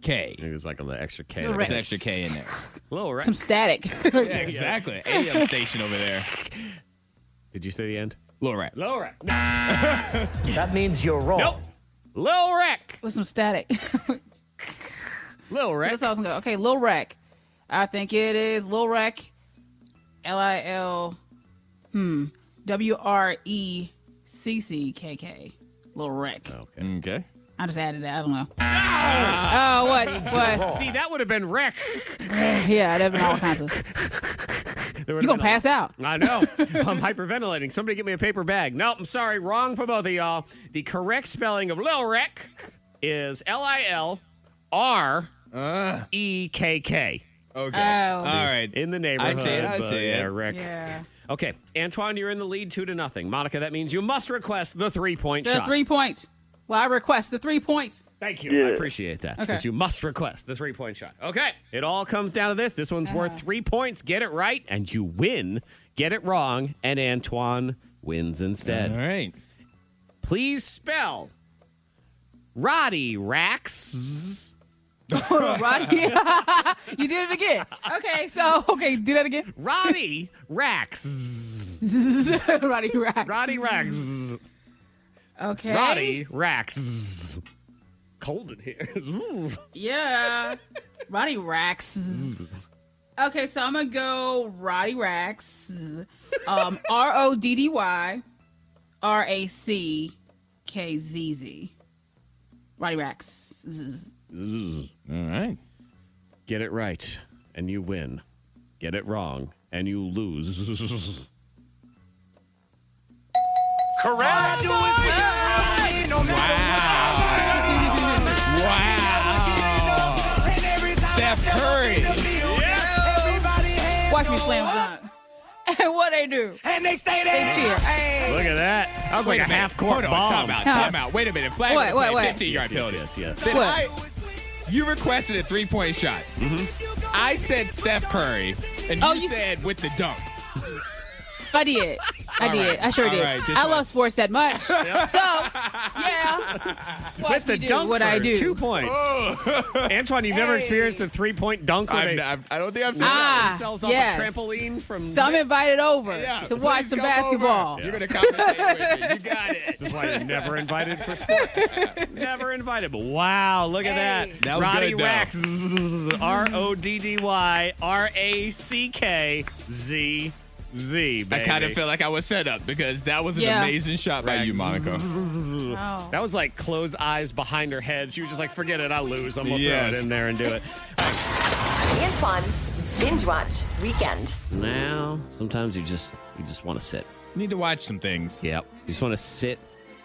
[SPEAKER 3] K.
[SPEAKER 1] It was like on the extra K.
[SPEAKER 5] Lil
[SPEAKER 1] Lil
[SPEAKER 5] Rec.
[SPEAKER 1] Rec.
[SPEAKER 3] There's an extra K in there.
[SPEAKER 1] Lil Rec.
[SPEAKER 5] Some static.
[SPEAKER 3] Yeah, exactly. AM station over there.
[SPEAKER 1] Did you say the end?
[SPEAKER 3] Lil Rec.
[SPEAKER 1] Lil Rec.
[SPEAKER 10] That means you're wrong.
[SPEAKER 1] Nope. Lil Rec.
[SPEAKER 5] with some static.
[SPEAKER 1] Lil Rec.
[SPEAKER 5] That's how I was gonna go. Okay, Lil Rec. I think it is Lil Rec. L I L. Hmm. W R E C C K K. Lil Rec.
[SPEAKER 3] Okay.
[SPEAKER 5] I just added that. I don't know.
[SPEAKER 3] Ah!
[SPEAKER 5] Oh, what? What?
[SPEAKER 1] See, that would have been Rec.
[SPEAKER 5] Yeah, that would all kinds of.
[SPEAKER 1] There
[SPEAKER 5] You
[SPEAKER 1] would've
[SPEAKER 5] gonna
[SPEAKER 1] been a-
[SPEAKER 5] pass out?
[SPEAKER 1] I know. I'm hyperventilating. Somebody get me a paper bag. Nope, I'm sorry. Wrong for both of y'all. The correct spelling of Lil Rec is L I L R E K K.
[SPEAKER 3] Okay.
[SPEAKER 5] Oh.
[SPEAKER 3] All right.
[SPEAKER 1] In the neighborhood.
[SPEAKER 3] I see it, I
[SPEAKER 1] but
[SPEAKER 3] see it.
[SPEAKER 1] yeah, Rec.
[SPEAKER 5] Yeah.
[SPEAKER 1] Okay, Antoine, you're in the lead two to nothing. Monica, that means you must request the three point
[SPEAKER 5] The
[SPEAKER 1] shot.
[SPEAKER 5] three points. Well, I request the three points.
[SPEAKER 1] Thank you. I appreciate that
[SPEAKER 5] Okay.
[SPEAKER 1] because you must request the three point shot. Okay. It all comes down to this. This one's
[SPEAKER 3] Uh-huh.
[SPEAKER 1] worth three points. Get it right and you win. Get it wrong and Antoine wins instead.
[SPEAKER 3] All right.
[SPEAKER 1] Please spell Roddy Rax.
[SPEAKER 5] Roddy. you did it again. Okay, so okay, do that again.
[SPEAKER 1] Roddy Rax.
[SPEAKER 5] Roddy Rex.
[SPEAKER 1] Roddy Rax.
[SPEAKER 5] Okay.
[SPEAKER 1] Roddy Rax. Cold in here. Ooh.
[SPEAKER 5] Yeah. Roddy Rax. Okay, so I'm gonna go Roddy Rax. Um R O D D Y R A C K Z Z. Roddy Rax.
[SPEAKER 3] All right.
[SPEAKER 1] Get it right and you win. Get it wrong and you lose.
[SPEAKER 3] Wow. Steph Curry.
[SPEAKER 5] Watch me slam dunk. And what they do?
[SPEAKER 3] And they stay
[SPEAKER 5] They cheer. Hey.
[SPEAKER 1] Look at that. That was like a, half court
[SPEAKER 3] Hold
[SPEAKER 1] bomb.
[SPEAKER 3] on. Time out. Time out. Wait a minute. Flag.
[SPEAKER 5] What, what, what?
[SPEAKER 3] 15 yard
[SPEAKER 1] Yes, yes,
[SPEAKER 3] penalty.
[SPEAKER 1] yes, yes.
[SPEAKER 3] Then
[SPEAKER 5] What?
[SPEAKER 3] I, you requested a three point shot. I said Steph Curry, and you,
[SPEAKER 5] Oh, you-
[SPEAKER 3] said with the dunk.
[SPEAKER 5] I did. I
[SPEAKER 3] All
[SPEAKER 5] did.
[SPEAKER 3] right.
[SPEAKER 5] I sure
[SPEAKER 3] All
[SPEAKER 5] did.
[SPEAKER 3] right, just
[SPEAKER 5] I
[SPEAKER 3] like-
[SPEAKER 5] love sports that much. So yeah. Watch
[SPEAKER 1] With the
[SPEAKER 5] me do
[SPEAKER 1] dunk
[SPEAKER 5] what
[SPEAKER 1] for
[SPEAKER 5] I do.
[SPEAKER 1] two points. Antoine, you've never
[SPEAKER 5] Hey.
[SPEAKER 1] experienced a three-point dunk where
[SPEAKER 3] Oh. I'm,
[SPEAKER 1] they
[SPEAKER 3] I'm, I don't think I'm.
[SPEAKER 5] Ah,
[SPEAKER 1] themselves off
[SPEAKER 5] yes.
[SPEAKER 1] a trampoline from...
[SPEAKER 5] So I'm invited over
[SPEAKER 3] Yeah,
[SPEAKER 5] to watch
[SPEAKER 3] please
[SPEAKER 5] some
[SPEAKER 3] come
[SPEAKER 5] basketball.
[SPEAKER 3] over. You're gonna compensate with me. You got
[SPEAKER 1] This is
[SPEAKER 3] it.
[SPEAKER 1] why you're never invited for sports. never invited. But wow, look at
[SPEAKER 5] Hey.
[SPEAKER 1] that.
[SPEAKER 3] That was
[SPEAKER 1] Roddy
[SPEAKER 3] good, though.
[SPEAKER 1] Rax. R O D D Y R A C K Z Z.
[SPEAKER 3] I kind of
[SPEAKER 1] baby.
[SPEAKER 3] feel like I was set up because that was an
[SPEAKER 5] Yeah.
[SPEAKER 3] amazing shot by you, Monica.
[SPEAKER 5] Oh.
[SPEAKER 1] That was like closed eyes behind her head. She was just like, forget it, I lose. I'm going to
[SPEAKER 3] Yes.
[SPEAKER 1] throw it in there and do it.
[SPEAKER 6] Antoine's Binge Watch Weekend.
[SPEAKER 1] Now, sometimes you just you just want to sit.
[SPEAKER 3] Need to watch some things.
[SPEAKER 1] Yep. You just want to sit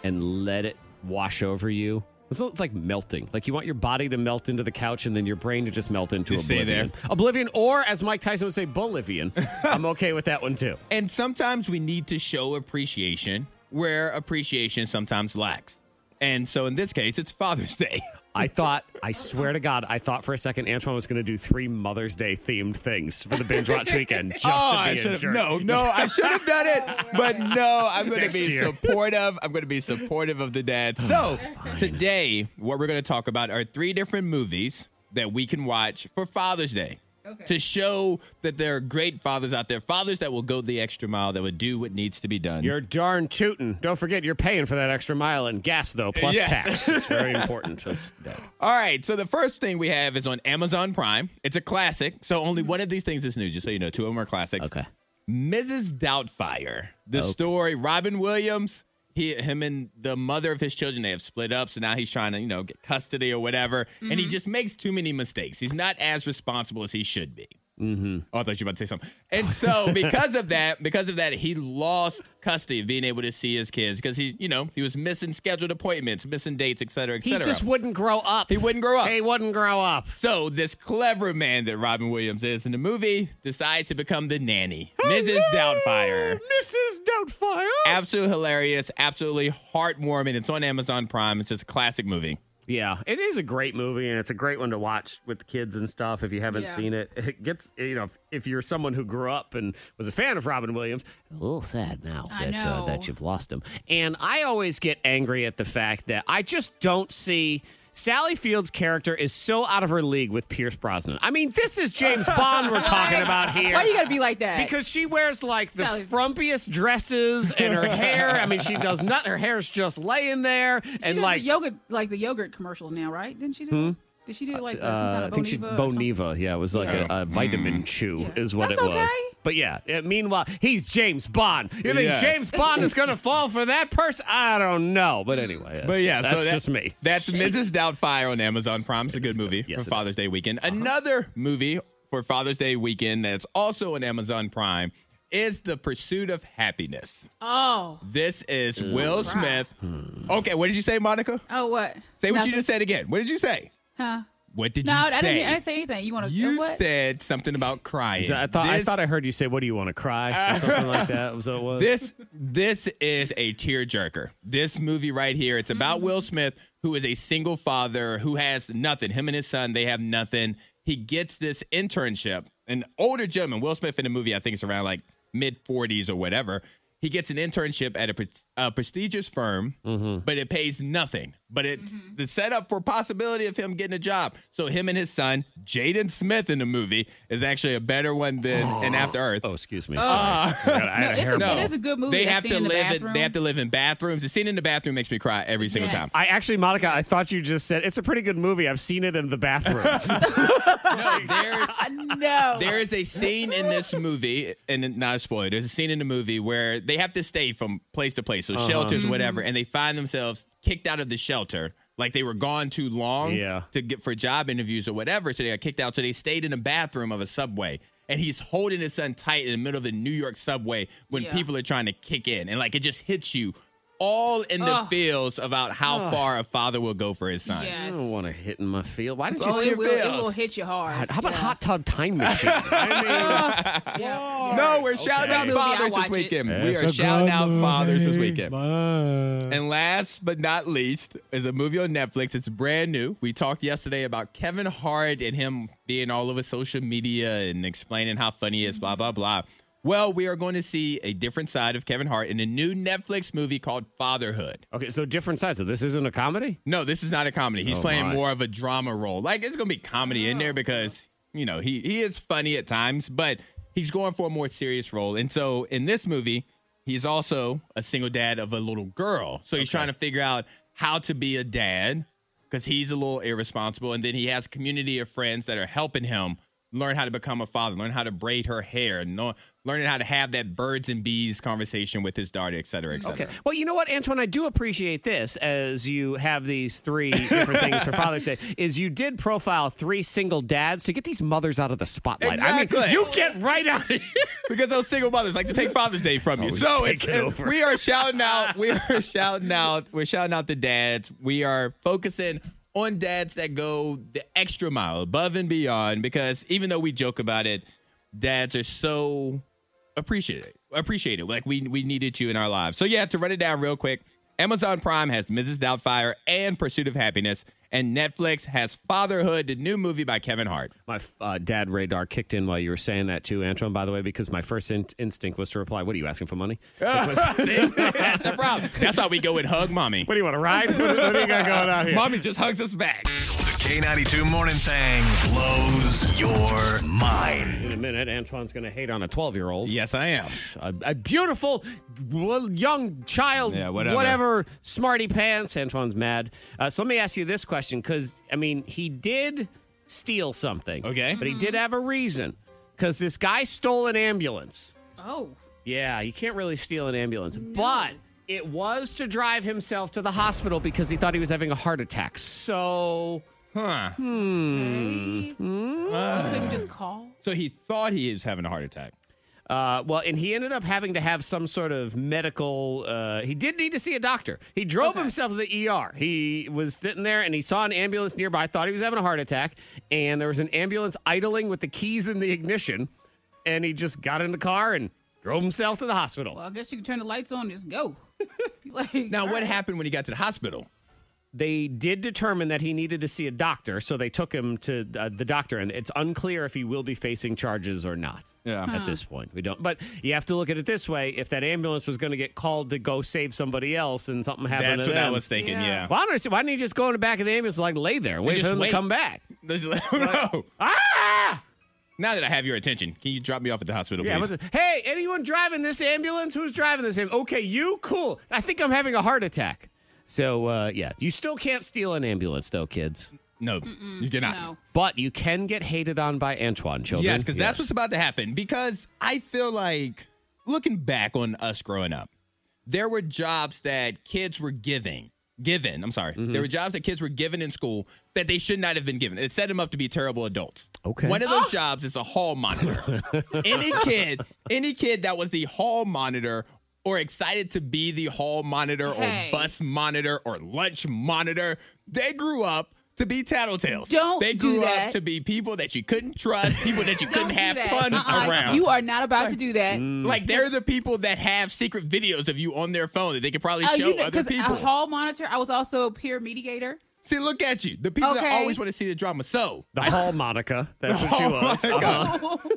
[SPEAKER 1] and let it wash over you. It's not- it's like melting. Like you want your body to melt into the couch and then your brain to just melt into
[SPEAKER 3] Just stay
[SPEAKER 1] oblivion.
[SPEAKER 3] there.
[SPEAKER 1] Oblivion, or as Mike Tyson would say, Bolivian. I'm okay with that one too.
[SPEAKER 3] And sometimes we need to show appreciation where appreciation sometimes lacks. And so in this case, it's Father's Day.
[SPEAKER 1] I thought, I swear to God, I thought for a second Antoine was going to do three Mother's Day themed things for the binge watch weekend. Just
[SPEAKER 3] oh,
[SPEAKER 1] to be
[SPEAKER 3] I
[SPEAKER 1] a
[SPEAKER 3] should have.
[SPEAKER 1] jerk.
[SPEAKER 3] No, no, I should have done it. But no, I'm going to
[SPEAKER 1] Next
[SPEAKER 3] be
[SPEAKER 1] year. Oh,
[SPEAKER 3] supportive. I'm going to be supportive of the dad. So today, what we're going to talk about are three different movies that we can watch for Father's Day. To show that there are great fathers out there, fathers that will go the extra mile, that would do what needs to be done.
[SPEAKER 1] You're darn tootin'. Don't forget, you're paying for that extra mile and gas, though, plus
[SPEAKER 3] Yes.
[SPEAKER 1] tax. It's very important. Just-
[SPEAKER 3] All right, so the first thing we have is on Amazon Prime. It's a classic, so only one of these things is new, just so you know. Two of them are classics.
[SPEAKER 1] Okay.
[SPEAKER 3] Mrs. Doubtfire, the
[SPEAKER 1] Okay.
[SPEAKER 3] story, Robin Williams, he, him and the mother of his children, they have split up, so now he's trying to, you know, get custody or whatever, and he just makes too many mistakes. He's not as responsible as he should be.
[SPEAKER 1] Mhm.
[SPEAKER 3] Oh, I thought you were about to say something. And so because of that, because of that, he lost custody of being able to see his kids because he, you know, he was missing scheduled appointments, missing dates, et cetera, et
[SPEAKER 1] He
[SPEAKER 3] cetera.
[SPEAKER 1] just wouldn't grow up.
[SPEAKER 3] He wouldn't grow up.
[SPEAKER 1] He wouldn't grow up.
[SPEAKER 3] So this clever man that Robin Williams is in the movie decides to become the nanny,
[SPEAKER 1] Oh,
[SPEAKER 3] Mrs. Doubtfire.
[SPEAKER 1] Mrs. Doubtfire.
[SPEAKER 3] Absolutely hilarious, absolutely heartwarming. It's on Amazon Prime. It's just a classic movie.
[SPEAKER 1] Yeah, it is a great movie, and it's a great one to watch with the kids and stuff. If you haven't
[SPEAKER 5] Yeah.
[SPEAKER 1] seen it, it gets you know if, if you're someone who grew up and was a fan of Robin Williams, a little sad now
[SPEAKER 5] I
[SPEAKER 1] that uh,
[SPEAKER 5] know.
[SPEAKER 1] that you've lost him. And I always get angry at the fact that I just don't see. Sally Field's character is so out of her league with Pierce Brosnan. I mean, this is James Bond we're talking about here.
[SPEAKER 5] Why you gotta be like that?
[SPEAKER 1] Because she wears like the
[SPEAKER 5] Sally-
[SPEAKER 1] frumpiest dresses and her hair. I mean, she does not. Her hair's just laying there
[SPEAKER 5] she
[SPEAKER 1] and
[SPEAKER 5] does
[SPEAKER 1] like
[SPEAKER 5] the yogurt, like the yogurt commercials now, right? Didn't she do? that? Did she do like uh, some kind
[SPEAKER 1] Uh,
[SPEAKER 5] of
[SPEAKER 1] I think she
[SPEAKER 5] Boniva or something?
[SPEAKER 1] Boniva. Yeah, Mm. it was like a, a vitamin chew
[SPEAKER 5] Yeah.
[SPEAKER 1] is what
[SPEAKER 5] That's
[SPEAKER 1] it was.
[SPEAKER 5] okay.
[SPEAKER 1] But yeah, uh, meanwhile, he's James Bond. You think
[SPEAKER 3] Yes.
[SPEAKER 1] James Bond is going to fall for that person? I don't know. But anyway, that's,
[SPEAKER 3] But yeah, so
[SPEAKER 1] that's
[SPEAKER 3] that-
[SPEAKER 1] just me.
[SPEAKER 3] That's Mrs. Doubtfire on Amazon Prime. It's a good movie
[SPEAKER 1] Yes, it Uh-huh.
[SPEAKER 3] for Father's Day weekend. Another movie for Father's Day weekend that's also on Amazon Prime is The Pursuit of Happiness.
[SPEAKER 5] Oh,
[SPEAKER 3] This is Will
[SPEAKER 5] Right.
[SPEAKER 3] Smith.
[SPEAKER 1] Hmm.
[SPEAKER 3] Okay, what did you say, Monica?
[SPEAKER 5] oh, what?
[SPEAKER 3] Say what
[SPEAKER 5] Nothing.
[SPEAKER 3] you just said again. What did you say?
[SPEAKER 5] Huh?
[SPEAKER 3] What did
[SPEAKER 5] No,
[SPEAKER 3] you say?
[SPEAKER 5] I didn't, hear- I didn't say anything. You want to?
[SPEAKER 3] You
[SPEAKER 5] what?
[SPEAKER 3] said something about crying.
[SPEAKER 1] I thought I
[SPEAKER 3] This-
[SPEAKER 1] thought I heard you say, "What do you want to cry?" or something like that. Was that what it was?
[SPEAKER 3] this this is a tearjerker. This movie right here. It's about Will Smith, who is a single father who has nothing. Him and his son, they have nothing. He gets this internship. An older gentleman, Will Smith, in the movie, I think it's around like mid forties or whatever. He gets an internship at a, pre- a prestigious firm, but it pays nothing. But it's the setup for possibility of him getting a job. So him and his son, Jaden Smith, in the movie is actually a better one than an After Earth.
[SPEAKER 1] oh, excuse me. Sorry. I got- I
[SPEAKER 5] Ah. No,
[SPEAKER 1] had a
[SPEAKER 5] it's
[SPEAKER 1] hair
[SPEAKER 5] a-
[SPEAKER 1] blow.
[SPEAKER 5] it is a good movie.
[SPEAKER 3] They
[SPEAKER 5] that
[SPEAKER 3] have
[SPEAKER 5] scene
[SPEAKER 3] to
[SPEAKER 5] in the
[SPEAKER 3] live in
[SPEAKER 5] bathroom.
[SPEAKER 3] they have to live in bathrooms. The scene in the bathroom makes me cry every single time.
[SPEAKER 5] Yes.
[SPEAKER 1] I actually, Monica, I thought you just said it's a pretty good movie. I've seen it in the bathroom.
[SPEAKER 3] No, there's
[SPEAKER 5] no.
[SPEAKER 3] there is a scene in this movie, and not a spoiler. There's a scene in the movie where they have to stay from place to place, so
[SPEAKER 1] Uh-huh.
[SPEAKER 3] shelters,
[SPEAKER 5] Mm-hmm.
[SPEAKER 3] whatever, and they find themselves kicked out of the shelter, like they were gone too long
[SPEAKER 1] Yeah.
[SPEAKER 3] to get for job interviews or whatever. So they got kicked out. So they stayed in the bathroom of a subway. And he's holding his son tight in the middle of the New York subway when
[SPEAKER 5] Yeah.
[SPEAKER 3] people are trying to kick in. And like it just hits you all in the feels about how far a father will go for his son.
[SPEAKER 1] I
[SPEAKER 5] Yes.
[SPEAKER 1] don't want to hit in my field. Why did you
[SPEAKER 5] Oh,
[SPEAKER 1] say
[SPEAKER 5] it will, it
[SPEAKER 3] feels.
[SPEAKER 5] will hit you hard.
[SPEAKER 1] How about
[SPEAKER 5] Yeah.
[SPEAKER 1] Hot Tub Time Machine? I mean,
[SPEAKER 5] Yeah.
[SPEAKER 3] No, we're shouting out
[SPEAKER 5] Movie, I'll
[SPEAKER 3] fathers this
[SPEAKER 5] watch it.
[SPEAKER 3] weekend.
[SPEAKER 1] It's
[SPEAKER 3] we
[SPEAKER 1] a
[SPEAKER 3] are shouting
[SPEAKER 1] good
[SPEAKER 3] out fathers this weekend.
[SPEAKER 1] Bye.
[SPEAKER 3] And last but not least is a movie on Netflix. It's brand new. We talked yesterday about Kevin Hart and him being all over social media and explaining how funny he is, blah, blah, blah. Well, we are going to see a different side of Kevin Hart in a new Netflix movie called Fatherhood.
[SPEAKER 1] Okay, so different sides. So this isn't a comedy.
[SPEAKER 3] No, this is not a comedy. He's
[SPEAKER 1] Oh,
[SPEAKER 3] playing
[SPEAKER 1] my.
[SPEAKER 3] more of a drama role. Like it's gonna be comedy in there because you know he he is funny at times, but he's going for a more serious role. And so in this movie, he's also a single dad of a little girl. So he's trying to figure out how to be a dad because he's a little irresponsible. And then he has a community of friends that are helping him learn how to become a father, learn how to braid her hair, and know, learning how to have that birds and bees conversation with his daughter, et cetera, et cetera.
[SPEAKER 1] Okay. Well, you know what, Antoine, I do appreciate this as you have these three different things for Father's Day. Is you did profile three single dads to get these mothers out of the spotlight. I mean,
[SPEAKER 3] Exactly.
[SPEAKER 1] you get right out of here.
[SPEAKER 3] because those single mothers like to take Father's Day from you.
[SPEAKER 1] always
[SPEAKER 3] So
[SPEAKER 1] taken
[SPEAKER 3] it's, it's-
[SPEAKER 1] over.
[SPEAKER 3] we are shouting out, we are shouting out, we're shouting out the dads. We are focusing on dads that go the extra mile, above and beyond, because even though we joke about it, dads are so appreciated. Appreciated. Like we we needed you in our lives. So yeah, to run it down real quick, Amazon Prime has Mrs. Doubtfire and Pursuit of Happiness, and Netflix has Fatherhood, the new movie by Kevin Hart.
[SPEAKER 1] My uh, dad radar kicked in while you were saying that too, Antoine. By the way, because my first in- instinct was to reply, "What are you asking for money?
[SPEAKER 3] See? That's the problem. That's how we go with hug mommy.
[SPEAKER 1] What do you want to ride? What, what do you got going on here?"
[SPEAKER 3] Mommy just hugs us back.
[SPEAKER 2] The K92 Morning Thang blows your mind.
[SPEAKER 1] In a minute, Antoine's going to hate on a 12 year old.
[SPEAKER 3] Yes, I am.
[SPEAKER 1] A, a beautiful well, young child,
[SPEAKER 3] Yeah, whatever.
[SPEAKER 1] smarty pants. Antoine's mad. Uh, so let me ask you this question because, I mean, he did steal something.
[SPEAKER 3] Okay.
[SPEAKER 1] But he did have a reason because this guy stole an ambulance.
[SPEAKER 5] Oh,
[SPEAKER 1] Yeah, you can't really steal an ambulance. But it was to drive himself to the hospital because he thought he was having a heart attack. So.
[SPEAKER 3] Huh.
[SPEAKER 5] hey. couldn't just call.
[SPEAKER 3] So he thought he was having a heart attack.
[SPEAKER 1] Uh, well, and he ended up having to have some sort of medical. Uh, he did need to see a doctor. He drove himself to the ER. He was sitting there and he saw an ambulance nearby, thought he was having a heart attack, and there was an ambulance idling with the keys in the ignition. And he just got in the car and drove himself to the hospital.
[SPEAKER 5] Well, I guess you can turn the lights on and just go. like,
[SPEAKER 3] Now,
[SPEAKER 5] all
[SPEAKER 3] what
[SPEAKER 5] right.
[SPEAKER 3] happened when he got to the hospital?
[SPEAKER 1] They did determine that he needed to see a doctor, so they took him to uh, the doctor, and it's unclear if he will be facing charges or not.
[SPEAKER 3] Yeah.
[SPEAKER 1] At this point, we don't. But you have to look at it this way: if that ambulance was going to get called to go save somebody else, and something happened
[SPEAKER 3] That's
[SPEAKER 1] to
[SPEAKER 3] what
[SPEAKER 1] them,
[SPEAKER 3] I was thinking. Yeah.
[SPEAKER 5] Yeah.
[SPEAKER 1] Well, I don't understand. Why didn't he just go in the back of the ambulance, like lay there, wait for
[SPEAKER 3] just
[SPEAKER 1] him
[SPEAKER 3] wait.
[SPEAKER 1] to come back?
[SPEAKER 3] This is- no.
[SPEAKER 1] Ah!
[SPEAKER 3] Now that I have your attention, can you drop me off at the hospital,
[SPEAKER 1] Yeah.
[SPEAKER 3] please?
[SPEAKER 1] what's the- hey, anyone driving this ambulance? Who's driving this ambulance? Okay, you. Cool. I think I'm having a heart attack. So uh, yeah, you still can't steal an ambulance, though, kids.
[SPEAKER 3] no, you cannot.
[SPEAKER 5] No.
[SPEAKER 1] But you can get hated on by Antoine children.
[SPEAKER 3] Yes, because that's what's about to happen. Because I feel like looking back on us growing up, there were jobs that kids were giving. Given, I'm sorry. There were jobs that kids were given in school that they should not have been given. It set them up to be terrible adults.
[SPEAKER 1] Okay.
[SPEAKER 3] One of those jobs is a hall monitor. any kid, any kid that was the hall monitor or excited to be the hall monitor
[SPEAKER 5] Hey.
[SPEAKER 3] or bus monitor or lunch monitor, they grew up to be tattletales.
[SPEAKER 5] Don't
[SPEAKER 3] they
[SPEAKER 5] do
[SPEAKER 3] grew up
[SPEAKER 5] that.
[SPEAKER 3] to be people that you couldn't trust, people that you couldn't
[SPEAKER 5] Don't do
[SPEAKER 3] have
[SPEAKER 5] that.
[SPEAKER 3] fun
[SPEAKER 5] Uh-uh.
[SPEAKER 3] around.
[SPEAKER 5] You are not about to do that.
[SPEAKER 1] Mm.
[SPEAKER 5] Uh,
[SPEAKER 3] like they're the people that have secret videos of you on their phone that they could probably
[SPEAKER 5] Uh,
[SPEAKER 3] show
[SPEAKER 5] you know,
[SPEAKER 3] other
[SPEAKER 5] because a
[SPEAKER 3] people.
[SPEAKER 5] hall monitor. I was also a peer mediator.
[SPEAKER 3] see, look at you. The people that
[SPEAKER 5] Okay.
[SPEAKER 3] always want to see the drama. So oh
[SPEAKER 1] the hall Monica. That's what she was. Uh-huh.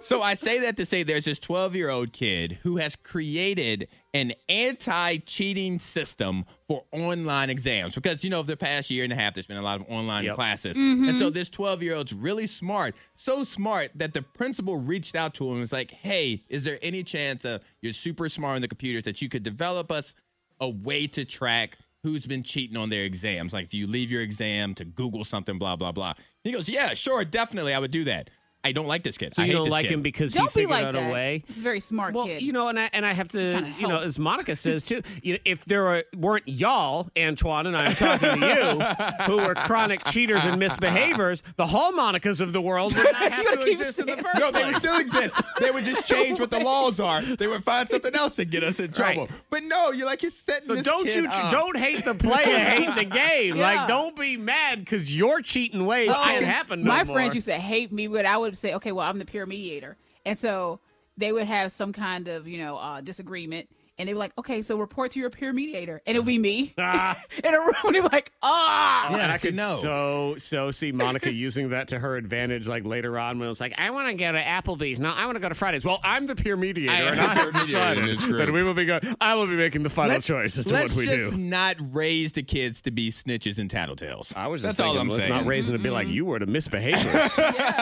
[SPEAKER 3] so I say that to say there's this 12 year old kid who has created an anti cheating system for online exams because, you know, over the past year and a half, there's been a lot of online
[SPEAKER 1] Yep.
[SPEAKER 3] classes. And so this 12 year old's really smart, so smart that the principal reached out to him and was like, hey, is there any chance of you're super smart on the computers that you could develop us a way to track who's been cheating on their exams. Like if you leave your exam to Google something, blah, blah, blah. He goes, Yeah, sure, definitely I would do that. I don't like this kid.
[SPEAKER 1] So
[SPEAKER 3] I
[SPEAKER 1] you
[SPEAKER 3] hate
[SPEAKER 1] don't
[SPEAKER 3] this
[SPEAKER 1] like
[SPEAKER 3] kid.
[SPEAKER 1] him because he
[SPEAKER 5] Don't be
[SPEAKER 1] figured
[SPEAKER 5] like
[SPEAKER 1] out
[SPEAKER 5] that.
[SPEAKER 1] a way.
[SPEAKER 5] This is a very smart
[SPEAKER 1] Well,
[SPEAKER 5] kid.
[SPEAKER 1] you know, and I and I have
[SPEAKER 5] trying
[SPEAKER 1] to,
[SPEAKER 5] to
[SPEAKER 1] you know,
[SPEAKER 5] help.
[SPEAKER 1] as Monica says too, you know, if there were, weren't y'all, Antoine, and I'm talking to you, who were chronic cheaters and misbehaviors, the hall Monicas of the world would not
[SPEAKER 5] You
[SPEAKER 1] have to
[SPEAKER 5] keep
[SPEAKER 1] exist in the
[SPEAKER 5] saying-
[SPEAKER 1] first
[SPEAKER 3] No, they
[SPEAKER 1] place.
[SPEAKER 3] would still exist. They would just change what the laws are. They would find something else to get us in
[SPEAKER 1] Right.
[SPEAKER 3] trouble. But no, you're like you're setting.
[SPEAKER 1] So
[SPEAKER 3] this
[SPEAKER 1] don't
[SPEAKER 3] kid
[SPEAKER 1] you
[SPEAKER 3] up.
[SPEAKER 1] don't hate the player, hate the game.
[SPEAKER 5] Yeah.
[SPEAKER 1] Like don't be mad because your cheating ways can't happen. No
[SPEAKER 5] Oh, my
[SPEAKER 1] more.
[SPEAKER 5] friends used to hate me, but I would say, okay, well, I'm the peer mediator, and so they would have some kind of you know uh, disagreement, and they were like, okay, so report to your peer mediator, and it'll be me
[SPEAKER 1] Ah.
[SPEAKER 5] in a room. And they were like, ah,
[SPEAKER 3] Yeah,
[SPEAKER 1] and I
[SPEAKER 3] I see,
[SPEAKER 1] could
[SPEAKER 3] no.
[SPEAKER 1] so so see Monica using that to her advantage. Like later on, when it was like, I want to go to Applebee's. No, I want to go to Fridays. Well, I'm the peer mediator,
[SPEAKER 3] am
[SPEAKER 1] and
[SPEAKER 3] the
[SPEAKER 1] I
[SPEAKER 3] peer
[SPEAKER 1] have
[SPEAKER 3] mediator in
[SPEAKER 1] decided
[SPEAKER 3] this group.
[SPEAKER 1] that we will be going. I will be making the final
[SPEAKER 3] Let's,
[SPEAKER 1] choice as to
[SPEAKER 3] let's
[SPEAKER 1] what we
[SPEAKER 3] just
[SPEAKER 1] do.
[SPEAKER 3] not raise the kids to be snitches and tattletales.
[SPEAKER 1] I was just
[SPEAKER 3] That's
[SPEAKER 1] thinking,
[SPEAKER 3] all I'm
[SPEAKER 1] let's
[SPEAKER 3] saying.
[SPEAKER 1] not raising to be like you were to misbehaviors. Mm-hmm.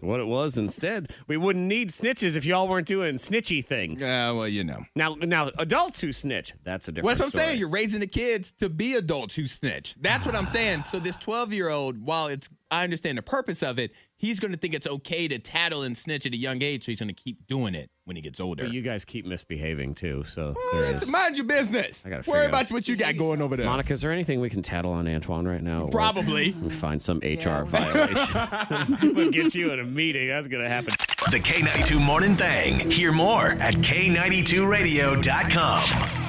[SPEAKER 1] What it was instead, we wouldn't need snitches if y'all weren't doing snitchy things.
[SPEAKER 3] Yeah, Uh, well, you know.
[SPEAKER 1] Now, now adults who snitch, that's a different.
[SPEAKER 3] Well, that's what I'm
[SPEAKER 1] story.
[SPEAKER 3] saying. You're raising the kids to be adults who snitch. That's what I'm saying. So this 12 year old, while it's I understand the purpose of it, he's going to think it's okay to tattle and snitch at a young age, so he's going to keep doing it when he gets older.
[SPEAKER 1] But you guys keep misbehaving too, so there
[SPEAKER 3] It's-
[SPEAKER 1] is.
[SPEAKER 3] Mind your business.
[SPEAKER 1] I gotta
[SPEAKER 3] Worry
[SPEAKER 1] figure
[SPEAKER 3] about
[SPEAKER 1] out-
[SPEAKER 3] what you got going over there.
[SPEAKER 1] Monica, is there anything we can tattle on Antoine right now? at work?
[SPEAKER 3] Probably.
[SPEAKER 1] We find some HR violation. we'll get you in a meeting. That's going to happen.
[SPEAKER 2] The K92 Morning Thang. Hear more at K92Radio.com.